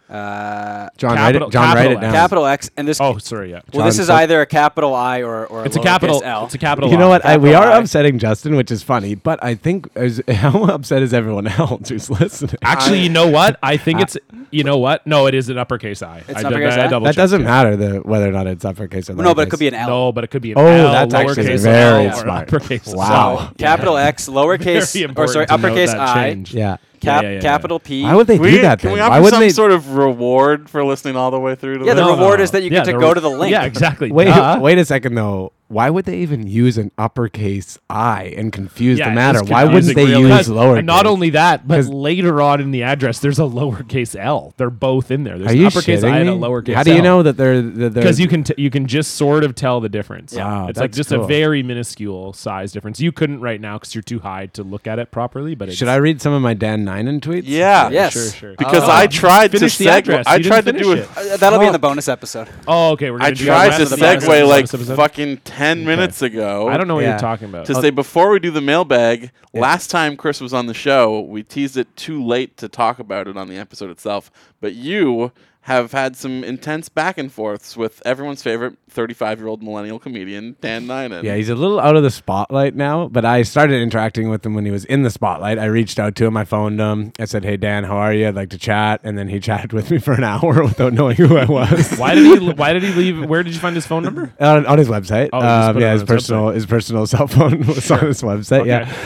[SPEAKER 3] uh,
[SPEAKER 4] John
[SPEAKER 2] Capital-
[SPEAKER 4] write it John write it
[SPEAKER 2] capital
[SPEAKER 4] down
[SPEAKER 3] Capital X and this.
[SPEAKER 2] Oh, sorry. Yeah.
[SPEAKER 3] Well, this
[SPEAKER 4] John,
[SPEAKER 3] is
[SPEAKER 4] so-
[SPEAKER 3] either a capital I or or a
[SPEAKER 2] It's a
[SPEAKER 3] lowercase
[SPEAKER 2] capital.
[SPEAKER 3] L.
[SPEAKER 2] It's a capital.
[SPEAKER 4] you know
[SPEAKER 2] R.
[SPEAKER 4] what I, we
[SPEAKER 3] Capital
[SPEAKER 4] are
[SPEAKER 3] I.
[SPEAKER 4] upsetting Justin which is funny but I think is, how upset is everyone else who's listening
[SPEAKER 2] Actually, you know what? I think it's. You know what? No, it is an uppercase I. I did-
[SPEAKER 3] uppercase
[SPEAKER 2] I
[SPEAKER 3] I?
[SPEAKER 2] double
[SPEAKER 4] that
[SPEAKER 2] checked,
[SPEAKER 4] doesn't
[SPEAKER 2] yeah.
[SPEAKER 4] matter the, whether or not it's uppercase or
[SPEAKER 3] no, but it
[SPEAKER 4] lowercase.
[SPEAKER 3] could be an L.
[SPEAKER 2] No, but it could be an
[SPEAKER 4] Oh,
[SPEAKER 2] L,
[SPEAKER 4] that's actually
[SPEAKER 2] lowercase
[SPEAKER 4] very
[SPEAKER 2] L, or
[SPEAKER 4] smart.
[SPEAKER 2] uppercase
[SPEAKER 3] So,
[SPEAKER 4] Wow.
[SPEAKER 3] capital X,
[SPEAKER 2] Very
[SPEAKER 3] lowercase, or
[SPEAKER 2] important
[SPEAKER 3] sorry,
[SPEAKER 2] to note
[SPEAKER 3] uppercase
[SPEAKER 2] that
[SPEAKER 3] I,
[SPEAKER 2] change.
[SPEAKER 4] yeah
[SPEAKER 3] Cap,
[SPEAKER 2] yeah, yeah, yeah.
[SPEAKER 3] capital P.
[SPEAKER 4] Why would they
[SPEAKER 1] We,
[SPEAKER 4] do that?
[SPEAKER 1] can
[SPEAKER 4] Then?
[SPEAKER 1] we
[SPEAKER 4] Why
[SPEAKER 1] offer
[SPEAKER 4] would
[SPEAKER 1] some
[SPEAKER 4] they?
[SPEAKER 1] sort of reward for listening all the way through to
[SPEAKER 3] Yeah, the
[SPEAKER 1] this?
[SPEAKER 3] No, reward is that you get to go
[SPEAKER 2] re-
[SPEAKER 3] to the link.
[SPEAKER 2] Yeah, exactly.
[SPEAKER 4] Wait,
[SPEAKER 2] Duh.
[SPEAKER 4] wait a second though. Why would they even use an uppercase I and confuse
[SPEAKER 2] Yeah,
[SPEAKER 4] the
[SPEAKER 2] it
[SPEAKER 4] matter?
[SPEAKER 2] is
[SPEAKER 4] Why wouldn't
[SPEAKER 2] confusing,
[SPEAKER 4] they
[SPEAKER 2] really.
[SPEAKER 4] use lowercase?
[SPEAKER 2] And not only that, but
[SPEAKER 4] 'Cause-
[SPEAKER 2] later on in the address, there's a lowercase l. They're both in there. There's
[SPEAKER 4] are
[SPEAKER 2] an
[SPEAKER 4] you
[SPEAKER 2] uppercase
[SPEAKER 4] shitting
[SPEAKER 2] i and a
[SPEAKER 4] me?
[SPEAKER 2] lowercase.
[SPEAKER 4] How do you know that they're that they're?
[SPEAKER 2] Because you can t- you can just sort of tell the difference.
[SPEAKER 4] Yeah. Wow,
[SPEAKER 2] it's like
[SPEAKER 4] that's
[SPEAKER 2] just a
[SPEAKER 4] cool.
[SPEAKER 2] very minuscule size difference. You couldn't right now because you're too high to look at it properly. But it's,
[SPEAKER 4] should I read some of my Dan Ninen tweets?
[SPEAKER 1] Yeah.
[SPEAKER 3] Yes.
[SPEAKER 2] Sure, sure.
[SPEAKER 1] Because
[SPEAKER 3] Oh.
[SPEAKER 1] I tried to
[SPEAKER 2] Finish Uh, the
[SPEAKER 1] segue.
[SPEAKER 2] address.
[SPEAKER 1] I
[SPEAKER 2] You didn't
[SPEAKER 1] tried to
[SPEAKER 2] finish
[SPEAKER 1] do
[SPEAKER 2] it.
[SPEAKER 1] a
[SPEAKER 3] Uh, that'll be in the bonus episode.
[SPEAKER 2] Oh, okay. We're
[SPEAKER 1] I
[SPEAKER 2] gonna do
[SPEAKER 1] tried
[SPEAKER 2] that
[SPEAKER 1] to
[SPEAKER 2] in the bonus
[SPEAKER 1] segue like
[SPEAKER 2] episode.
[SPEAKER 1] fucking 10 minutes ago.
[SPEAKER 2] I don't know Uh, what
[SPEAKER 4] Yeah.
[SPEAKER 2] you're talking about. Oh,
[SPEAKER 1] To say before we do the mailbag, last time Chris was on the show, we teased it too late to talk about it on the episode itself. But you have had some intense back and forths with everyone's favorite 35 year old millennial comedian, Dan Ninen.
[SPEAKER 4] Yeah, he's a little out of the spotlight now, but I started interacting with him when he was in the spotlight. I reached out to him, I phoned him, I said, "Hey Dan, how are you? I'd like to chat." And then he chatted with me for an hour without knowing who I was.
[SPEAKER 2] why did he? Why did he leave? Where did you find his phone number?
[SPEAKER 4] on, on his website.
[SPEAKER 2] Oh, he just
[SPEAKER 4] um,
[SPEAKER 2] put it
[SPEAKER 4] yeah,
[SPEAKER 2] on
[SPEAKER 4] his
[SPEAKER 2] his
[SPEAKER 4] personal his personal cell phone was on his website. Yeah, Um,
[SPEAKER 2] Okay.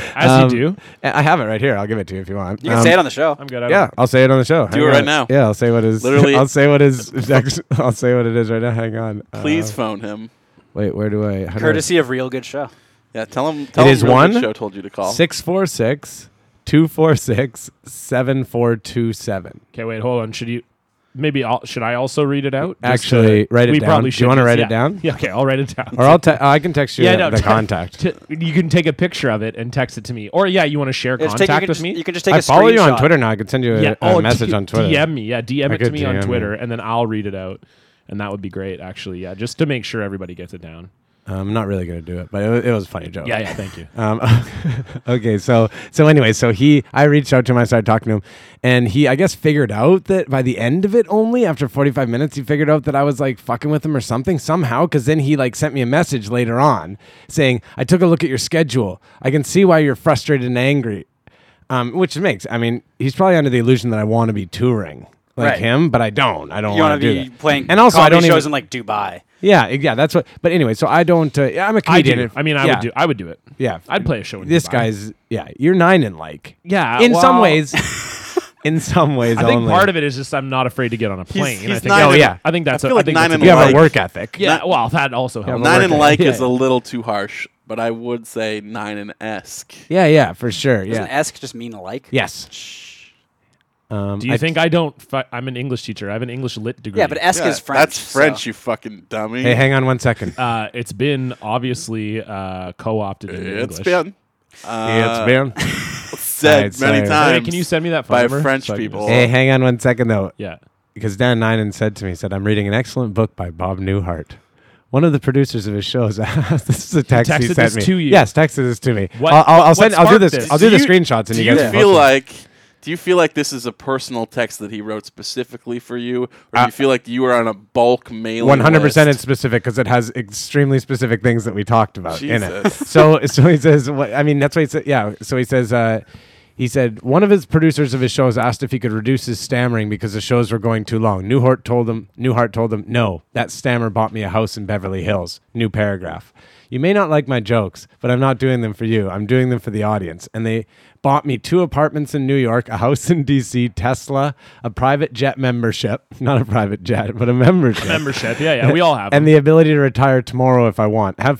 [SPEAKER 2] As you do.
[SPEAKER 4] I I have it right here. I'll give it to you if you want.
[SPEAKER 3] You can
[SPEAKER 4] Um,
[SPEAKER 3] say it on the show.
[SPEAKER 2] I'm good. I don't-
[SPEAKER 4] Yeah, I'll say it on the show.
[SPEAKER 1] Do it right now.
[SPEAKER 4] Yeah, I'll say what is.
[SPEAKER 1] Literally-
[SPEAKER 4] I'll say what is. I'll say what it is right now. Hang on.
[SPEAKER 1] Please
[SPEAKER 4] Uh,
[SPEAKER 1] phone him.
[SPEAKER 4] wait, where do I? how do I-
[SPEAKER 3] Courtesy of Real Good Show.
[SPEAKER 1] Yeah, tell him. Tell him
[SPEAKER 4] is
[SPEAKER 1] Real Good
[SPEAKER 4] one-
[SPEAKER 1] show told you to call.
[SPEAKER 4] 646 246 7427.
[SPEAKER 2] Okay. Wait. Hold on. Should you? Maybe I'll, should I also read it out? Just to-
[SPEAKER 4] Actually, write it
[SPEAKER 2] we
[SPEAKER 4] down.
[SPEAKER 2] Probably
[SPEAKER 4] Do you
[SPEAKER 2] should,
[SPEAKER 4] wanna
[SPEAKER 2] just-
[SPEAKER 4] write it
[SPEAKER 2] yeah.
[SPEAKER 4] down?
[SPEAKER 2] Yeah. Okay. I'll write it down.
[SPEAKER 4] Or I'll te- I can text you
[SPEAKER 2] yeah,
[SPEAKER 4] the,
[SPEAKER 2] no,
[SPEAKER 4] the
[SPEAKER 2] t-
[SPEAKER 4] contact.
[SPEAKER 2] t- you can take a picture of it and text it to me. Or yeah, you want to share
[SPEAKER 3] Yeah, just take- you
[SPEAKER 2] contact
[SPEAKER 3] can
[SPEAKER 2] with
[SPEAKER 3] just-
[SPEAKER 2] me?
[SPEAKER 3] You can just take
[SPEAKER 4] I
[SPEAKER 3] a
[SPEAKER 4] follow you on
[SPEAKER 3] screenshot.
[SPEAKER 4] Twitter now. I could send you a,
[SPEAKER 2] yeah,
[SPEAKER 4] a
[SPEAKER 2] oh,
[SPEAKER 4] message
[SPEAKER 2] d-
[SPEAKER 4] on Twitter.
[SPEAKER 2] DM me. Yeah, DM
[SPEAKER 4] I
[SPEAKER 2] it to
[SPEAKER 4] could
[SPEAKER 2] me
[SPEAKER 4] DM
[SPEAKER 2] on
[SPEAKER 4] you. Um, Um, Oh, uh,
[SPEAKER 2] Oh, Uh,
[SPEAKER 4] Um, Uh,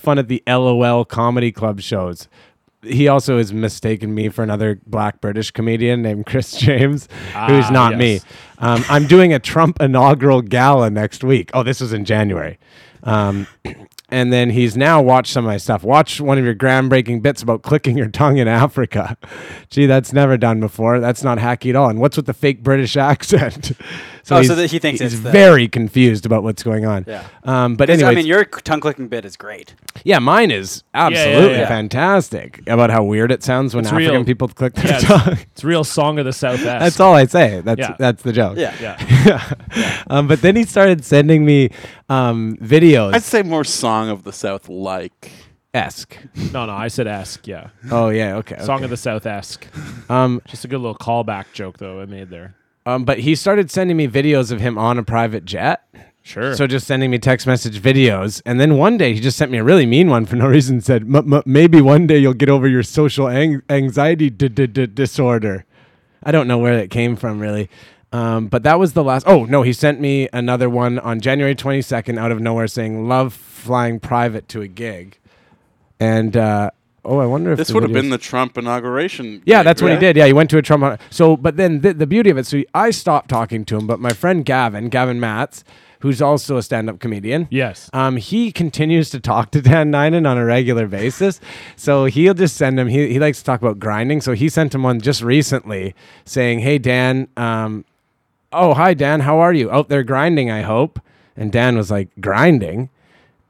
[SPEAKER 4] uh, Um, Oh, Um, Um, Um, Oh, Um, I don't know where that came from really. Um, but that was the last. Oh no, he sent me another one on January 22nd out of nowhere saying love flying private to a gig, and uh, oh I wonder if
[SPEAKER 1] This
[SPEAKER 4] the
[SPEAKER 1] would have
[SPEAKER 4] video's-
[SPEAKER 1] been the Trump inauguration.
[SPEAKER 4] yeah,
[SPEAKER 1] gig,
[SPEAKER 4] that's what he
[SPEAKER 1] right?
[SPEAKER 4] did. Yeah, he went to a Trump. So, but then the, the beauty of it, so I stopped talking to him, but my friend Gavin, Gavin Matz, who's also a stand up comedian.
[SPEAKER 2] Yes.
[SPEAKER 4] Um, he continues to talk to Dan Ninen on a regular basis. So he'll just send him, he, he likes to talk about grinding. So he sent him one just recently saying, Hey, Dan, um, oh, hi, Dan, how are you? Out there grinding, I hope. And Dan was like, Grinding?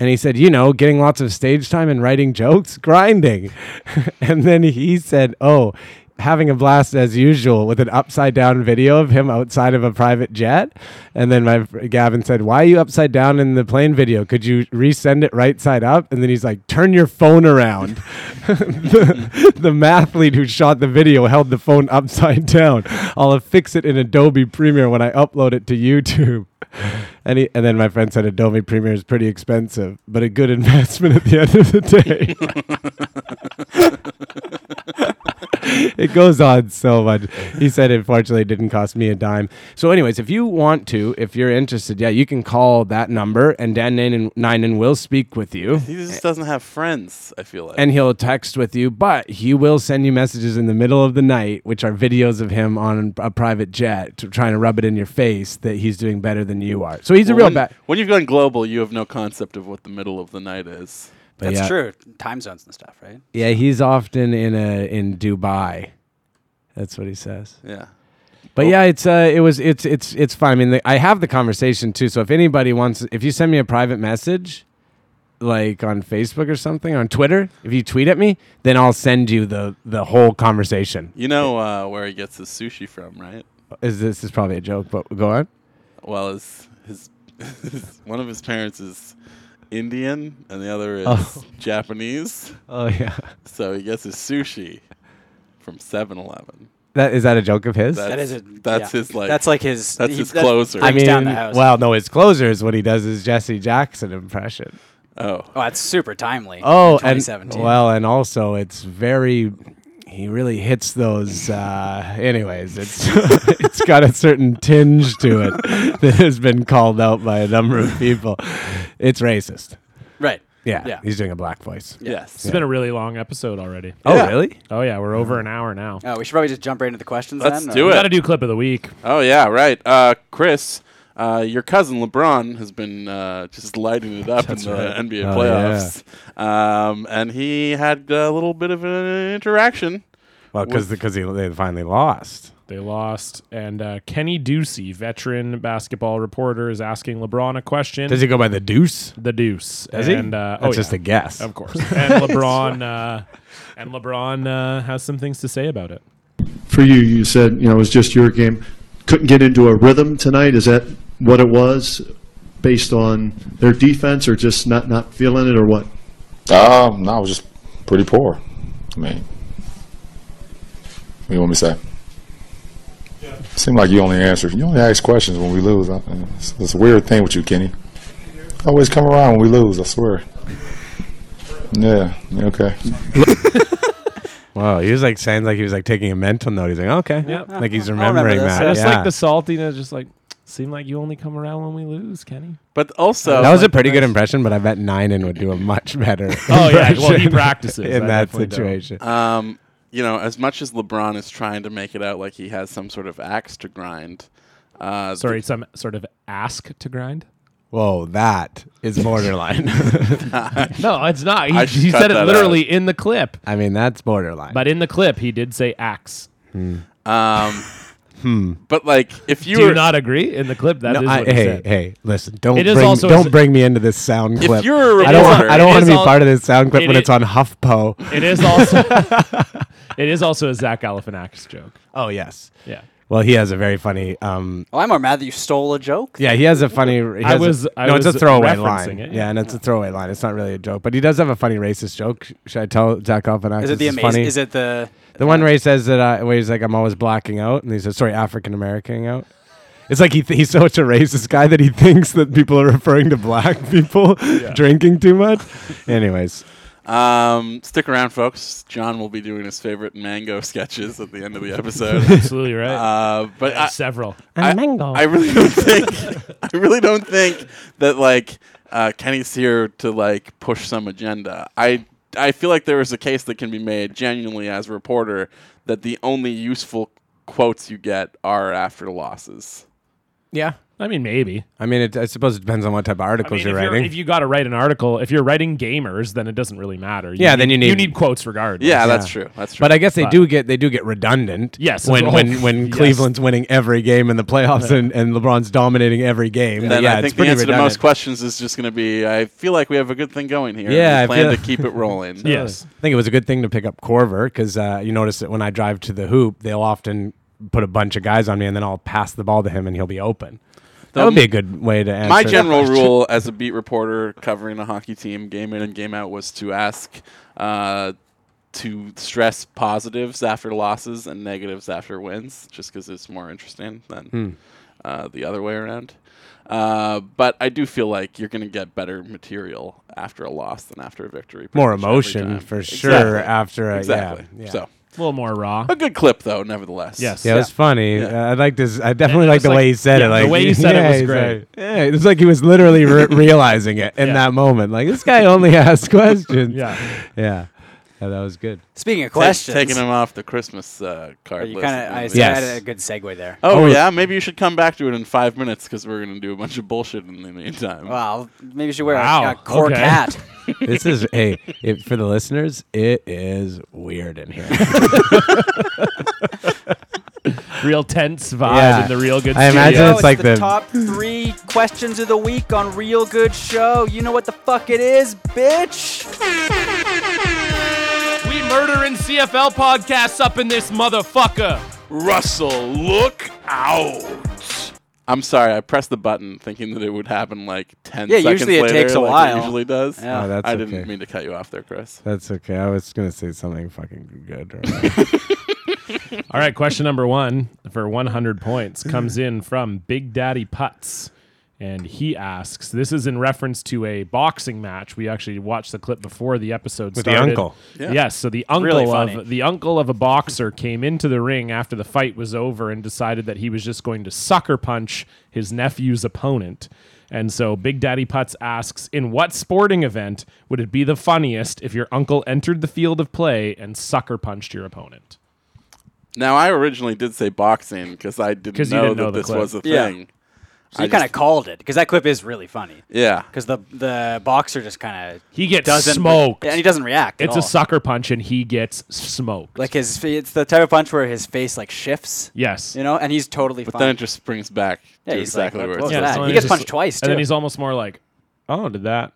[SPEAKER 4] And he said, you know, getting lots of stage time and writing jokes, grinding. and then he said, oh, having a blast as usual with an upside down video of him outside of a private jet. And then my fr- Gavin said, why are you upside down in the plane video? Could you resend it right side up? And then he's like, turn your phone around. the, the mathlete who shot the video held the phone upside down. I'll fix it in Adobe Premiere when I upload it to YouTube. And, he, and then my friend said Adobe Premiere is pretty expensive, but a good investment at the end of the day. it goes on so much. He said, unfortunately, it didn't cost me a dime. So, anyways, if you want to, if you're interested, yeah, you can call that number, and Dan Ninen, Ninen will speak with you
[SPEAKER 1] He just doesn't have friends. I feel like.
[SPEAKER 4] and he'll text with you, but he will send you messages in the middle of the night, which are videos of him on a private jet to, trying to rub it in your face that he's doing better than you are. So he's a
[SPEAKER 1] Well,
[SPEAKER 4] real
[SPEAKER 1] when,
[SPEAKER 4] bad.
[SPEAKER 1] when you've gone global, you have no concept of what the middle of the night is.
[SPEAKER 4] but
[SPEAKER 3] That's
[SPEAKER 4] yeah.
[SPEAKER 3] true. Time zones and stuff, right?
[SPEAKER 4] Yeah, he's often in a in Dubai. That's what he says.
[SPEAKER 1] Yeah.
[SPEAKER 3] Oh.
[SPEAKER 4] But yeah, it's uh, it was it's it's it's fine. I mean, the, I have the conversation too. So if anybody wants, if you send me a private message, like on Facebook or something, on Twitter, if you tweet at me, then I'll send you the the whole conversation.
[SPEAKER 1] You know uh, where he gets his sushi from, right?
[SPEAKER 4] Is this is probably a joke, but go on.
[SPEAKER 1] Well, his his, his one of his parents is Indian and the other is
[SPEAKER 4] Oh.
[SPEAKER 1] Japanese,
[SPEAKER 4] Oh yeah,
[SPEAKER 1] so he gets his sushi from 7-Eleven.
[SPEAKER 4] that is that a joke of his?
[SPEAKER 1] That-
[SPEAKER 3] That is a,
[SPEAKER 1] that's his, like-
[SPEAKER 3] That's like his.
[SPEAKER 1] that's his closer.
[SPEAKER 3] I
[SPEAKER 1] I
[SPEAKER 3] mean, down the house.
[SPEAKER 4] well, no, his closer is what he does is Jesse Jackson impression.
[SPEAKER 1] Oh,
[SPEAKER 3] oh, that's super timely.
[SPEAKER 4] Oh, and
[SPEAKER 3] 2017.
[SPEAKER 4] well, and also it's very. He really hits those. Uh, anyways, it's it's got a certain tinge to it that has been called out by a number of people. It's racist.
[SPEAKER 3] right.
[SPEAKER 4] Yeah,
[SPEAKER 3] Yeah.
[SPEAKER 4] he's doing a black voice.
[SPEAKER 1] yes.
[SPEAKER 2] It's been a really long episode already.
[SPEAKER 4] Oh, really?
[SPEAKER 2] Oh yeah, we're over an hour now.
[SPEAKER 3] Oh, we should probably just jump right into the questions.
[SPEAKER 1] Let's
[SPEAKER 3] then,
[SPEAKER 1] do
[SPEAKER 2] We
[SPEAKER 1] it.
[SPEAKER 2] got to do clip of the week.
[SPEAKER 1] Oh yeah, right. Uh, Chris, uh, your cousin LeBron has been uh, just lighting it up in the NBA
[SPEAKER 4] Oh,
[SPEAKER 1] playoffs, um, and he had a little bit of an interaction.
[SPEAKER 4] Well, because because he they finally lost.
[SPEAKER 2] They lost, and uh, Kenny Ducey, veteran basketball reporter, is asking LeBron a question.
[SPEAKER 4] Does he go by the Deuce?
[SPEAKER 2] the Deuce?
[SPEAKER 4] Does he?
[SPEAKER 2] and, Uh, oh,
[SPEAKER 4] That's just
[SPEAKER 2] yeah.
[SPEAKER 4] a guess.
[SPEAKER 2] Of course. And LeBron uh, and LeBron uh, has some things to say about it.
[SPEAKER 8] For you, you said you know it was just your game. Couldn't get into a rhythm tonight. Is that what it was, based on their defense, or just not not feeling it, or what?
[SPEAKER 6] Um, no, I was just pretty poor. I mean, what do you want me to say? Seemed like you only answer. You only ask questions when we lose. I- It's, it's a weird thing with you, Kenny. Always come around when we lose. I swear. Yeah. yeah, Okay.
[SPEAKER 4] Wow, he was like sounds like he was like taking a mental note. He's like, okay,
[SPEAKER 2] Yep.
[SPEAKER 4] like he's
[SPEAKER 3] remember
[SPEAKER 4] remembering
[SPEAKER 3] this,
[SPEAKER 4] that.
[SPEAKER 3] yeah.
[SPEAKER 2] Just
[SPEAKER 4] yeah.
[SPEAKER 2] like the saltiness, just like seem like you only come around when we lose, Kenny.
[SPEAKER 1] But also,
[SPEAKER 4] that was a pretty good impression, but I bet Ninen would do a much better.
[SPEAKER 2] Oh, yeah. Well, he
[SPEAKER 4] impression
[SPEAKER 2] practices.
[SPEAKER 4] in
[SPEAKER 2] I
[SPEAKER 4] that
[SPEAKER 2] definitely don't. Uh,
[SPEAKER 4] situation.
[SPEAKER 1] um, you know, as much as LeBron is trying to make it out like he has some sort of axe to grind. Uh,
[SPEAKER 2] Sorry, some sort of ask to grind.
[SPEAKER 4] Whoa, that is borderline.
[SPEAKER 2] No, it's not. He,
[SPEAKER 1] I should
[SPEAKER 2] he
[SPEAKER 1] cut
[SPEAKER 2] said it
[SPEAKER 1] that
[SPEAKER 2] literally in the clip.
[SPEAKER 4] I mean, that's borderline.
[SPEAKER 2] But in the clip, he did say axe.
[SPEAKER 1] Um, But like, if you
[SPEAKER 2] Do
[SPEAKER 1] were
[SPEAKER 2] you not agree? In the clip, that is
[SPEAKER 4] No, I-
[SPEAKER 2] what he
[SPEAKER 4] hey,
[SPEAKER 2] said.
[SPEAKER 4] hey, listen! Don't
[SPEAKER 2] It
[SPEAKER 4] bring
[SPEAKER 2] is also-
[SPEAKER 4] don't bring me into this sound clip.
[SPEAKER 1] you're a
[SPEAKER 4] I don't want,
[SPEAKER 1] reporter,
[SPEAKER 4] I don't
[SPEAKER 2] it
[SPEAKER 4] want
[SPEAKER 2] is
[SPEAKER 4] to be
[SPEAKER 2] all-
[SPEAKER 4] part of this sound clip
[SPEAKER 2] it
[SPEAKER 4] when
[SPEAKER 2] i-
[SPEAKER 4] it's on HuffPo.
[SPEAKER 2] It is also it is also a Zach Galifianakis joke.
[SPEAKER 4] Oh yes.
[SPEAKER 2] Yeah,
[SPEAKER 4] Well, he has a very funny. Um,
[SPEAKER 3] Well, I'm more mad that you stole a joke.
[SPEAKER 4] yeah, he has a funny. he has a-
[SPEAKER 2] was- I
[SPEAKER 4] no, it's
[SPEAKER 2] was
[SPEAKER 4] a throwaway
[SPEAKER 2] referencing
[SPEAKER 4] line.
[SPEAKER 2] it,
[SPEAKER 4] yeah.
[SPEAKER 2] yeah.
[SPEAKER 4] and it's a throwaway line. It's not really a joke, but he does have a funny racist joke. Should I tell Zach Galifianakis?
[SPEAKER 3] Is it the
[SPEAKER 4] it's
[SPEAKER 3] amazing?
[SPEAKER 4] funny?
[SPEAKER 3] Is it the?
[SPEAKER 4] The one where he says that uh, where he's like, "I'm always blacking out," and he says, "Sorry, African American out." It's like he th- he's such a racist guy that he thinks that people are referring to black people drinking too much. Anyways,
[SPEAKER 1] Um, stick around, folks. John will be doing his favorite mango sketches at the end of the episode.
[SPEAKER 2] Absolutely right.
[SPEAKER 1] uh, but I,
[SPEAKER 2] Several.
[SPEAKER 1] I, I really don't think I really don't think that like uh, Kenny's here to like push some agenda. I I feel like there is a case that can be made genuinely as a reporter that the only useful quotes you get are after losses.
[SPEAKER 4] Yeah.
[SPEAKER 2] I mean, maybe.
[SPEAKER 4] I mean, it, I suppose it depends on what type of
[SPEAKER 2] I
[SPEAKER 4] articles
[SPEAKER 2] mean, if,
[SPEAKER 4] you're
[SPEAKER 2] You're,
[SPEAKER 4] writing.
[SPEAKER 2] if you got to write an article, if you're writing gamers, then it doesn't really matter.
[SPEAKER 4] Yeah, then you
[SPEAKER 2] you
[SPEAKER 4] need-
[SPEAKER 2] need quotes regardless.
[SPEAKER 1] Yeah, that's true. That's true.
[SPEAKER 4] but I guess they
[SPEAKER 2] But-
[SPEAKER 4] do get they do get redundant.
[SPEAKER 2] Yes,
[SPEAKER 4] when
[SPEAKER 2] it's all-
[SPEAKER 4] when when
[SPEAKER 2] yes.
[SPEAKER 4] Cleveland's winning every game in the playoffs and, and LeBron's dominating every game.
[SPEAKER 1] then
[SPEAKER 4] yeah,
[SPEAKER 1] I
[SPEAKER 4] it's
[SPEAKER 1] think the
[SPEAKER 4] pretty
[SPEAKER 1] answer to most
[SPEAKER 4] redundant.
[SPEAKER 1] questions is just going to be I feel like we have a good thing going here.
[SPEAKER 4] Yeah,
[SPEAKER 1] we
[SPEAKER 4] I
[SPEAKER 1] plan
[SPEAKER 4] feel-
[SPEAKER 1] to keep it rolling.
[SPEAKER 2] Yes.
[SPEAKER 4] I think it was a good thing to pick up Corver because uh, you notice that when I drive to the hoop, they'll often put a bunch of guys on me, and then I'll pass the ball to him, and he'll be open.
[SPEAKER 1] The-
[SPEAKER 4] That would be a good way to answer.
[SPEAKER 1] My
[SPEAKER 4] that
[SPEAKER 1] general
[SPEAKER 4] question.
[SPEAKER 1] rule as a beat reporter covering a hockey team game in and game out was to ask uh, to stress positives after losses and negatives after wins, just because it's more interesting than
[SPEAKER 4] Hmm.
[SPEAKER 1] uh, the other way around. Uh, but I do feel like you're going to get better material after a loss than after a victory. pretty
[SPEAKER 4] more
[SPEAKER 1] much every time.
[SPEAKER 4] emotion for sure
[SPEAKER 1] Exactly.
[SPEAKER 4] after a,
[SPEAKER 1] exactly.
[SPEAKER 4] Yeah, yeah.
[SPEAKER 1] So
[SPEAKER 2] A little more raw.
[SPEAKER 1] a good clip though, nevertheless.
[SPEAKER 2] Yes.
[SPEAKER 4] Yeah, it was funny.
[SPEAKER 1] Yeah.
[SPEAKER 4] Uh, I liked his. I definitely
[SPEAKER 2] it
[SPEAKER 4] liked
[SPEAKER 2] was
[SPEAKER 4] the
[SPEAKER 2] like-
[SPEAKER 4] way he said
[SPEAKER 2] yeah,
[SPEAKER 4] it.
[SPEAKER 2] the
[SPEAKER 4] Like
[SPEAKER 2] way he said it was
[SPEAKER 4] he's
[SPEAKER 2] great.
[SPEAKER 4] like- yeah, it was like he was literally re- realizing it in
[SPEAKER 2] Yeah.
[SPEAKER 4] that moment. Like this guy only asks questions.
[SPEAKER 2] Yeah.
[SPEAKER 4] yeah, Yeah, that was good.
[SPEAKER 3] Speaking of
[SPEAKER 1] Ta-
[SPEAKER 3] questions,
[SPEAKER 1] taking him off the Christmas uh, card
[SPEAKER 3] Are you
[SPEAKER 1] list.
[SPEAKER 3] kind of. I
[SPEAKER 1] Yes.
[SPEAKER 3] see I
[SPEAKER 4] Yes.
[SPEAKER 3] had a good segue there.
[SPEAKER 1] Oh,
[SPEAKER 4] Oh,
[SPEAKER 1] yeah, maybe you should come back to it in five minutes because we're gonna do a bunch of bullshit in the meantime.
[SPEAKER 3] Wow, maybe you should wear a-
[SPEAKER 2] Wow,
[SPEAKER 3] a, cork
[SPEAKER 2] okay.
[SPEAKER 3] hat.
[SPEAKER 4] This is hey it, for the listeners. It is weird in here.
[SPEAKER 2] Real tense vibe
[SPEAKER 4] Yeah.
[SPEAKER 2] and the real good
[SPEAKER 4] I
[SPEAKER 2] studio.
[SPEAKER 4] imagine
[SPEAKER 3] Yo,
[SPEAKER 4] it's like the-
[SPEAKER 3] top three questions of the week on Real Good Show. You know what the fuck it is, bitch.
[SPEAKER 2] We murdering CFL podcasts up in this motherfucker.
[SPEAKER 1] Russell, look out! I'm sorry, I pressed the button thinking that it would happen like ten
[SPEAKER 3] Yeah,
[SPEAKER 1] seconds
[SPEAKER 3] usually it
[SPEAKER 1] later,
[SPEAKER 3] takes a
[SPEAKER 1] like
[SPEAKER 3] while.
[SPEAKER 1] It usually does.
[SPEAKER 3] Yeah.
[SPEAKER 4] Oh, that's
[SPEAKER 1] I didn't
[SPEAKER 4] okay.
[SPEAKER 1] mean to cut you off there, Chris.
[SPEAKER 4] That's okay. I was gonna say something fucking good.
[SPEAKER 2] All right, question number one for 100 points comes in from Big Daddy Putz. And he asks, this is in reference to a boxing match. We actually watched the clip before the episode
[SPEAKER 4] With the
[SPEAKER 2] started.
[SPEAKER 4] uncle.
[SPEAKER 1] Yeah.
[SPEAKER 2] Yes, so the uncle
[SPEAKER 3] Really funny.
[SPEAKER 2] of the uncle of a boxer came into the ring after the fight was over and decided that he was just going to sucker punch his nephew's opponent. And so Big Daddy Putz asks, in what sporting event would it be the funniest if your uncle entered the field of play and sucker punched your opponent?
[SPEAKER 1] Now I originally did say boxing because I didn't
[SPEAKER 2] 'Cause you
[SPEAKER 1] know
[SPEAKER 2] didn't
[SPEAKER 1] that
[SPEAKER 2] know the
[SPEAKER 1] this
[SPEAKER 2] clip.
[SPEAKER 1] was a
[SPEAKER 3] Yeah.
[SPEAKER 1] thing.
[SPEAKER 3] So you
[SPEAKER 1] just-
[SPEAKER 3] kind of called it because that clip is really funny.
[SPEAKER 1] Yeah,
[SPEAKER 3] Because the the boxer just kind of
[SPEAKER 2] He gets
[SPEAKER 3] doesn't re-
[SPEAKER 2] smoked.
[SPEAKER 3] and he doesn't react. at
[SPEAKER 2] It's a
[SPEAKER 3] all.
[SPEAKER 2] sucker punch, and he gets smoked.
[SPEAKER 3] Like his, fa- it's the type of punch where his face like shifts.
[SPEAKER 2] yes,
[SPEAKER 3] You know, and he's totally
[SPEAKER 1] but
[SPEAKER 3] fine.
[SPEAKER 1] then it just springs back
[SPEAKER 3] Yeah,
[SPEAKER 1] to
[SPEAKER 3] he's like,
[SPEAKER 1] exactly where
[SPEAKER 3] what- what
[SPEAKER 1] it's
[SPEAKER 3] was
[SPEAKER 1] supposed
[SPEAKER 3] that?
[SPEAKER 1] to
[SPEAKER 2] so
[SPEAKER 3] He
[SPEAKER 1] be.
[SPEAKER 3] gets
[SPEAKER 2] he's
[SPEAKER 3] punched
[SPEAKER 2] just-
[SPEAKER 3] twice,
[SPEAKER 2] and
[SPEAKER 3] too.
[SPEAKER 2] then he's almost more like, "Oh, did that?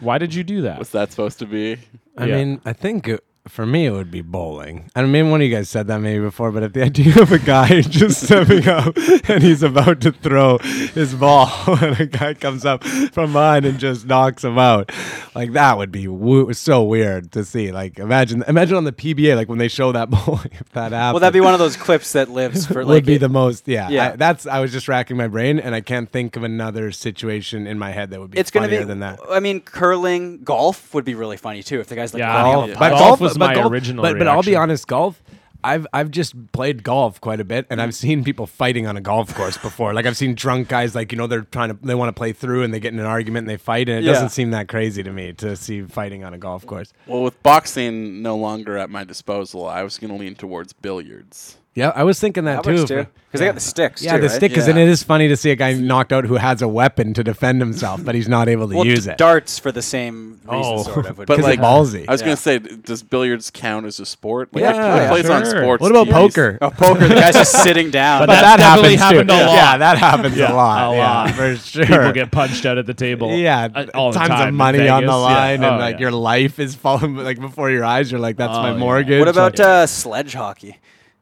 [SPEAKER 2] Why did you do that?"
[SPEAKER 1] What's that supposed to be?
[SPEAKER 4] I
[SPEAKER 2] Yeah.
[SPEAKER 4] mean, I think it, for me it would be bowling. I mean, one of you guys said that maybe before, but if the idea of a guy just stepping up and he's about to throw his ball, and a guy comes up from behind and just knocks him out, like that would be wo- so weird to see. Like, imagine, imagine on the PBA, like when they show that bowling, if that happened.
[SPEAKER 3] well, that'd be one of those clips that lives for like
[SPEAKER 4] would be
[SPEAKER 3] it-
[SPEAKER 4] the most, yeah.
[SPEAKER 3] Yeah.
[SPEAKER 4] I, that's I was just racking my brain, and I can't think of another situation in my head that would be
[SPEAKER 3] it's
[SPEAKER 4] funnier
[SPEAKER 3] gonna be
[SPEAKER 4] than that.
[SPEAKER 3] I mean, curling, golf would be really funny too if the guys like
[SPEAKER 2] Yeah.
[SPEAKER 3] running
[SPEAKER 2] Golf.
[SPEAKER 3] up a
[SPEAKER 2] Yeah.
[SPEAKER 3] puck.
[SPEAKER 4] But
[SPEAKER 2] Golf
[SPEAKER 4] golf
[SPEAKER 2] was
[SPEAKER 4] but
[SPEAKER 2] my
[SPEAKER 4] golf-
[SPEAKER 2] original
[SPEAKER 4] But, but I'll be
[SPEAKER 2] reaction.
[SPEAKER 4] honest, golf. I've I've just played golf quite a bit, and I've seen people fighting on a golf course before. Like I've seen drunk guys, like you know, they're trying to they want to play through, and they get in an argument and they fight, and it
[SPEAKER 3] Yeah.
[SPEAKER 4] doesn't seem that crazy to me to see fighting on a golf course.
[SPEAKER 1] Well, with boxing no longer at my disposal, I was gonna lean towards billiards.
[SPEAKER 4] Yeah, I was thinking that,
[SPEAKER 3] That works too
[SPEAKER 4] too.
[SPEAKER 3] because they got the sticks.
[SPEAKER 4] Yeah,
[SPEAKER 3] too,
[SPEAKER 4] the
[SPEAKER 3] right?
[SPEAKER 4] stick is, and
[SPEAKER 1] Yeah.
[SPEAKER 4] it is funny to see a guy knocked out who has a weapon to defend himself, but he's not able to
[SPEAKER 3] Well,
[SPEAKER 4] use
[SPEAKER 3] d-
[SPEAKER 4] it.
[SPEAKER 3] darts for the same reason, sort of. Would
[SPEAKER 1] But
[SPEAKER 3] be-
[SPEAKER 4] 'Cause
[SPEAKER 1] like
[SPEAKER 4] it's ballsy.
[SPEAKER 1] I was
[SPEAKER 3] Yeah.
[SPEAKER 1] gonna say, d- does billiards count as a sport? Like,
[SPEAKER 4] Yeah,
[SPEAKER 1] it pl- it
[SPEAKER 4] yeah,
[SPEAKER 1] plays on
[SPEAKER 2] sure.
[SPEAKER 1] sports.
[SPEAKER 4] what about
[SPEAKER 1] teams.
[SPEAKER 4] poker?
[SPEAKER 3] oh, poker, the guy's just sitting down.
[SPEAKER 2] But that definitely happened a lot.
[SPEAKER 4] Yeah, that happens
[SPEAKER 2] Yeah,
[SPEAKER 4] a lot.
[SPEAKER 2] a
[SPEAKER 4] yeah,
[SPEAKER 2] lot.
[SPEAKER 4] for sure.
[SPEAKER 2] People get punched out at the table.
[SPEAKER 4] Yeah,
[SPEAKER 2] uh, all the
[SPEAKER 4] tons
[SPEAKER 2] time
[SPEAKER 4] of
[SPEAKER 2] in
[SPEAKER 4] money on the
[SPEAKER 2] Vegas. Yeah.
[SPEAKER 4] line,
[SPEAKER 2] Oh,
[SPEAKER 4] and like
[SPEAKER 2] yeah.
[SPEAKER 4] your life is falling like before your eyes. You're like, that's
[SPEAKER 2] Oh,
[SPEAKER 4] my
[SPEAKER 2] yeah.
[SPEAKER 4] mortgage.
[SPEAKER 3] what about
[SPEAKER 4] Like,
[SPEAKER 3] uh, sledge hockey?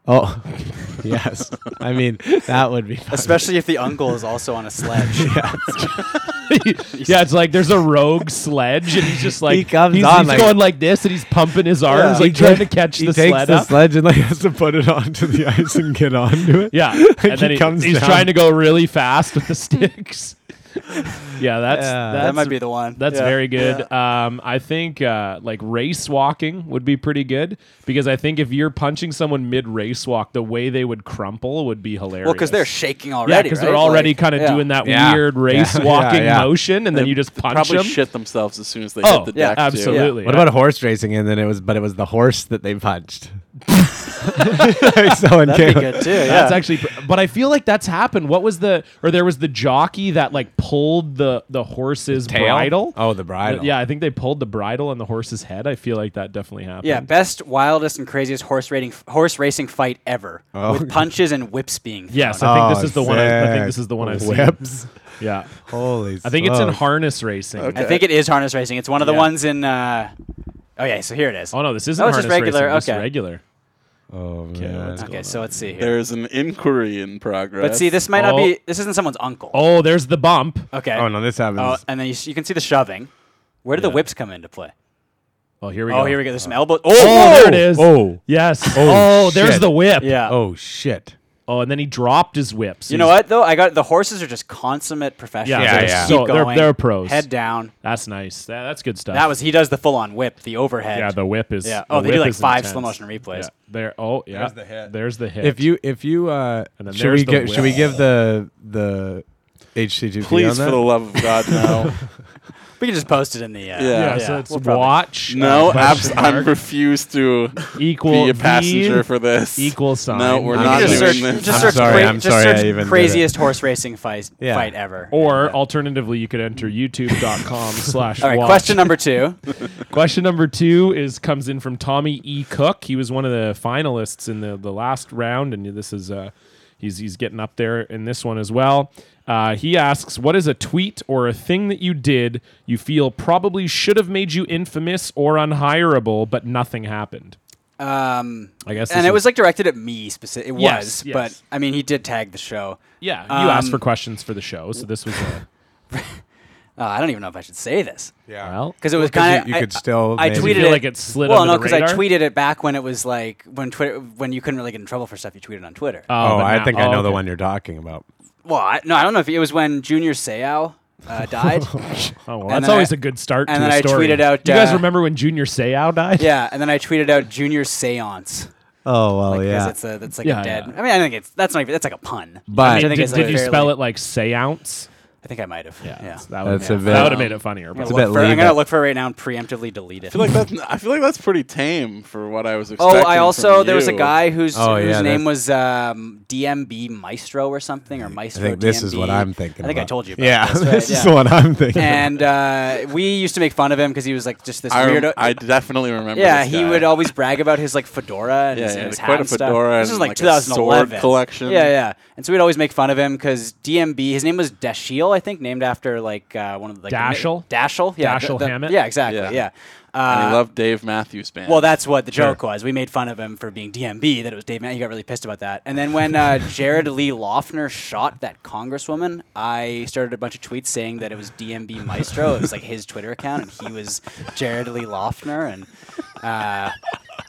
[SPEAKER 4] oh, yes. I mean, that would be fun.
[SPEAKER 3] Especially if the uncle is also on a sledge.
[SPEAKER 2] yeah, it's like there's a rogue sledge, and he's just like
[SPEAKER 4] He comes
[SPEAKER 2] he's,
[SPEAKER 4] on
[SPEAKER 2] he's
[SPEAKER 4] like-
[SPEAKER 2] going like this, and he's pumping his arms,
[SPEAKER 4] He
[SPEAKER 2] like trying to
[SPEAKER 4] take-
[SPEAKER 2] catch
[SPEAKER 4] he
[SPEAKER 2] the
[SPEAKER 4] takes
[SPEAKER 2] sled
[SPEAKER 4] the
[SPEAKER 2] up.
[SPEAKER 4] sledge and like has to put it onto the ice and get onto it.
[SPEAKER 2] yeah,
[SPEAKER 4] Like,
[SPEAKER 2] and then he
[SPEAKER 4] he comes
[SPEAKER 2] he's
[SPEAKER 4] down.
[SPEAKER 2] trying to go really fast with the sticks. Yeah, that's,
[SPEAKER 4] Yeah.
[SPEAKER 2] that's
[SPEAKER 3] that might be the one.
[SPEAKER 2] That's
[SPEAKER 3] Yeah.
[SPEAKER 2] very good. Um, I think uh, like race walking would be pretty good because I think if you're punching someone mid race walk, the way they would crumple would be hilarious.
[SPEAKER 3] Well, because they're shaking already.
[SPEAKER 2] yeah, because they're already kind of doing that
[SPEAKER 4] Yeah.
[SPEAKER 2] weird race
[SPEAKER 4] Yeah,
[SPEAKER 2] walking
[SPEAKER 4] yeah.
[SPEAKER 2] motion, and then you just punch
[SPEAKER 1] Probably
[SPEAKER 2] them.
[SPEAKER 1] shit themselves as soon as they
[SPEAKER 2] oh,
[SPEAKER 1] hit the
[SPEAKER 2] yeah,
[SPEAKER 1] deck. too.
[SPEAKER 2] absolutely.
[SPEAKER 4] What about horse racing? And then it was, but it was the horse that they punched. so
[SPEAKER 3] That'd be good too. Yeah.
[SPEAKER 2] That's actually, pr- but I feel like that's happened. What was the, or there was the jockey that like pulled the the horse's
[SPEAKER 4] Tail?
[SPEAKER 2] bridle.
[SPEAKER 4] Oh, the bridle.
[SPEAKER 2] Yeah, I think they pulled the bridle on the horse's head. I feel like that definitely happened.
[SPEAKER 3] yeah, best, wildest, and craziest horse rating, horse racing fight ever,
[SPEAKER 4] Oh.
[SPEAKER 3] with punches and whips being.
[SPEAKER 2] Yes,
[SPEAKER 3] thrown.
[SPEAKER 2] I think
[SPEAKER 4] Oh,
[SPEAKER 2] this is the one. I, I think
[SPEAKER 4] sick. Oh.
[SPEAKER 2] this is the one I've seen.
[SPEAKER 4] Whips.
[SPEAKER 2] Yeah,
[SPEAKER 4] Holy.
[SPEAKER 2] I think it's in harness racing.
[SPEAKER 3] I think it is harness racing. It's one of the
[SPEAKER 2] Yeah.
[SPEAKER 3] ones in. Uh, oh yeah, so here it is.
[SPEAKER 2] Oh no, this isn't
[SPEAKER 3] Oh, it's
[SPEAKER 2] harness
[SPEAKER 3] just regular,
[SPEAKER 2] racing. This is
[SPEAKER 3] okay.
[SPEAKER 2] regular.
[SPEAKER 4] Oh man.
[SPEAKER 2] let's go.
[SPEAKER 3] okay, so let's see here.
[SPEAKER 1] There's an inquiry in progress.
[SPEAKER 3] But see, this might not
[SPEAKER 2] Oh.
[SPEAKER 3] be. This isn't someone's uncle.
[SPEAKER 2] Oh, there's the bump.
[SPEAKER 3] Okay.
[SPEAKER 4] Oh no, this happens.
[SPEAKER 3] Oh, and then you, s- you can see the shoving. Where do the
[SPEAKER 2] Yeah.
[SPEAKER 3] whips come into play?
[SPEAKER 2] Oh, here we go.
[SPEAKER 3] Oh, here we go. There's some elbow. Oh,
[SPEAKER 2] Oh, there it is.
[SPEAKER 4] Oh.
[SPEAKER 2] yes.
[SPEAKER 4] Oh,
[SPEAKER 2] Oh, there's
[SPEAKER 4] shit.
[SPEAKER 2] the whip.
[SPEAKER 3] yeah.
[SPEAKER 4] Oh shit.
[SPEAKER 2] Oh, and then he dropped his whip. So
[SPEAKER 3] You know
[SPEAKER 2] he's-
[SPEAKER 3] what though? I got the horses are just consummate professionals.
[SPEAKER 2] Yeah,
[SPEAKER 3] They
[SPEAKER 4] yeah.
[SPEAKER 3] just
[SPEAKER 2] So
[SPEAKER 3] keep
[SPEAKER 2] they're-
[SPEAKER 3] going,
[SPEAKER 2] they're pros.
[SPEAKER 3] Head down.
[SPEAKER 2] That's nice. That- that's good stuff.
[SPEAKER 3] That was he does the full on whip, the overhead.
[SPEAKER 2] Yeah, the whip is.
[SPEAKER 3] Yeah. Oh,
[SPEAKER 2] the
[SPEAKER 3] they do,
[SPEAKER 2] whip
[SPEAKER 3] like,
[SPEAKER 2] is
[SPEAKER 3] five
[SPEAKER 2] intense.
[SPEAKER 3] slow motion replays.
[SPEAKER 2] Yeah. There. Oh, yeah.
[SPEAKER 4] There's the hit.
[SPEAKER 2] There's the hit.
[SPEAKER 4] If you if you uh
[SPEAKER 2] And then
[SPEAKER 4] should
[SPEAKER 2] there's
[SPEAKER 4] we
[SPEAKER 2] the
[SPEAKER 4] give should we
[SPEAKER 2] whip.
[SPEAKER 4] give the the HC2
[SPEAKER 1] Please, for the love of God, no.
[SPEAKER 3] We can just post it in the. Uh,
[SPEAKER 1] Yeah.
[SPEAKER 2] yeah,
[SPEAKER 1] Yeah,
[SPEAKER 2] so it's
[SPEAKER 3] we'll probably-
[SPEAKER 2] watch
[SPEAKER 1] no,
[SPEAKER 2] uh,
[SPEAKER 1] abs-
[SPEAKER 2] question
[SPEAKER 1] I
[SPEAKER 2] mark,
[SPEAKER 1] refuse to
[SPEAKER 2] equal
[SPEAKER 1] be a passenger
[SPEAKER 2] the
[SPEAKER 1] for this.
[SPEAKER 2] equal sign.
[SPEAKER 1] No, we're
[SPEAKER 4] You
[SPEAKER 3] You
[SPEAKER 1] not
[SPEAKER 3] can just
[SPEAKER 1] doing
[SPEAKER 3] search,
[SPEAKER 1] this.
[SPEAKER 3] just
[SPEAKER 4] I'm
[SPEAKER 3] search
[SPEAKER 4] sorry,
[SPEAKER 3] cra-
[SPEAKER 4] I'm
[SPEAKER 3] just
[SPEAKER 4] sorry I
[SPEAKER 3] search
[SPEAKER 4] even did it.
[SPEAKER 3] craziest horse racing fight,
[SPEAKER 4] Yeah.
[SPEAKER 3] fight ever.
[SPEAKER 2] Or alternatively, you could enter youtube.com slash
[SPEAKER 3] All right,
[SPEAKER 2] watch.
[SPEAKER 3] question number two.
[SPEAKER 2] Question number two is comes in from Tommy E. Cook. He was one of the finalists in the, the last round, and this is uh, he's he's getting up there in this one as well. Uh, he asks, "What is a tweet or a thing that you did you feel probably should have made you infamous or unhireable, but nothing happened?"
[SPEAKER 3] Um,
[SPEAKER 2] I guess
[SPEAKER 3] and
[SPEAKER 2] this
[SPEAKER 3] it
[SPEAKER 2] is-
[SPEAKER 3] was like directed at me specific. It
[SPEAKER 2] Yes,
[SPEAKER 3] was,
[SPEAKER 2] yes.
[SPEAKER 3] but I mean, he did tag the show.
[SPEAKER 2] Yeah, you
[SPEAKER 3] Um,
[SPEAKER 2] asked for questions for the show, so this was a,
[SPEAKER 3] Uh, I don't even know if I should say this
[SPEAKER 4] Yeah.
[SPEAKER 2] well.
[SPEAKER 3] because it was
[SPEAKER 4] Well, 'cause
[SPEAKER 3] kind of.
[SPEAKER 4] you- you could still
[SPEAKER 3] I, I
[SPEAKER 4] maybe-
[SPEAKER 3] tweeted
[SPEAKER 2] feel
[SPEAKER 3] it
[SPEAKER 2] like it slid
[SPEAKER 3] Well,
[SPEAKER 2] under
[SPEAKER 3] no,
[SPEAKER 2] the
[SPEAKER 3] I
[SPEAKER 2] radar?
[SPEAKER 3] tweeted it back when it was like when Twitter when you couldn't really get in trouble for stuff you tweeted on Twitter.
[SPEAKER 4] Oh,
[SPEAKER 2] but
[SPEAKER 4] I
[SPEAKER 2] now-
[SPEAKER 4] think I
[SPEAKER 2] oh,
[SPEAKER 4] know the
[SPEAKER 2] okay.
[SPEAKER 4] one you're talking about.
[SPEAKER 3] well, I, no, I don't know if it was when Junior Seau uh, died.
[SPEAKER 2] Oh, well,
[SPEAKER 3] And
[SPEAKER 2] that's
[SPEAKER 3] then
[SPEAKER 2] always
[SPEAKER 3] I-
[SPEAKER 2] a good start
[SPEAKER 3] and
[SPEAKER 2] to
[SPEAKER 3] then
[SPEAKER 2] a
[SPEAKER 3] I
[SPEAKER 2] story.
[SPEAKER 3] tweeted out,
[SPEAKER 2] You guys
[SPEAKER 3] uh,
[SPEAKER 2] remember when Junior Seau died?
[SPEAKER 3] yeah, and then I tweeted out Junior Seance.
[SPEAKER 4] Oh well,
[SPEAKER 3] 'cause
[SPEAKER 4] yeah.
[SPEAKER 3] it's a that's like
[SPEAKER 2] Yeah,
[SPEAKER 3] a dead.
[SPEAKER 2] yeah.
[SPEAKER 3] I mean, I think it's that's not even that's like a pun.
[SPEAKER 4] But-
[SPEAKER 3] which
[SPEAKER 2] Did,
[SPEAKER 3] I think
[SPEAKER 2] did
[SPEAKER 3] is, like,
[SPEAKER 2] you
[SPEAKER 3] fairly-
[SPEAKER 2] spell it like Seance?
[SPEAKER 3] I think I might have. Yeah,
[SPEAKER 2] That
[SPEAKER 4] That's a
[SPEAKER 2] would
[SPEAKER 4] bit-
[SPEAKER 2] that would have made it funnier. But
[SPEAKER 3] I'm
[SPEAKER 4] a
[SPEAKER 3] gonna look
[SPEAKER 4] bit
[SPEAKER 3] for- I'm
[SPEAKER 4] legal.
[SPEAKER 3] gonna look for it right now and preemptively delete it.
[SPEAKER 1] I feel like that's I feel like that's pretty tame for what I was expecting.
[SPEAKER 3] Oh, I also
[SPEAKER 1] from
[SPEAKER 3] there was a
[SPEAKER 1] you.
[SPEAKER 3] guy whose
[SPEAKER 4] Oh,
[SPEAKER 3] whose
[SPEAKER 4] yeah,
[SPEAKER 3] name was um, DMB Maestro or something or Maestro.
[SPEAKER 4] I think this is
[SPEAKER 3] DMB.
[SPEAKER 4] what I'm thinking.
[SPEAKER 3] I think I
[SPEAKER 4] about.
[SPEAKER 3] told you. About
[SPEAKER 4] yeah,
[SPEAKER 3] this, right?
[SPEAKER 4] this
[SPEAKER 3] Yeah.
[SPEAKER 4] is the one I'm thinking.
[SPEAKER 3] And uh, we used to make fun of him because he was like just this
[SPEAKER 1] I, rem-
[SPEAKER 3] weirdo.
[SPEAKER 1] I definitely remember.
[SPEAKER 3] yeah,
[SPEAKER 1] this
[SPEAKER 3] he
[SPEAKER 1] guy.
[SPEAKER 3] would always brag about his like fedora and
[SPEAKER 1] Yeah,
[SPEAKER 3] his,
[SPEAKER 1] yeah,
[SPEAKER 3] and his
[SPEAKER 1] quite a
[SPEAKER 3] hat and stuff.
[SPEAKER 1] fedora
[SPEAKER 3] This
[SPEAKER 1] and,
[SPEAKER 3] is like,
[SPEAKER 1] like, a sword
[SPEAKER 3] 2011
[SPEAKER 1] collection.
[SPEAKER 3] Yeah, yeah. And so we'd always make fun of him because DMB, his name was Dashiel, I think, named after like uh, one of the like, the mi-
[SPEAKER 2] Dashiell?
[SPEAKER 3] Dashiell, yeah,
[SPEAKER 2] Dashiell Hammett?
[SPEAKER 3] Yeah, exactly.
[SPEAKER 1] Yeah.
[SPEAKER 3] Yeah.
[SPEAKER 1] And he
[SPEAKER 3] Uh,
[SPEAKER 1] loved Dave Matthews Band.
[SPEAKER 3] well, that's what the joke was. We made fun of him for being DMB, that it was Dave Matt. He got really pissed about that. And then when uh, Jared Lee Loeffner shot that congresswoman, I started a bunch of tweets saying that it was DMB Maestro. it was like his Twitter account, and he was Jared Lee Loeffner. And uh,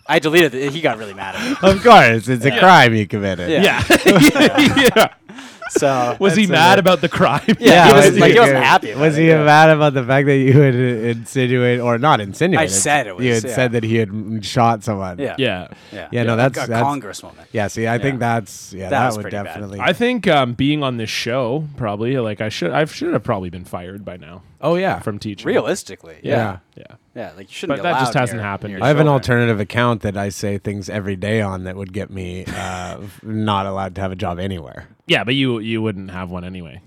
[SPEAKER 3] I deleted it. He got really mad at me.
[SPEAKER 4] of course, it's a crime you committed.
[SPEAKER 3] Yeah.
[SPEAKER 2] yeah. yeah.
[SPEAKER 3] So.
[SPEAKER 2] Was he
[SPEAKER 4] That's a
[SPEAKER 2] mad
[SPEAKER 4] bit-
[SPEAKER 2] about the crime?
[SPEAKER 3] Yeah, he
[SPEAKER 4] was
[SPEAKER 3] was- like, he wasn't happy about
[SPEAKER 4] Was
[SPEAKER 3] it,
[SPEAKER 4] he
[SPEAKER 3] yeah.
[SPEAKER 4] mad about the fact that you had insinuate or not insinuate?
[SPEAKER 3] I said it
[SPEAKER 4] You
[SPEAKER 3] was,
[SPEAKER 4] had
[SPEAKER 3] yeah.
[SPEAKER 4] said that he had shot someone.
[SPEAKER 3] Yeah.
[SPEAKER 2] Yeah.
[SPEAKER 3] Yeah,
[SPEAKER 4] Yeah, no,
[SPEAKER 3] a,
[SPEAKER 4] that's-
[SPEAKER 3] a
[SPEAKER 4] that's-
[SPEAKER 3] congresswoman.
[SPEAKER 4] Yeah. See, I think that's yeah. That,
[SPEAKER 3] was
[SPEAKER 4] would
[SPEAKER 3] pretty bad.
[SPEAKER 4] definitely.
[SPEAKER 2] I think um, being on this show probably like I should I should have probably been fired by now
[SPEAKER 4] oh yeah.
[SPEAKER 2] from teaching.
[SPEAKER 3] Realistically, yeah.
[SPEAKER 4] yeah.
[SPEAKER 2] Yeah.
[SPEAKER 3] yeah, like you shouldn't.
[SPEAKER 2] But
[SPEAKER 3] be
[SPEAKER 2] that just
[SPEAKER 3] allowed
[SPEAKER 2] hasn't
[SPEAKER 3] near-
[SPEAKER 2] happened.
[SPEAKER 3] near
[SPEAKER 2] yet.
[SPEAKER 4] I have an
[SPEAKER 3] children.
[SPEAKER 4] alternative account that I say things every day on that would get me uh, not allowed to have a job anywhere.
[SPEAKER 2] Yeah, but you you wouldn't have one anyway.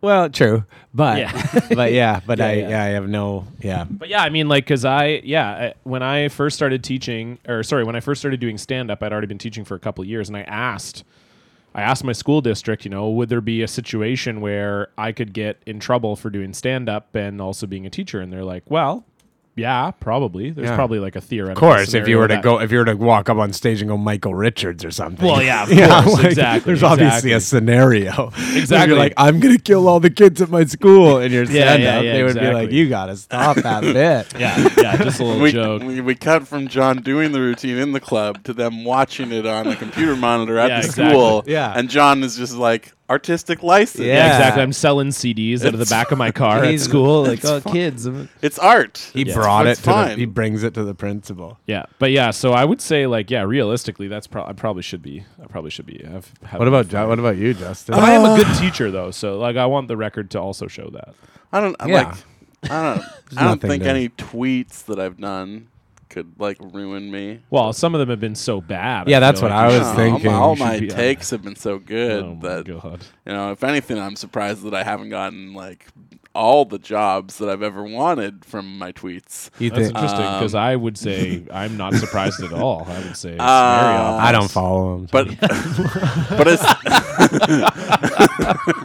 [SPEAKER 4] Well, true, but
[SPEAKER 2] Yeah.
[SPEAKER 4] but yeah, but I
[SPEAKER 2] yeah.
[SPEAKER 4] yeah I have no yeah
[SPEAKER 2] But yeah, I mean, like, cause I, yeah, I, when I first started teaching, or sorry, when I first started doing stand up, I'd already been teaching for a couple of years, and I asked, I asked my school district, you know, would there be a situation where I could get in trouble for doing stand up and also being a teacher? And they're like, well, yeah, probably. There's
[SPEAKER 4] Yeah.
[SPEAKER 2] probably like a theoretical.
[SPEAKER 4] Of course, if you
[SPEAKER 2] scenario
[SPEAKER 4] were to
[SPEAKER 2] that-
[SPEAKER 4] go, if you were to walk up on stage and go Michael Richards or something.
[SPEAKER 2] Well, yeah, of course, exactly,
[SPEAKER 4] There's
[SPEAKER 2] exactly.
[SPEAKER 4] obviously a scenario.
[SPEAKER 2] Exactly.
[SPEAKER 4] You're like, I'm gonna kill all the kids at my school, and you're
[SPEAKER 2] Yeah,
[SPEAKER 4] stand
[SPEAKER 2] yeah,
[SPEAKER 4] up.
[SPEAKER 2] yeah,
[SPEAKER 4] they would be
[SPEAKER 2] exactly.
[SPEAKER 4] like, you gotta stop that bit.
[SPEAKER 2] yeah, yeah, just a little
[SPEAKER 1] we,
[SPEAKER 2] joke.
[SPEAKER 1] we we cut from John doing the routine in the club to them watching it on a computer monitor at
[SPEAKER 2] Yeah,
[SPEAKER 1] the
[SPEAKER 2] exactly.
[SPEAKER 1] school.
[SPEAKER 4] Yeah.
[SPEAKER 1] and John is just like, artistic license.
[SPEAKER 2] Yeah,
[SPEAKER 4] Yeah.
[SPEAKER 2] exactly. I'm selling CDs out of the back of my car at
[SPEAKER 4] He's-
[SPEAKER 2] school. Like, oh, kids.
[SPEAKER 1] It's art.
[SPEAKER 4] He
[SPEAKER 1] It's-
[SPEAKER 4] brought it
[SPEAKER 1] it's
[SPEAKER 4] to
[SPEAKER 1] fine.
[SPEAKER 4] the, he brings it to the principal.
[SPEAKER 2] Yeah, but yeah. So I would say, like, yeah, realistically, that's probably I probably should be. I probably should be. I've had-
[SPEAKER 4] What about Jo- what about you, Justin?
[SPEAKER 2] But I am a
[SPEAKER 4] Uh.
[SPEAKER 2] good teacher, though. So like, I want the record to also show that.
[SPEAKER 1] I don't I'm
[SPEAKER 4] Yeah.
[SPEAKER 1] like I don't I don't
[SPEAKER 4] nothing
[SPEAKER 1] think
[SPEAKER 4] to-
[SPEAKER 1] any tweets that I've done could like ruin me.
[SPEAKER 2] Well, some of them have been so bad.
[SPEAKER 4] Yeah,
[SPEAKER 2] feel
[SPEAKER 4] that's what
[SPEAKER 2] like we
[SPEAKER 4] I
[SPEAKER 2] should-
[SPEAKER 4] was
[SPEAKER 1] No,
[SPEAKER 4] thinking
[SPEAKER 1] all
[SPEAKER 4] you should
[SPEAKER 1] my
[SPEAKER 2] be-
[SPEAKER 1] takes have been so good
[SPEAKER 2] Oh my
[SPEAKER 1] that
[SPEAKER 2] god.
[SPEAKER 1] you know, if anything I'm surprised that I haven't gotten like all the jobs that I've ever wanted from my tweets.
[SPEAKER 4] you
[SPEAKER 2] That's
[SPEAKER 4] think
[SPEAKER 2] interesting because
[SPEAKER 1] Um,
[SPEAKER 2] I would say I'm not surprised at all. I would
[SPEAKER 1] Uh,
[SPEAKER 2] say it's very obvious.
[SPEAKER 4] I don't follow him.
[SPEAKER 1] But but as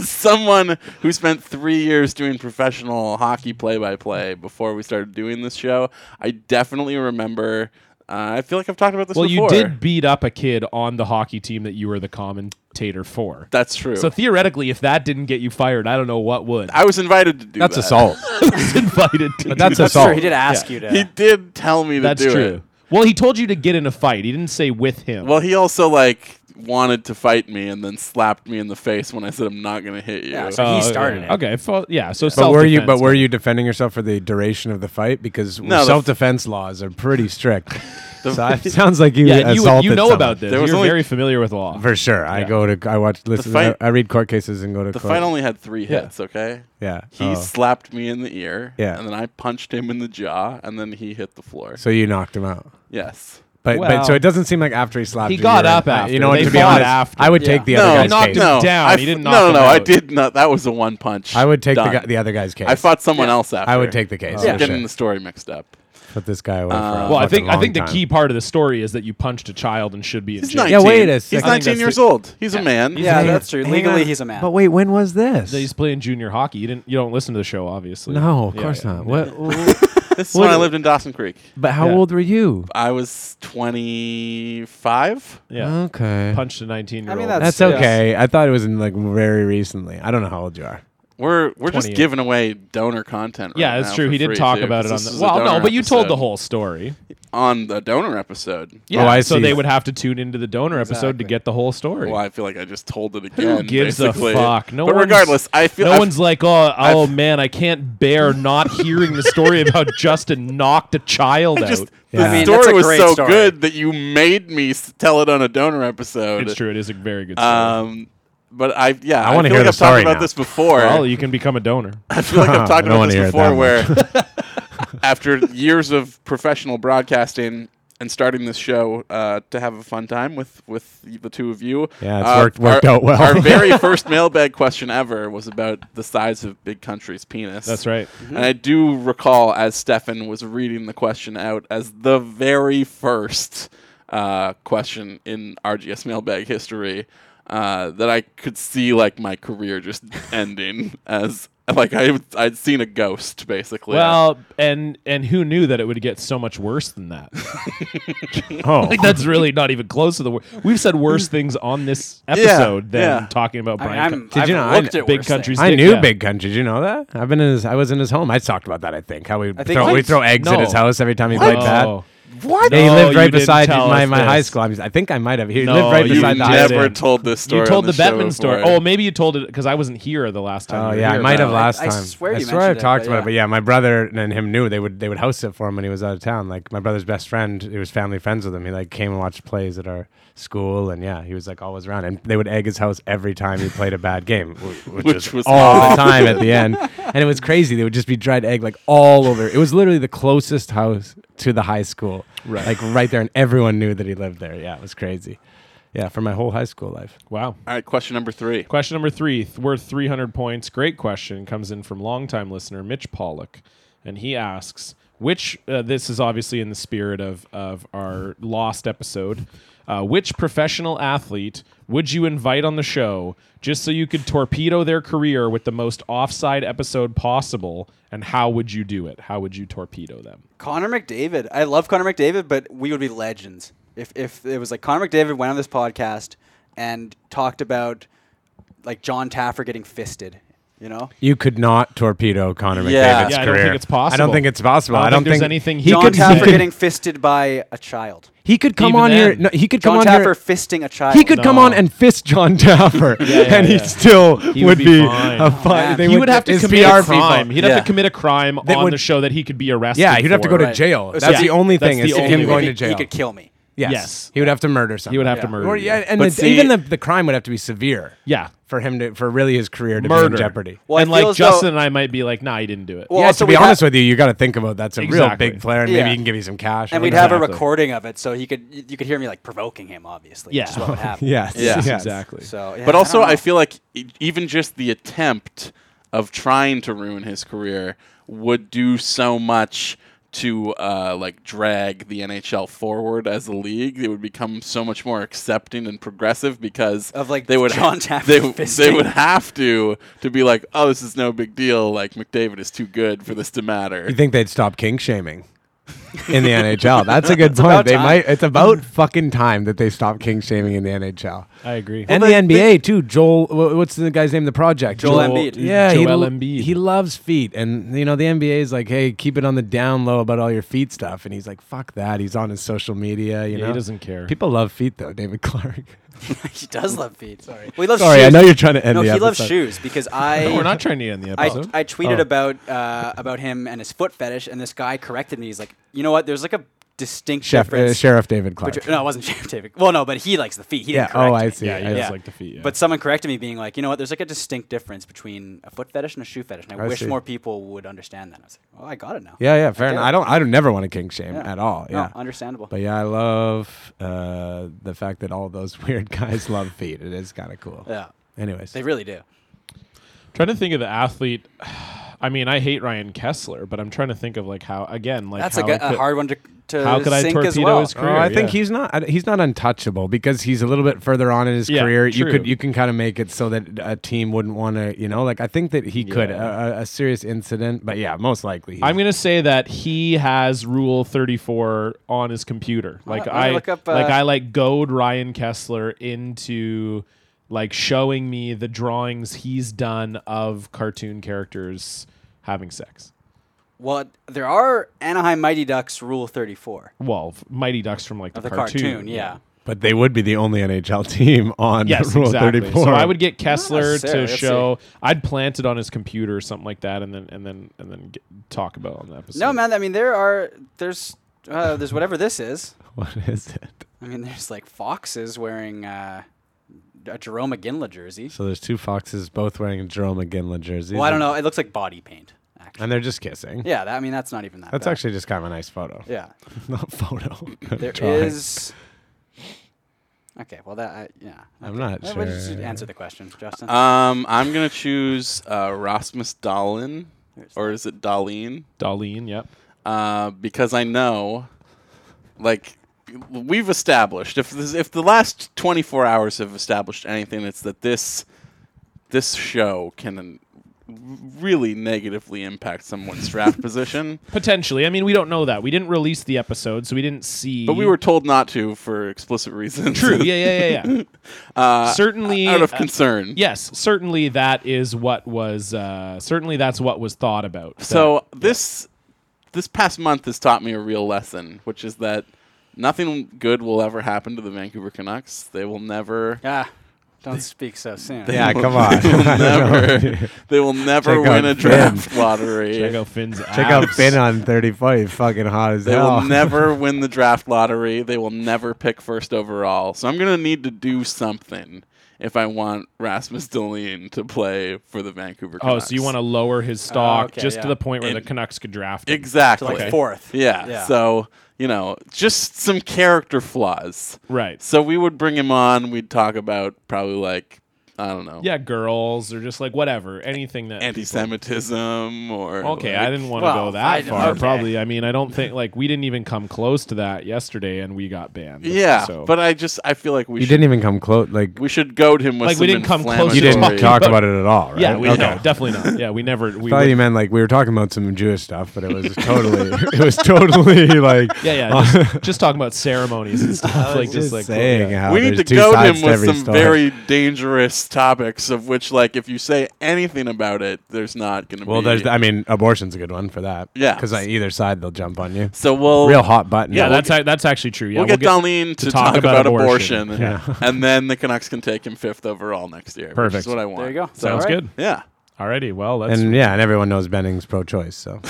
[SPEAKER 1] someone who spent three years doing professional hockey play-by-play before we started doing this show, I definitely remember. Uh, I feel like I've talked about this
[SPEAKER 2] Well, you
[SPEAKER 1] before.
[SPEAKER 2] did beat up a kid on the hockey team that you were the commentator for.
[SPEAKER 1] That's true.
[SPEAKER 2] So theoretically, if that didn't get you fired, I don't know what would. I
[SPEAKER 1] I was invited to do
[SPEAKER 4] that's
[SPEAKER 1] that.
[SPEAKER 4] assault.
[SPEAKER 2] was invited to.
[SPEAKER 4] But that's
[SPEAKER 2] do-
[SPEAKER 3] Sure,
[SPEAKER 4] assault.
[SPEAKER 3] he did ask you to.
[SPEAKER 1] He did tell me to
[SPEAKER 2] That's
[SPEAKER 1] do
[SPEAKER 2] true. Well, he told you to get in a fight. He didn't say with him.
[SPEAKER 1] it. Well, he also like wanted to fight me and then slapped me in the face when I said I'm not going to hit you.
[SPEAKER 3] Yeah, so he started it.
[SPEAKER 2] Okay, fo- Oh, yeah. So,
[SPEAKER 4] But were you but
[SPEAKER 2] self-defense.
[SPEAKER 4] were you defending yourself for the duration of the fight? Because
[SPEAKER 1] No, the-
[SPEAKER 4] self defense laws are pretty strict. so
[SPEAKER 1] The-
[SPEAKER 4] it sounds like you
[SPEAKER 2] Yeah, you,
[SPEAKER 4] assaulted
[SPEAKER 2] you know
[SPEAKER 4] someone.
[SPEAKER 2] about this.
[SPEAKER 1] There was
[SPEAKER 2] You're
[SPEAKER 1] only-
[SPEAKER 2] very familiar with law.
[SPEAKER 4] for sure. I
[SPEAKER 2] Yeah.
[SPEAKER 4] go to I watch listen.
[SPEAKER 1] fight-
[SPEAKER 4] I, I read court cases and go to
[SPEAKER 1] The
[SPEAKER 4] court.
[SPEAKER 1] fight only had three
[SPEAKER 2] Yeah.
[SPEAKER 1] hits. Okay.
[SPEAKER 4] yeah.
[SPEAKER 1] He
[SPEAKER 4] Oh.
[SPEAKER 1] slapped me in the ear.
[SPEAKER 4] Yeah.
[SPEAKER 1] And then I punched him in the jaw, and then he hit the floor.
[SPEAKER 4] so you knocked him out.
[SPEAKER 1] yes.
[SPEAKER 4] But, but
[SPEAKER 2] Well-
[SPEAKER 4] so it doesn't seem like after he slapped
[SPEAKER 2] He
[SPEAKER 4] you,
[SPEAKER 2] got
[SPEAKER 4] you were-
[SPEAKER 2] up after.
[SPEAKER 4] You know what?
[SPEAKER 2] They
[SPEAKER 4] To be
[SPEAKER 2] fought
[SPEAKER 4] honest,
[SPEAKER 2] after.
[SPEAKER 4] I would
[SPEAKER 3] Yeah.
[SPEAKER 4] take the
[SPEAKER 1] no,
[SPEAKER 4] other
[SPEAKER 2] he
[SPEAKER 4] guy's
[SPEAKER 2] knocked
[SPEAKER 4] case.
[SPEAKER 2] him
[SPEAKER 1] no,
[SPEAKER 2] down.
[SPEAKER 1] I
[SPEAKER 2] He didn't
[SPEAKER 1] f-
[SPEAKER 2] knock
[SPEAKER 1] no,
[SPEAKER 2] him
[SPEAKER 1] no, I
[SPEAKER 2] out.
[SPEAKER 1] did not. That was a one punch.
[SPEAKER 4] I would take the,
[SPEAKER 1] Done.
[SPEAKER 4] guy, the other guy's case.
[SPEAKER 1] I fought someone else after.
[SPEAKER 4] I would take the case.
[SPEAKER 1] So
[SPEAKER 4] for
[SPEAKER 1] I'm getting
[SPEAKER 4] sure.
[SPEAKER 1] the story mixed up.
[SPEAKER 4] Put this guy away. for a
[SPEAKER 2] Oh. Well, I
[SPEAKER 4] fucking
[SPEAKER 2] think I
[SPEAKER 4] long
[SPEAKER 2] think the
[SPEAKER 4] time.
[SPEAKER 2] key part of the story is that you punched a child and should be in
[SPEAKER 1] He's
[SPEAKER 2] jail.
[SPEAKER 1] 19.
[SPEAKER 4] Yeah, wait a
[SPEAKER 1] He's
[SPEAKER 4] second. I think
[SPEAKER 1] 19
[SPEAKER 4] that's
[SPEAKER 1] years
[SPEAKER 4] the-
[SPEAKER 1] old. He's a man.
[SPEAKER 3] yeah,
[SPEAKER 4] Hang on.
[SPEAKER 3] that's true.
[SPEAKER 4] Hang
[SPEAKER 3] Legally,
[SPEAKER 4] on.
[SPEAKER 3] he's a man.
[SPEAKER 4] But wait, when was this?
[SPEAKER 2] He's playing junior hockey. You didn't. You don't listen to the show, obviously.
[SPEAKER 4] no, of
[SPEAKER 2] Yeah,
[SPEAKER 4] course
[SPEAKER 2] yeah.
[SPEAKER 4] not. What? what-
[SPEAKER 1] This is when
[SPEAKER 4] What-
[SPEAKER 1] I lived in Dawson Creek.
[SPEAKER 4] but how
[SPEAKER 2] Yeah.
[SPEAKER 4] old were you?
[SPEAKER 1] I was 25.
[SPEAKER 2] Yeah.
[SPEAKER 4] Okay.
[SPEAKER 2] Punched a 19 year
[SPEAKER 3] I
[SPEAKER 2] old.
[SPEAKER 3] mean,
[SPEAKER 4] That's
[SPEAKER 3] Yeah.
[SPEAKER 4] okay. I thought it was in like very recently. I don't know how old you are.
[SPEAKER 1] We're we're just
[SPEAKER 2] 28.
[SPEAKER 1] giving away donor content. Right
[SPEAKER 2] yeah, that's
[SPEAKER 1] now
[SPEAKER 2] true.
[SPEAKER 1] for
[SPEAKER 2] He did
[SPEAKER 1] free,
[SPEAKER 2] talk
[SPEAKER 1] too,
[SPEAKER 2] about
[SPEAKER 1] 'cause
[SPEAKER 2] it on
[SPEAKER 1] this
[SPEAKER 2] the.
[SPEAKER 1] is a
[SPEAKER 2] Well, no,
[SPEAKER 1] donor
[SPEAKER 2] but you told the
[SPEAKER 1] episode. Oh,
[SPEAKER 2] whole story.
[SPEAKER 1] on the donor episode.
[SPEAKER 2] Yeah,
[SPEAKER 4] I
[SPEAKER 2] so
[SPEAKER 4] see.
[SPEAKER 2] they would have to tune into the donor episode to
[SPEAKER 3] Exactly.
[SPEAKER 2] get the whole story.
[SPEAKER 1] Well, I feel like I just told it again.
[SPEAKER 2] Who gives
[SPEAKER 1] basically.
[SPEAKER 2] a fuck? No
[SPEAKER 1] but
[SPEAKER 2] one's-
[SPEAKER 1] regardless, I feel
[SPEAKER 2] no
[SPEAKER 1] I've-
[SPEAKER 2] one's like, oh, oh
[SPEAKER 1] I've-
[SPEAKER 2] man, I can't bear not hearing the story about Justin knocked a child out.
[SPEAKER 1] just the
[SPEAKER 4] Yeah. I mean,
[SPEAKER 3] that's
[SPEAKER 1] story
[SPEAKER 3] a
[SPEAKER 1] was
[SPEAKER 3] great
[SPEAKER 1] so
[SPEAKER 3] story.
[SPEAKER 1] good that you made me s- tell it on a donor episode.
[SPEAKER 2] it's true. It is a very good story.
[SPEAKER 1] Um, but I yeah, I,
[SPEAKER 4] wanna
[SPEAKER 1] feel like
[SPEAKER 4] hear
[SPEAKER 1] I've
[SPEAKER 4] the
[SPEAKER 1] talked
[SPEAKER 4] story
[SPEAKER 1] about
[SPEAKER 4] now.
[SPEAKER 1] this before.
[SPEAKER 2] well, you can become a donor.
[SPEAKER 1] I feel like I've talked
[SPEAKER 4] I don't
[SPEAKER 1] about
[SPEAKER 4] wanna
[SPEAKER 1] this
[SPEAKER 4] hear it
[SPEAKER 1] before
[SPEAKER 4] that
[SPEAKER 1] where after years of professional broadcasting and starting this show uh, to have a fun time with, with the two of you.
[SPEAKER 4] Yeah, it's
[SPEAKER 1] uh,
[SPEAKER 4] worked- worked
[SPEAKER 1] our,
[SPEAKER 4] out well.
[SPEAKER 1] our very first mailbag question ever was about the size of Big Country's penis.
[SPEAKER 2] That's right.
[SPEAKER 1] Mm-hmm. And I do recall as Stefan was reading the question out as the very first uh, question in RGS mailbag history uh, that I could see like my career just ending as like I I'd seen a ghost basically.
[SPEAKER 2] Well, and and who knew that it would get so much worse than that?
[SPEAKER 4] Oh,
[SPEAKER 2] like that's really not even close to the. Wor- We've said worse things on this episode than
[SPEAKER 1] yeah.
[SPEAKER 2] talking about
[SPEAKER 3] I mean,
[SPEAKER 2] Brian.
[SPEAKER 3] I'm,
[SPEAKER 4] Did
[SPEAKER 3] I've
[SPEAKER 4] you know, I-
[SPEAKER 3] looked at
[SPEAKER 2] Big
[SPEAKER 3] worse
[SPEAKER 2] countries.
[SPEAKER 3] things.
[SPEAKER 4] I
[SPEAKER 2] dick,
[SPEAKER 4] knew
[SPEAKER 2] yeah.
[SPEAKER 4] Big Country. Did you know that? I've been in his. I was in his home. I talked about that. I think how we
[SPEAKER 3] think-
[SPEAKER 4] throw, we
[SPEAKER 3] What?
[SPEAKER 4] throw eggs at
[SPEAKER 2] No.
[SPEAKER 4] his house every time he
[SPEAKER 2] Like
[SPEAKER 4] played that.
[SPEAKER 2] What?
[SPEAKER 4] Yeah, he lived right
[SPEAKER 2] Oh. you didn't
[SPEAKER 4] beside
[SPEAKER 2] tell
[SPEAKER 4] my,
[SPEAKER 2] us
[SPEAKER 4] my high
[SPEAKER 2] this.
[SPEAKER 4] school. I, mean, I think I might have. He
[SPEAKER 2] No,
[SPEAKER 4] lived right
[SPEAKER 2] you
[SPEAKER 4] beside
[SPEAKER 1] You've
[SPEAKER 4] the high
[SPEAKER 1] never
[SPEAKER 4] school.
[SPEAKER 2] didn't.
[SPEAKER 1] told this story.
[SPEAKER 2] You told
[SPEAKER 1] on
[SPEAKER 2] the
[SPEAKER 1] show
[SPEAKER 2] Bettman story.
[SPEAKER 1] before.
[SPEAKER 2] Oh, maybe you told it because I wasn't here the last time.
[SPEAKER 4] Oh
[SPEAKER 2] you were
[SPEAKER 4] yeah, I
[SPEAKER 2] here.
[SPEAKER 4] might have
[SPEAKER 2] No.
[SPEAKER 4] last
[SPEAKER 3] I
[SPEAKER 4] time.
[SPEAKER 3] swear
[SPEAKER 4] I
[SPEAKER 3] you
[SPEAKER 4] swear
[SPEAKER 3] mentioned
[SPEAKER 4] I've
[SPEAKER 3] it,
[SPEAKER 4] talked
[SPEAKER 3] but
[SPEAKER 4] about
[SPEAKER 3] yeah.
[SPEAKER 4] it, but yeah, my brother and him knew they would they would house it for him when he was out of town. Like my brother's best friend, he was family friends with him. He like came and watched plays at our school, and yeah, he was like always around. And they would egg his house every time he played a bad game, wh-
[SPEAKER 2] Oh,
[SPEAKER 4] which,
[SPEAKER 1] Which
[SPEAKER 4] was,
[SPEAKER 1] was
[SPEAKER 4] all the time at the end. And it was crazy. They would just be dried egg like all over. It was literally the closest house to the high school, right? Like right there, and everyone knew that he lived there. Yeah, it was crazy. Yeah, for my whole high school life.
[SPEAKER 2] Wow.
[SPEAKER 1] All right, question number three.
[SPEAKER 2] Question number three, th- worth 300 points. Great question. Comes in from longtime listener Mitch Pollock. And he asks, which, uh, this is obviously in the spirit of, of our lost episode, uh, which professional athlete would you invite on the show just so you could torpedo their career with the most offside episode possible? And how would you do it? How would you torpedo them?
[SPEAKER 3] Connor McDavid. I love Connor McDavid, but we would be legends if if it was like Connor McDavid went on this podcast and talked about like John Taffer getting fisted. You know,
[SPEAKER 4] You could not torpedo Connor
[SPEAKER 1] Yeah.
[SPEAKER 4] McDavid's
[SPEAKER 2] Yeah, I
[SPEAKER 4] career.
[SPEAKER 2] don't think it's
[SPEAKER 4] I don't
[SPEAKER 2] possible.
[SPEAKER 4] think it's possible.
[SPEAKER 2] I don't
[SPEAKER 4] I don't
[SPEAKER 2] think there's
[SPEAKER 4] think
[SPEAKER 2] anything he
[SPEAKER 3] John
[SPEAKER 2] could
[SPEAKER 3] Taffer
[SPEAKER 2] say.
[SPEAKER 3] getting fisted by a child.
[SPEAKER 4] He could come
[SPEAKER 2] Even
[SPEAKER 4] on here.
[SPEAKER 2] then.
[SPEAKER 4] No, he could
[SPEAKER 3] John
[SPEAKER 4] come on
[SPEAKER 3] Taffer
[SPEAKER 4] here.
[SPEAKER 3] fisting a child.
[SPEAKER 4] He could come on and fist John Taffer, and he
[SPEAKER 2] yeah.
[SPEAKER 4] still
[SPEAKER 2] He
[SPEAKER 4] would
[SPEAKER 2] would
[SPEAKER 4] be,
[SPEAKER 2] be fine.
[SPEAKER 4] a fine.
[SPEAKER 3] man.
[SPEAKER 4] they
[SPEAKER 3] He
[SPEAKER 2] he would have to
[SPEAKER 4] his
[SPEAKER 2] commit
[SPEAKER 4] PR
[SPEAKER 2] a
[SPEAKER 4] people.
[SPEAKER 2] crime. He'd
[SPEAKER 3] Yeah.
[SPEAKER 2] have to commit a crime
[SPEAKER 4] That
[SPEAKER 2] on
[SPEAKER 4] would-
[SPEAKER 2] the show that he could be arrested.
[SPEAKER 4] Yeah, he'd have to
[SPEAKER 2] for.
[SPEAKER 4] go to
[SPEAKER 3] Right.
[SPEAKER 4] jail.
[SPEAKER 3] Yeah.
[SPEAKER 4] That's the only
[SPEAKER 2] That's
[SPEAKER 4] thing.
[SPEAKER 2] the
[SPEAKER 4] is
[SPEAKER 2] only
[SPEAKER 4] him
[SPEAKER 2] thing.
[SPEAKER 4] going
[SPEAKER 3] he,
[SPEAKER 4] to jail.
[SPEAKER 3] He could kill me.
[SPEAKER 4] Yes.
[SPEAKER 2] Yes.
[SPEAKER 4] He would have to murder someone.
[SPEAKER 2] He would have to
[SPEAKER 3] Yeah.
[SPEAKER 2] murder.
[SPEAKER 4] Or,
[SPEAKER 2] you.
[SPEAKER 4] yeah, and
[SPEAKER 1] But
[SPEAKER 4] the,
[SPEAKER 1] see-
[SPEAKER 4] even the, the crime would have to be severe.
[SPEAKER 2] Yeah.
[SPEAKER 4] For him to, for really his career to be
[SPEAKER 2] Murder.
[SPEAKER 4] in jeopardy.
[SPEAKER 3] Well,
[SPEAKER 2] and
[SPEAKER 3] I feel
[SPEAKER 2] like
[SPEAKER 3] as though-
[SPEAKER 2] Justin and I might be like, nah, he didn't do it.
[SPEAKER 3] Well,
[SPEAKER 4] yeah,
[SPEAKER 3] also
[SPEAKER 4] to be
[SPEAKER 3] we'd
[SPEAKER 4] honest
[SPEAKER 3] ha-
[SPEAKER 4] with you, you got to think about that's a
[SPEAKER 2] Exactly.
[SPEAKER 4] real big player, and maybe
[SPEAKER 3] Yeah.
[SPEAKER 4] he can give you some cash. or
[SPEAKER 3] and we'd
[SPEAKER 4] whatever.
[SPEAKER 3] have a
[SPEAKER 2] Exactly.
[SPEAKER 3] recording of it, so he could you could hear me like provoking him, obviously. which
[SPEAKER 2] Yeah.
[SPEAKER 3] is what would happen.
[SPEAKER 4] Yes.
[SPEAKER 1] Yeah.
[SPEAKER 4] yes.
[SPEAKER 2] Exactly.
[SPEAKER 3] So, yeah,
[SPEAKER 1] but also,
[SPEAKER 3] don't
[SPEAKER 1] I,
[SPEAKER 3] know.
[SPEAKER 1] feel like e- even just the attempt of trying to ruin his career would do so much to uh, like drag the NHL forward as a league. It would become so much more accepting and progressive because
[SPEAKER 3] Of, like,
[SPEAKER 1] they would
[SPEAKER 3] John
[SPEAKER 1] ha-
[SPEAKER 3] Taffer
[SPEAKER 1] they, w- they
[SPEAKER 3] fisting.
[SPEAKER 1] would have to to be like, oh, this is no big deal. Like McDavid is too good for this to matter.
[SPEAKER 4] You think they'd stop kink shaming in the NHL? That's a good point.
[SPEAKER 3] about
[SPEAKER 4] They
[SPEAKER 3] time.
[SPEAKER 4] might. It's about fucking time that they stop kink shaming in the NHL
[SPEAKER 2] I agree.
[SPEAKER 4] and the NBA too. Joel, wha- what's the guy's name? in The project.
[SPEAKER 3] Joel Joel- Embiid.
[SPEAKER 4] Yeah, he,
[SPEAKER 2] Joel
[SPEAKER 4] lo-
[SPEAKER 2] Embiid.
[SPEAKER 4] he loves feet, and you know the NBA is like, hey, keep it on the down low about all your feet stuff, and he's like, fuck that. He's on his social media. You
[SPEAKER 2] Yeah,
[SPEAKER 4] know,
[SPEAKER 2] he doesn't care.
[SPEAKER 4] People love feet though. David Clark.
[SPEAKER 3] he does love feet. Sorry, we love.
[SPEAKER 4] Sorry, I
[SPEAKER 3] shoes.
[SPEAKER 4] know you're trying to end
[SPEAKER 3] No,
[SPEAKER 4] the
[SPEAKER 3] he loves
[SPEAKER 4] episode.
[SPEAKER 3] shoes because I.
[SPEAKER 2] We're not trying to end the
[SPEAKER 3] I,
[SPEAKER 2] episode.
[SPEAKER 3] I
[SPEAKER 4] Oh.
[SPEAKER 3] tweeted about uh, about him and his foot fetish, and this guy corrected me. He's like, you know what? There's like a distinct
[SPEAKER 4] Chef, uh,
[SPEAKER 3] difference.
[SPEAKER 4] Sheriff David Clark.
[SPEAKER 3] between- no, it wasn't Sheriff David. Well, no, but he likes the feet. He
[SPEAKER 4] yeah.
[SPEAKER 3] didn't correct
[SPEAKER 4] Oh, I
[SPEAKER 3] me.
[SPEAKER 4] see.
[SPEAKER 2] yeah, he
[SPEAKER 4] I
[SPEAKER 2] does
[SPEAKER 3] yeah.
[SPEAKER 2] like the feet. Yeah.
[SPEAKER 3] But someone corrected me, being like, you know what? There's like a distinct difference between a foot fetish and a shoe fetish, and I,
[SPEAKER 4] I
[SPEAKER 3] wish
[SPEAKER 4] see.
[SPEAKER 3] more people would understand that. I was like, well, I got it now.
[SPEAKER 4] Yeah, yeah, fair enough.
[SPEAKER 3] it.
[SPEAKER 4] I don't, I don't never want to kink shame
[SPEAKER 3] Yeah.
[SPEAKER 4] at all.
[SPEAKER 3] No,
[SPEAKER 4] Yeah,
[SPEAKER 3] understandable.
[SPEAKER 4] But yeah, I love uh, the fact that all those weird guys love feet. It is kind of cool.
[SPEAKER 3] yeah,
[SPEAKER 4] Anyways,
[SPEAKER 3] they really do.
[SPEAKER 2] trying to think of the athlete. I mean, I hate Ryan Kessler, but I'm trying to think of like how again, like
[SPEAKER 3] That's
[SPEAKER 2] how
[SPEAKER 3] a, good,
[SPEAKER 2] I
[SPEAKER 3] a
[SPEAKER 2] could-
[SPEAKER 3] hard one to, to
[SPEAKER 2] how could I
[SPEAKER 3] sink as
[SPEAKER 2] torpedo
[SPEAKER 3] well.
[SPEAKER 2] his
[SPEAKER 4] Oh,
[SPEAKER 2] career?
[SPEAKER 4] I think
[SPEAKER 2] yeah.
[SPEAKER 4] he's not. I- He's not untouchable because he's a little bit further on in his
[SPEAKER 2] Yeah,
[SPEAKER 4] career. You could
[SPEAKER 2] true.
[SPEAKER 4] you can kind of make it so that a team wouldn't want to. You know, like I think that he could
[SPEAKER 2] Yeah.
[SPEAKER 4] a, a- a serious incident. But yeah, most likely. he's-
[SPEAKER 2] I'm gonna say that he has Rule 34 on his computer. Like
[SPEAKER 3] I'm gonna
[SPEAKER 2] I,
[SPEAKER 3] look up,
[SPEAKER 2] like
[SPEAKER 3] uh,
[SPEAKER 2] I like goad Ryan Kessler into like showing me the drawings he's done of cartoon characters having sex.
[SPEAKER 3] Well, there are Anaheim Mighty Ducks Rule 34
[SPEAKER 2] Well, f- Mighty Ducks from like the,
[SPEAKER 3] of the cartoon. yeah.
[SPEAKER 4] But they would be the only NHL team on
[SPEAKER 2] Yes,
[SPEAKER 4] Rule
[SPEAKER 2] exactly.
[SPEAKER 4] 34.
[SPEAKER 2] So I would get Kessler
[SPEAKER 3] necessarily.
[SPEAKER 2] to
[SPEAKER 3] Let's
[SPEAKER 2] show. I'd plant it on his computer or something like that, and then and then and then get, talk about it on the episode.
[SPEAKER 3] No, man. I mean, there are there's uh, there's whatever this is.
[SPEAKER 4] What is it?
[SPEAKER 3] I mean, there's like foxes wearing uh, a Jerome McGinley jersey.
[SPEAKER 4] So there's two foxes both wearing Jerome McGinley jerseys.
[SPEAKER 3] Well, I don't know. It looks like body paint. Actually,
[SPEAKER 4] And they're just kissing.
[SPEAKER 3] yeah. That, I mean, that's not even that.
[SPEAKER 4] That's
[SPEAKER 3] bad.
[SPEAKER 4] actually just kind of a nice photo.
[SPEAKER 3] yeah.
[SPEAKER 4] Not photo.
[SPEAKER 3] There is.
[SPEAKER 4] Drawing.
[SPEAKER 3] Okay. Well, that I, yeah.
[SPEAKER 4] I'm not
[SPEAKER 3] Why don't you just
[SPEAKER 4] sure.
[SPEAKER 3] answer the question, Justin.
[SPEAKER 1] Um, I'm gonna choose uh, Rasmus Dahlin, or is it Dahlin?
[SPEAKER 2] Darlene, yep.
[SPEAKER 1] uh, because I know, like, we've established if this, if the last 24 hours have established anything, it's that this this show can really negatively impact someone's draft position.
[SPEAKER 2] Potentially. I mean, we don't know that. We didn't release the episode, so we didn't see.
[SPEAKER 1] But we were told not to for explicit reasons.
[SPEAKER 2] true. Yeah, yeah, yeah, yeah.
[SPEAKER 1] uh,
[SPEAKER 2] certainly.
[SPEAKER 1] out of
[SPEAKER 2] uh,
[SPEAKER 1] concern.
[SPEAKER 2] yes, certainly that is what was. Uh, certainly that's what was thought about.
[SPEAKER 1] So this this past month has taught me a real lesson, which is that nothing good will ever happen to the Vancouver Canucks. They will never
[SPEAKER 3] ah, don't speak so soon.
[SPEAKER 4] Yeah, come on.
[SPEAKER 1] They will never, they will never
[SPEAKER 4] Check out
[SPEAKER 1] win a draft lottery.
[SPEAKER 2] Check out Finn's
[SPEAKER 4] Check out Finn on 35. Fucking hot as
[SPEAKER 1] they
[SPEAKER 4] hell.
[SPEAKER 1] will never win the draft lottery. They will never pick first overall. So I'm going to need to do something if I want Rasmus Dahlin to play for the Vancouver
[SPEAKER 2] Oh,
[SPEAKER 1] Canucks.
[SPEAKER 2] so you want to lower his stock
[SPEAKER 3] okay,
[SPEAKER 2] just to
[SPEAKER 3] yeah.
[SPEAKER 2] the point where
[SPEAKER 1] In-
[SPEAKER 2] the Canucks could draft him.
[SPEAKER 3] To
[SPEAKER 1] Exactly.
[SPEAKER 3] like fourth.
[SPEAKER 1] Yeah,
[SPEAKER 3] Yeah.
[SPEAKER 1] So, you know, just some character flaws.
[SPEAKER 2] Right.
[SPEAKER 1] So we would bring him on. We'd talk about probably like, I don't know,
[SPEAKER 2] Yeah, girls or just like whatever, anything that.
[SPEAKER 1] anti Semitism or.
[SPEAKER 2] Okay,
[SPEAKER 1] like-
[SPEAKER 2] I didn't want to
[SPEAKER 3] Well,
[SPEAKER 2] go that
[SPEAKER 3] I-
[SPEAKER 2] far.
[SPEAKER 3] okay.
[SPEAKER 2] Probably. I mean, I don't think like we didn't even come close to that yesterday, and we got banned.
[SPEAKER 1] Yeah.
[SPEAKER 2] So.
[SPEAKER 1] But I just, I feel like we
[SPEAKER 4] You
[SPEAKER 1] should.
[SPEAKER 4] didn't even come close. Like,
[SPEAKER 1] We should goad him with
[SPEAKER 2] Like,
[SPEAKER 1] some
[SPEAKER 2] we didn't come close
[SPEAKER 4] you
[SPEAKER 2] to
[SPEAKER 1] inflammatory-
[SPEAKER 4] didn't
[SPEAKER 2] Sorry.
[SPEAKER 4] talk
[SPEAKER 2] But-
[SPEAKER 4] about it at all, right?
[SPEAKER 2] yeah, we,
[SPEAKER 4] okay.
[SPEAKER 2] no, definitely not. Yeah, we never. We
[SPEAKER 4] I thought
[SPEAKER 2] would-
[SPEAKER 4] you meant like we were talking about some Jewish stuff, but it was totally, it was totally like,
[SPEAKER 2] Yeah, yeah. Just, just talking about ceremonies and stuff. like just,
[SPEAKER 4] just
[SPEAKER 2] like
[SPEAKER 4] saying
[SPEAKER 2] yeah.
[SPEAKER 4] how
[SPEAKER 1] we need
[SPEAKER 4] there's
[SPEAKER 1] to
[SPEAKER 4] two
[SPEAKER 1] goad
[SPEAKER 4] sides
[SPEAKER 1] him
[SPEAKER 4] to
[SPEAKER 1] with
[SPEAKER 4] every
[SPEAKER 1] some
[SPEAKER 4] story.
[SPEAKER 1] very dangerous six topics of which, like, if you say anything about it, there's not going to
[SPEAKER 4] Well,
[SPEAKER 1] be.
[SPEAKER 4] there's. I mean, abortion's a good one for that.
[SPEAKER 1] Yeah.
[SPEAKER 4] Because on either side, they'll jump on you.
[SPEAKER 1] so we'll
[SPEAKER 4] Real hot button.
[SPEAKER 2] Yeah, that's ac- that's actually true. Yeah,
[SPEAKER 1] we'll get Darlene to, talk, about, abortion, and then the Canucks can take him fifth overall next year. Which is
[SPEAKER 2] Perfect.
[SPEAKER 1] what I want.
[SPEAKER 3] There you go.
[SPEAKER 2] Sounds
[SPEAKER 3] All right.
[SPEAKER 2] good.
[SPEAKER 1] Yeah.
[SPEAKER 2] Alrighty. Well, let's
[SPEAKER 4] And yeah, and everyone knows Benning's pro-choice. So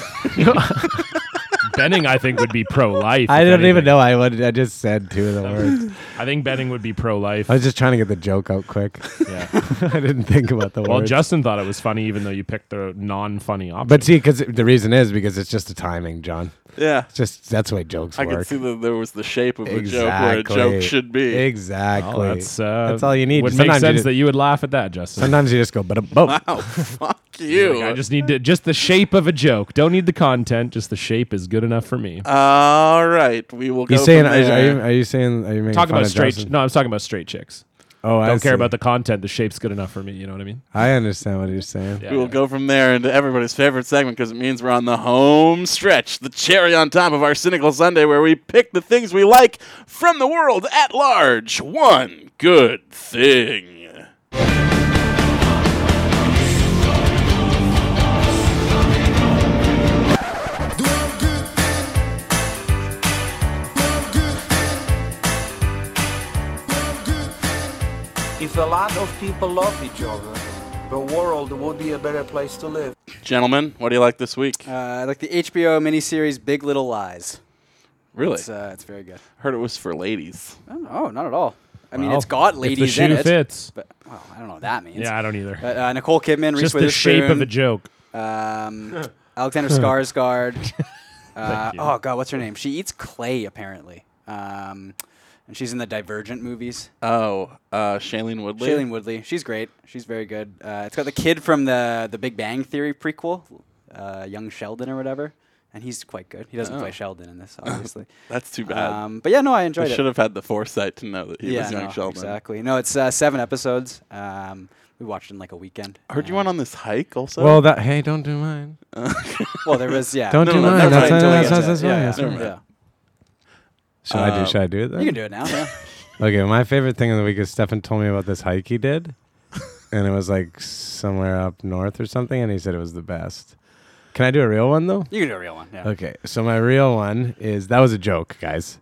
[SPEAKER 2] Benning, I think, would be pro-life.
[SPEAKER 4] I
[SPEAKER 2] if
[SPEAKER 4] don't even
[SPEAKER 2] anything.
[SPEAKER 4] know. I would, I just said two of the words.
[SPEAKER 2] I think Benning would be pro-life.
[SPEAKER 4] I was just trying to get the joke out quick.
[SPEAKER 2] yeah.
[SPEAKER 4] I didn't think about the
[SPEAKER 2] Well,
[SPEAKER 4] words.
[SPEAKER 2] Justin thought it was funny, even though you picked the non-funny option.
[SPEAKER 4] but see, because the reason is because it's just the timing, John.
[SPEAKER 1] Yeah.
[SPEAKER 4] It's just that's the way jokes
[SPEAKER 1] I
[SPEAKER 4] work.
[SPEAKER 1] could see that there was the shape of a joke where a joke should be.
[SPEAKER 4] Exactly.
[SPEAKER 2] Well, that's uh,
[SPEAKER 4] That's all you need.
[SPEAKER 2] Would make
[SPEAKER 4] Sometimes you
[SPEAKER 2] sense
[SPEAKER 4] just-
[SPEAKER 2] that you would laugh at that, Justin.
[SPEAKER 4] Sometimes you just go, but a boat.
[SPEAKER 1] Wow. Oh, Fuck
[SPEAKER 2] Like,
[SPEAKER 1] you.
[SPEAKER 2] I just need to, just the shape of a joke. Don't need the content. Just the shape is good enough for me.
[SPEAKER 1] All right. We will
[SPEAKER 4] You
[SPEAKER 1] go.
[SPEAKER 4] saying?
[SPEAKER 1] from
[SPEAKER 4] Are, you- are
[SPEAKER 1] there.
[SPEAKER 4] you? Are you saying? Are you making
[SPEAKER 2] Talk
[SPEAKER 4] fun
[SPEAKER 2] about
[SPEAKER 4] of
[SPEAKER 2] straight.
[SPEAKER 4] Justin?
[SPEAKER 2] No, I was talking about straight chicks.
[SPEAKER 4] Oh, I
[SPEAKER 2] Don't care
[SPEAKER 4] see.
[SPEAKER 2] about the content. The shape's good enough for me. You know what I mean?
[SPEAKER 4] I understand what you're saying.
[SPEAKER 2] Yeah,
[SPEAKER 1] We will
[SPEAKER 2] yeah.
[SPEAKER 1] go from there into everybody's favorite segment because it means we're on the home stretch, the cherry on top of our cynical Sunday, where we pick the things we like from the world at large. One good thing.
[SPEAKER 9] If a lot of people love each other, the world would be a better place to live.
[SPEAKER 1] Gentlemen, what do you like this week?
[SPEAKER 3] Uh, like the HBO miniseries Big Little Lies.
[SPEAKER 1] really?
[SPEAKER 3] It's, uh, it's very good.
[SPEAKER 1] Heard it was for ladies.
[SPEAKER 3] Oh, oh, not at all. I mean,
[SPEAKER 2] Well,
[SPEAKER 3] it's got
[SPEAKER 2] If the
[SPEAKER 3] ladies
[SPEAKER 2] shoe
[SPEAKER 3] in it.
[SPEAKER 2] fits.
[SPEAKER 3] But well, I don't know what that means.
[SPEAKER 2] Yeah, I don't either.
[SPEAKER 3] But, uh, Nicole Kidman, Reese
[SPEAKER 2] just the shape of a
[SPEAKER 3] Witherspoon,
[SPEAKER 2] joke.
[SPEAKER 3] Um, Alexander Skarsgård. uh, oh God, what's her name? She eats clay apparently, um, and she's in the Divergent movies.
[SPEAKER 1] Oh, uh, Shailene Woodley.
[SPEAKER 3] Shailene Woodley, she's great. She's very good. Uh, it's got the kid from the the Big Bang Theory prequel, uh, young Sheldon or whatever, and he's quite good. He doesn't
[SPEAKER 2] Oh.
[SPEAKER 3] play Sheldon in this, obviously.
[SPEAKER 1] That's too bad.
[SPEAKER 3] um, but yeah, no, I
[SPEAKER 1] I
[SPEAKER 3] enjoyed it.
[SPEAKER 1] should have had the foresight to know that he
[SPEAKER 3] yeah,
[SPEAKER 1] was young
[SPEAKER 3] no,
[SPEAKER 1] Sheldon.
[SPEAKER 3] exactly. No, it's uh, seven episodes. Um, we watched it in like a weekend.
[SPEAKER 1] I heard you
[SPEAKER 3] and-
[SPEAKER 1] went on this hike also.
[SPEAKER 4] Well, that hey, don't do mine.
[SPEAKER 3] Well, there was yeah.
[SPEAKER 4] Don't
[SPEAKER 1] No,
[SPEAKER 4] do
[SPEAKER 1] no, no,
[SPEAKER 4] mine.
[SPEAKER 1] that's
[SPEAKER 4] That's
[SPEAKER 1] fine,
[SPEAKER 4] that's
[SPEAKER 1] don't
[SPEAKER 4] that's
[SPEAKER 1] do
[SPEAKER 4] that's
[SPEAKER 3] yeah,
[SPEAKER 4] fine.
[SPEAKER 3] yeah,
[SPEAKER 4] that's fine.
[SPEAKER 1] never mind.
[SPEAKER 4] Should
[SPEAKER 2] Uh,
[SPEAKER 4] I do? Should I do it? Then?
[SPEAKER 3] You can do it now. Yeah.
[SPEAKER 4] Okay, my favorite thing of the week is Stefan told me about this hike he did, and it was like somewhere up north or something, and he said it was the best. Can I do a real one though?
[SPEAKER 3] You can do a real one. Yeah.
[SPEAKER 4] Okay, so my real one is that was a joke, guys.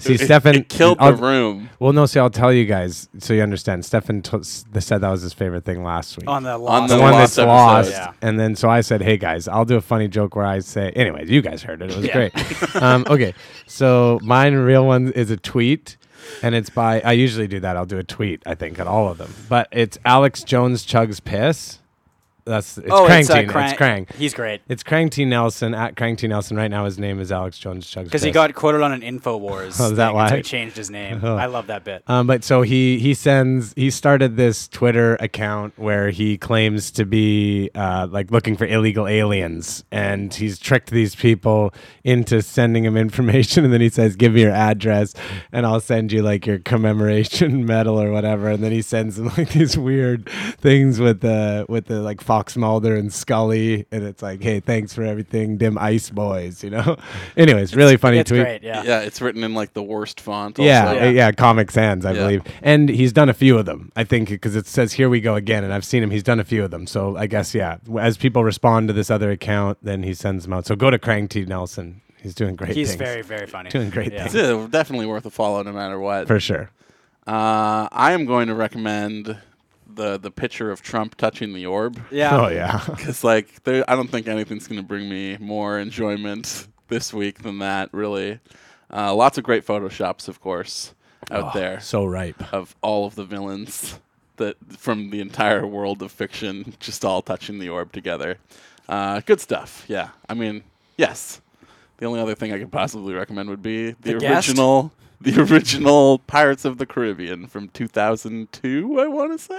[SPEAKER 4] See,
[SPEAKER 1] It-
[SPEAKER 4] Stefan
[SPEAKER 1] it killed
[SPEAKER 4] I'll-
[SPEAKER 1] the room.
[SPEAKER 4] Well, no, see, I'll tell you guys so you understand. Stefan t- said that was his favorite thing last week.
[SPEAKER 3] On the
[SPEAKER 1] On
[SPEAKER 3] lost
[SPEAKER 1] the
[SPEAKER 4] the one
[SPEAKER 1] lost
[SPEAKER 4] that's
[SPEAKER 1] episode.
[SPEAKER 4] lost.
[SPEAKER 3] Yeah.
[SPEAKER 4] And then so I said, "Hey guys, I'll do a funny joke where I say." Anyway, you guys heard it. It was great. um, okay, so mine real one is a tweet, and it's by. I usually do that. I'll do a tweet. I think at all of them, but it's Alex Jones chugs piss. That's it's
[SPEAKER 3] oh,
[SPEAKER 4] Krang
[SPEAKER 3] it's, uh,
[SPEAKER 4] Teen,
[SPEAKER 3] Krang.
[SPEAKER 4] It's Krang.
[SPEAKER 3] He's great.
[SPEAKER 4] It's Krang T Nelson at Krang T Nelson. Right now, his name is Alex Jones chugs.
[SPEAKER 3] Because he
[SPEAKER 4] piss.
[SPEAKER 3] got quoted on an InfoWars.
[SPEAKER 4] Oh, is that
[SPEAKER 3] thing, and so
[SPEAKER 4] why?
[SPEAKER 3] he changed his name. I love that bit.
[SPEAKER 4] Um, but so he he sends he started this Twitter account where he claims to be uh, like looking for illegal aliens, and he's tricked these people into sending him information, and then he says, "Give me your address, and I'll send you like your commemoration medal or whatever." And then he sends them like these weird things with the with the like Fox Mulder and Scully, and it's like, "Hey, thanks for everything, dim ice boys," you know. Anyways, really funny
[SPEAKER 3] It's
[SPEAKER 4] tweet.
[SPEAKER 3] great. Yeah.
[SPEAKER 1] Yeah, it's written in like the worst font.
[SPEAKER 4] Yeah,
[SPEAKER 1] also.
[SPEAKER 4] uh, yeah, Comic Sans, I
[SPEAKER 1] Yeah.
[SPEAKER 4] believe. And he's done a few of them, I think, because it says "Here we go again," and I've seen him. He's done a few of them, so I guess yeah. w- As people respond to this other account, then he sends them out. So go to Krang T Nelson. He's doing great.
[SPEAKER 3] He's
[SPEAKER 4] things.
[SPEAKER 3] very, very funny.
[SPEAKER 4] doing great
[SPEAKER 3] Yeah.
[SPEAKER 4] things
[SPEAKER 1] Yeah, definitely worth a follow no matter what.
[SPEAKER 4] for sure.
[SPEAKER 1] Uh, I am going to recommend the the picture of Trump touching the orb
[SPEAKER 3] Yeah.
[SPEAKER 4] Oh yeah,
[SPEAKER 1] because like there, I don't think anything's going to bring me more enjoyment this week than that. Really, uh, lots of great photoshops, of course, out there
[SPEAKER 4] so ripe.
[SPEAKER 1] of all of the villains that from the entire world of fiction, just all touching the orb together. Uh, good stuff. Yeah, I mean, yes. The only other thing I could possibly recommend would be the,
[SPEAKER 3] The Guest?
[SPEAKER 1] original, the original Pirates of the Caribbean from 2002. I want to say.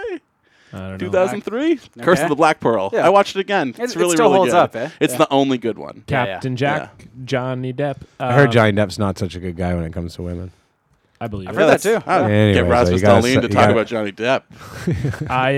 [SPEAKER 2] I don't know.
[SPEAKER 1] 2003, Curse of the Black Pearl.
[SPEAKER 3] Yeah.
[SPEAKER 1] I watched it again. It's,
[SPEAKER 3] it
[SPEAKER 1] really
[SPEAKER 3] still
[SPEAKER 1] really
[SPEAKER 3] holds
[SPEAKER 1] good.
[SPEAKER 3] up, eh?
[SPEAKER 1] It's the only good one.
[SPEAKER 3] Yeah, yeah.
[SPEAKER 2] Captain Jack, Johnny Depp.
[SPEAKER 4] I heard
[SPEAKER 2] um,
[SPEAKER 4] Johnny Depp's not such a good guy when it comes to women.
[SPEAKER 2] I believe.
[SPEAKER 3] I've
[SPEAKER 2] it.
[SPEAKER 3] heard that too.
[SPEAKER 1] I
[SPEAKER 3] Yeah.
[SPEAKER 1] Ah. get
[SPEAKER 4] Anyway, so
[SPEAKER 2] uh,
[SPEAKER 1] Rasmus
[SPEAKER 4] you gotta
[SPEAKER 1] Dahlin
[SPEAKER 4] set-
[SPEAKER 1] to
[SPEAKER 4] you
[SPEAKER 1] talk
[SPEAKER 4] gotta-
[SPEAKER 1] about Johnny Depp.
[SPEAKER 2] I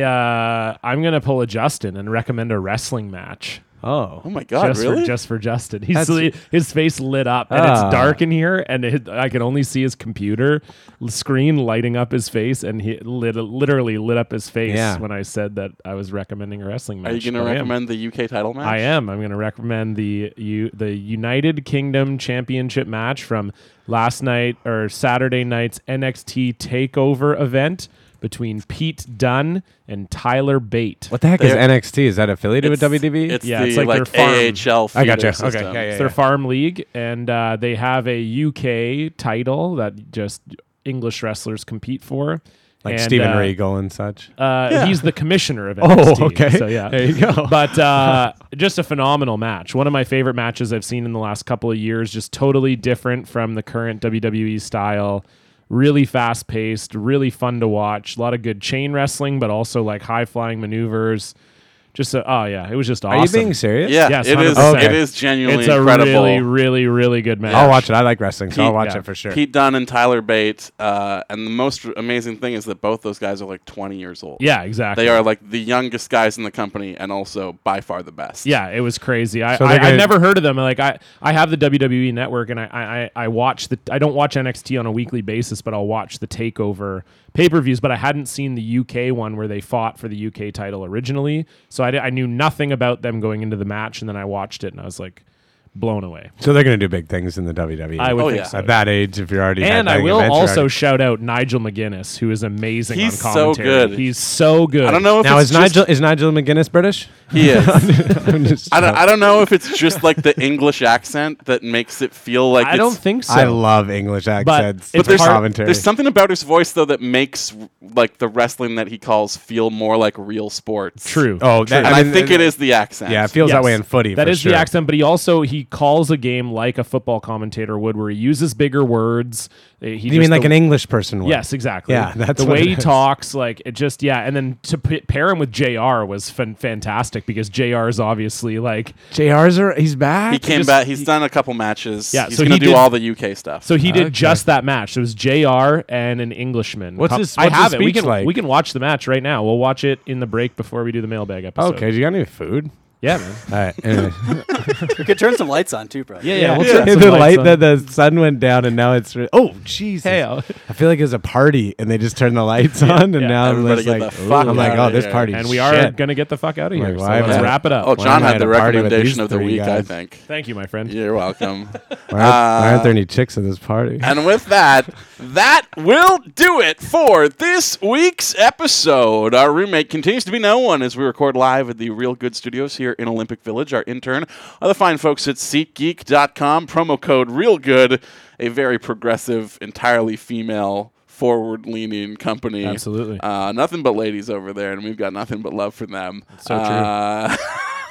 [SPEAKER 2] uh, I'm gonna pull a Justin and recommend a wrestling match.
[SPEAKER 4] Oh.
[SPEAKER 1] Oh my God,
[SPEAKER 2] just
[SPEAKER 1] really?
[SPEAKER 2] for just for Justin. He's
[SPEAKER 4] That's-
[SPEAKER 2] his face lit up, and
[SPEAKER 4] Ah.
[SPEAKER 2] it's dark in here, and it, I can only see his computer l- screen lighting up his face, and he lit, literally lit up his face
[SPEAKER 4] Yeah.
[SPEAKER 2] when I said that I was recommending a wrestling match.
[SPEAKER 1] Are you going
[SPEAKER 2] but
[SPEAKER 1] to
[SPEAKER 2] I am.
[SPEAKER 1] recommend the UK title match?
[SPEAKER 2] I am. I'm going to recommend the you the United Kingdom Championship match from last night or Saturday night's NXT Takeover event between Pete Dunn and Tyler Bate.
[SPEAKER 4] What the heck is
[SPEAKER 1] They're-
[SPEAKER 4] NXT? Is that affiliated with E? WDB?
[SPEAKER 1] It's
[SPEAKER 2] Yeah,
[SPEAKER 1] the
[SPEAKER 2] it's
[SPEAKER 1] like,
[SPEAKER 2] like their farm.
[SPEAKER 1] AHL.
[SPEAKER 4] I gotcha.
[SPEAKER 1] feeder
[SPEAKER 4] Okay,
[SPEAKER 1] System.
[SPEAKER 4] yeah, yeah.
[SPEAKER 2] It's their farm league, and uh, they have a UK title that just English wrestlers compete for.
[SPEAKER 4] like
[SPEAKER 2] And,
[SPEAKER 4] Steven
[SPEAKER 2] uh,
[SPEAKER 4] Regal and such.
[SPEAKER 2] Uh, He's the commissioner of NXT.
[SPEAKER 4] Oh, okay.
[SPEAKER 2] So yeah,
[SPEAKER 4] There you go.
[SPEAKER 2] But uh, just a phenomenal match. One of my favorite matches I've seen in the last couple of years. Just totally different from the current WWE style. Really fast paced. Really fun to watch. A lot of good chain wrestling, but also like high flying maneuvers. Just a, oh yeah, it was just awesome.
[SPEAKER 4] Are you being serious?
[SPEAKER 1] Yeah,
[SPEAKER 2] Yes,
[SPEAKER 1] it is.
[SPEAKER 2] 100%.
[SPEAKER 1] It is genuinely
[SPEAKER 2] It's a
[SPEAKER 1] incredible.
[SPEAKER 2] really, really, really good match.
[SPEAKER 4] I'll watch it. I like wrestling, so I'll
[SPEAKER 1] Pete-
[SPEAKER 4] watch
[SPEAKER 2] yeah.
[SPEAKER 4] it for sure.
[SPEAKER 1] Pete Dunne and Tyler Bate, uh, and the most amazing thing is that both those guys are like 20 years old.
[SPEAKER 2] Yeah, exactly.
[SPEAKER 1] They are like the youngest guys in the company, and also by far the best.
[SPEAKER 2] Yeah, it was crazy. I,
[SPEAKER 4] So
[SPEAKER 2] I,
[SPEAKER 4] they're
[SPEAKER 2] I
[SPEAKER 4] gonna-
[SPEAKER 2] never heard of them. Like I, I have the WWE network, and I, I, I- I watch the. I don't watch NXT on a weekly basis, but I'll watch the Takeover pay per views. But I hadn't seen the UK one where they fought for the UK title originally, so I, di- I knew nothing about them going into the match, and then I watched it, and I was like, blown away.
[SPEAKER 4] So they're going to do big things in the WWE.
[SPEAKER 2] I would
[SPEAKER 1] Oh,
[SPEAKER 2] think
[SPEAKER 1] yeah.
[SPEAKER 2] so.
[SPEAKER 4] At that age, if you're already
[SPEAKER 2] and
[SPEAKER 4] at
[SPEAKER 2] I
[SPEAKER 4] that
[SPEAKER 2] will
[SPEAKER 4] event, you're
[SPEAKER 2] also
[SPEAKER 4] already-
[SPEAKER 2] shout out Nigel McGuinness, who is amazing
[SPEAKER 1] He's
[SPEAKER 2] on
[SPEAKER 1] so
[SPEAKER 2] commentary.
[SPEAKER 1] good.
[SPEAKER 2] He's so good.
[SPEAKER 1] I don't know if
[SPEAKER 4] now
[SPEAKER 1] it's
[SPEAKER 4] is
[SPEAKER 1] just-
[SPEAKER 4] Nigel is Nigel McGuinness British?
[SPEAKER 1] He is.
[SPEAKER 4] I'm just
[SPEAKER 1] I don't, I don't know if it's just like the English accent that makes it feel like
[SPEAKER 2] I
[SPEAKER 1] it's,
[SPEAKER 2] don't think so.
[SPEAKER 4] I love English accents.
[SPEAKER 2] it's
[SPEAKER 4] for
[SPEAKER 1] But there's,
[SPEAKER 2] part-
[SPEAKER 4] commentary.
[SPEAKER 1] there's something about his voice though that makes like the wrestling that he calls feel more like real sports.
[SPEAKER 2] True.
[SPEAKER 4] oh, that,
[SPEAKER 1] and I,
[SPEAKER 4] mean,
[SPEAKER 1] think it is the accent.
[SPEAKER 4] Yeah, it feels that
[SPEAKER 2] Yes.
[SPEAKER 4] way in footy.
[SPEAKER 2] That
[SPEAKER 4] for
[SPEAKER 2] is
[SPEAKER 4] sure.
[SPEAKER 2] the accent, but he also he calls a game like a football commentator would, where he uses bigger words. Uh, He
[SPEAKER 4] You mean like
[SPEAKER 2] the,
[SPEAKER 4] an English person would?
[SPEAKER 2] Yes, exactly.
[SPEAKER 4] Yeah, that's
[SPEAKER 2] the
[SPEAKER 4] what
[SPEAKER 2] way
[SPEAKER 4] it
[SPEAKER 2] he
[SPEAKER 4] is.
[SPEAKER 2] talks. Like it just yeah, and then to p- pair him with Jr. was fan- fantastic because Jr. is obviously like
[SPEAKER 4] JR's are he's back.
[SPEAKER 1] He came
[SPEAKER 2] just-
[SPEAKER 1] back. He's done a couple matches.
[SPEAKER 2] Yeah,
[SPEAKER 1] he's
[SPEAKER 2] so
[SPEAKER 1] gonna
[SPEAKER 2] he
[SPEAKER 1] do
[SPEAKER 2] did-
[SPEAKER 1] all the UK stuff.
[SPEAKER 2] so he did
[SPEAKER 4] Okay.
[SPEAKER 2] just that match. It was Jr. and an Englishman.
[SPEAKER 4] What's
[SPEAKER 2] Cou-
[SPEAKER 4] his-
[SPEAKER 2] I
[SPEAKER 4] what's
[SPEAKER 2] have
[SPEAKER 4] his
[SPEAKER 2] it. We
[SPEAKER 4] speech
[SPEAKER 2] can
[SPEAKER 4] like?
[SPEAKER 2] we can watch the match right now. We'll watch it in the break before we do the mailbag episode.
[SPEAKER 4] Okay, do you got any food?
[SPEAKER 2] Yeah, man.
[SPEAKER 4] All right. Anyway.
[SPEAKER 3] You could turn some lights on too, bro.
[SPEAKER 2] Yeah, yeah. We'll turn
[SPEAKER 4] the
[SPEAKER 2] some lights
[SPEAKER 4] light
[SPEAKER 2] on.
[SPEAKER 4] that the sun went down and now it's re- oh Jesus.
[SPEAKER 2] Hey, oh.
[SPEAKER 4] I feel like it was a party and they just turned the lights on and
[SPEAKER 2] yeah.
[SPEAKER 4] now I'm
[SPEAKER 1] Everybody
[SPEAKER 4] just
[SPEAKER 1] get
[SPEAKER 4] like
[SPEAKER 1] the fuck
[SPEAKER 4] I'm like
[SPEAKER 1] outta
[SPEAKER 4] oh this
[SPEAKER 1] here.
[SPEAKER 4] party
[SPEAKER 2] and we are
[SPEAKER 4] shit.
[SPEAKER 2] gonna get the fuck out of here.
[SPEAKER 4] Like,
[SPEAKER 2] so
[SPEAKER 4] why am
[SPEAKER 2] let's
[SPEAKER 4] I-
[SPEAKER 2] wrap it up.
[SPEAKER 1] oh, John
[SPEAKER 4] am I
[SPEAKER 1] had
[SPEAKER 4] at
[SPEAKER 1] the
[SPEAKER 4] a party with these
[SPEAKER 1] recommendation of the
[SPEAKER 4] three
[SPEAKER 1] week. I
[SPEAKER 4] guys?
[SPEAKER 1] think.
[SPEAKER 2] Thank you, my friend.
[SPEAKER 1] You're welcome.
[SPEAKER 4] why, aren't, why aren't there any chicks at this party?
[SPEAKER 1] and with that, that will do it for this week's episode. Our roommate continues to be no one as we record live at the Real Good Studios here in Olympic Village. Our intern are the fine folks at SeatGeek.com. Promo code RealGood, a very progressive, entirely female. Forward leaning company.
[SPEAKER 2] Absolutely.
[SPEAKER 1] Uh, nothing but ladies over there, and we've got nothing but love for them.
[SPEAKER 2] so true.
[SPEAKER 1] Uh,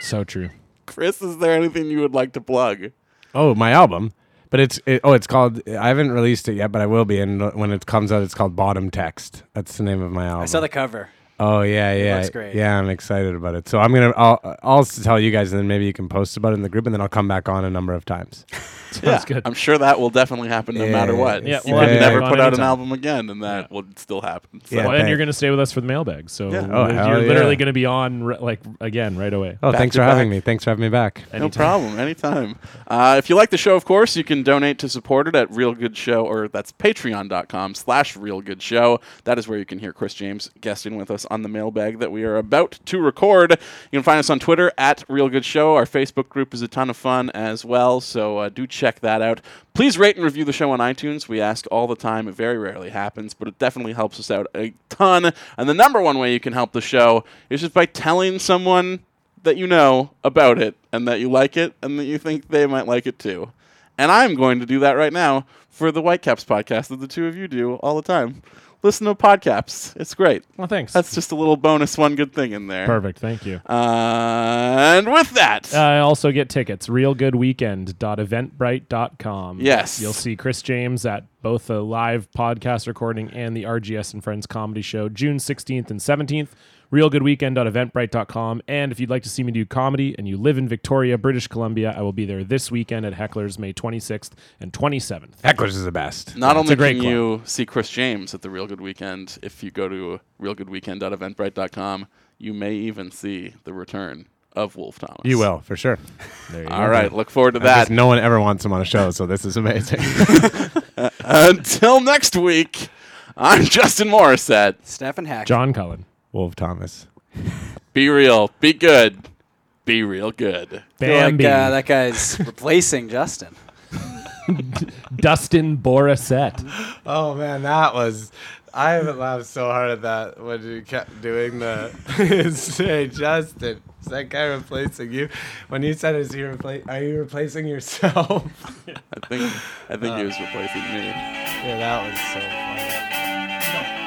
[SPEAKER 2] So true.
[SPEAKER 1] Chris, is there anything you would like to plug?
[SPEAKER 4] oh, my album. But it's it, oh, it's called. I haven't released it yet, but I will be. And when it comes out, it's called Bottom Text. That's the name of my album.
[SPEAKER 3] I saw the cover.
[SPEAKER 4] Oh yeah, yeah,
[SPEAKER 3] looks great.
[SPEAKER 4] yeah. I'm excited about it. So I'm gonna, I'll, I'll s- tell you guys, and then maybe you can post about it in the group, and then I'll come back on a number of times.
[SPEAKER 2] Sounds
[SPEAKER 1] yeah,
[SPEAKER 2] good.
[SPEAKER 1] I'm sure that will definitely happen no
[SPEAKER 4] Yeah,
[SPEAKER 1] matter what.
[SPEAKER 4] yeah,
[SPEAKER 1] you
[SPEAKER 4] we'll
[SPEAKER 1] could
[SPEAKER 4] have
[SPEAKER 1] never
[SPEAKER 4] you
[SPEAKER 2] on
[SPEAKER 1] put out an
[SPEAKER 2] anytime.
[SPEAKER 1] album again, and that will still happen. So.
[SPEAKER 4] Yeah,
[SPEAKER 2] well, and
[SPEAKER 4] thanks.
[SPEAKER 2] you're going to stay with us for the mailbag, so
[SPEAKER 1] Yeah.
[SPEAKER 4] Oh, hell
[SPEAKER 2] you're literally
[SPEAKER 4] yeah.
[SPEAKER 2] going to be on r- like again right away.
[SPEAKER 4] Oh,
[SPEAKER 1] Back
[SPEAKER 4] thanks
[SPEAKER 1] to
[SPEAKER 4] for having
[SPEAKER 1] back.
[SPEAKER 4] me. Thanks for having me back.
[SPEAKER 1] No problem. Anytime. Uh, if you like the show, of course, you can donate to support it at Real Good Show, or that's patreon.com slash Real Good Show. That is where you can hear Chris James guesting with us on the mailbag that we are about to record. You can find us on Twitter at Real Good Show. Our Facebook group is a ton of fun as well, so uh, do check that out. Please rate and review the show on iTunes. We ask all the time. It very rarely happens, but it definitely helps us out a ton. And the number one way you can help the show is just by telling someone that you know about it and that you like it and that you think they might like it too. And I'm going to do that right now for the Whitecaps podcast that the two of you do all the time. Listen to Podcaps. It's great.
[SPEAKER 2] Well, thanks.
[SPEAKER 1] That's just a little bonus one good thing in there. Uh,
[SPEAKER 2] Perfect. Uh, Thank you.
[SPEAKER 1] and with that,
[SPEAKER 2] I also get tickets. Realgoodweekend.eventbrite.com.
[SPEAKER 1] Yes.
[SPEAKER 2] You'll see Chris James at both the live podcast recording and the RGS and Friends comedy show June 16th and 17th. Realgoodweekend.eventbrite.com. And if you'd like to see me do comedy and you live in Victoria, British Columbia, I will be there this weekend at Heckler's May 26th and 27th.
[SPEAKER 4] Hecklers is the best.
[SPEAKER 1] not only
[SPEAKER 2] a great
[SPEAKER 1] can you see Chris James at the Real Good Weekend, if you go to realgoodweekend.eventbrite.com, you may even see the return of Wolf Thomas.
[SPEAKER 4] You will for sure. There you
[SPEAKER 1] All right, look forward to that.
[SPEAKER 4] No one ever wants him on a show, so this is amazing.
[SPEAKER 1] Until next week, I'm Justin Morissette.
[SPEAKER 3] Stefan Hack.
[SPEAKER 2] John Cullen.
[SPEAKER 4] Wolf Thomas.
[SPEAKER 1] Be real, be good, be real good.
[SPEAKER 3] I feel like
[SPEAKER 2] Bambi.
[SPEAKER 3] uh, that guy's replacing Justin.
[SPEAKER 2] Dustin Borisette.
[SPEAKER 4] Oh man, that was. I haven't laughed so hard at that when you kept doing the. Say, Justin, is that guy replacing you? When you said, "Is he repla- Are you replacing yourself?"
[SPEAKER 1] I think I think he was replacing me.
[SPEAKER 4] yeah, that was so funny.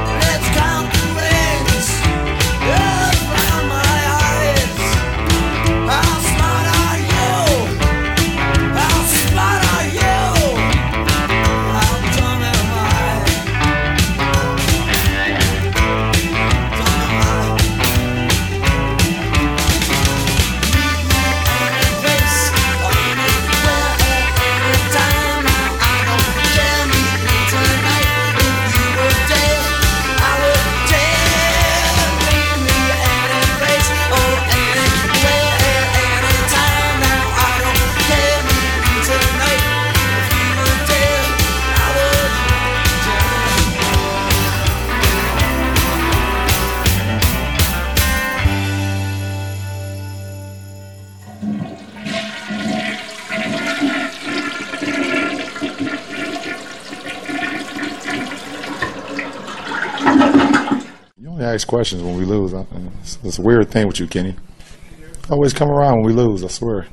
[SPEAKER 6] Oh, You only ask questions when we lose. I- It's, it's a weird thing with you, Kenny. Always come around when we lose. I swear.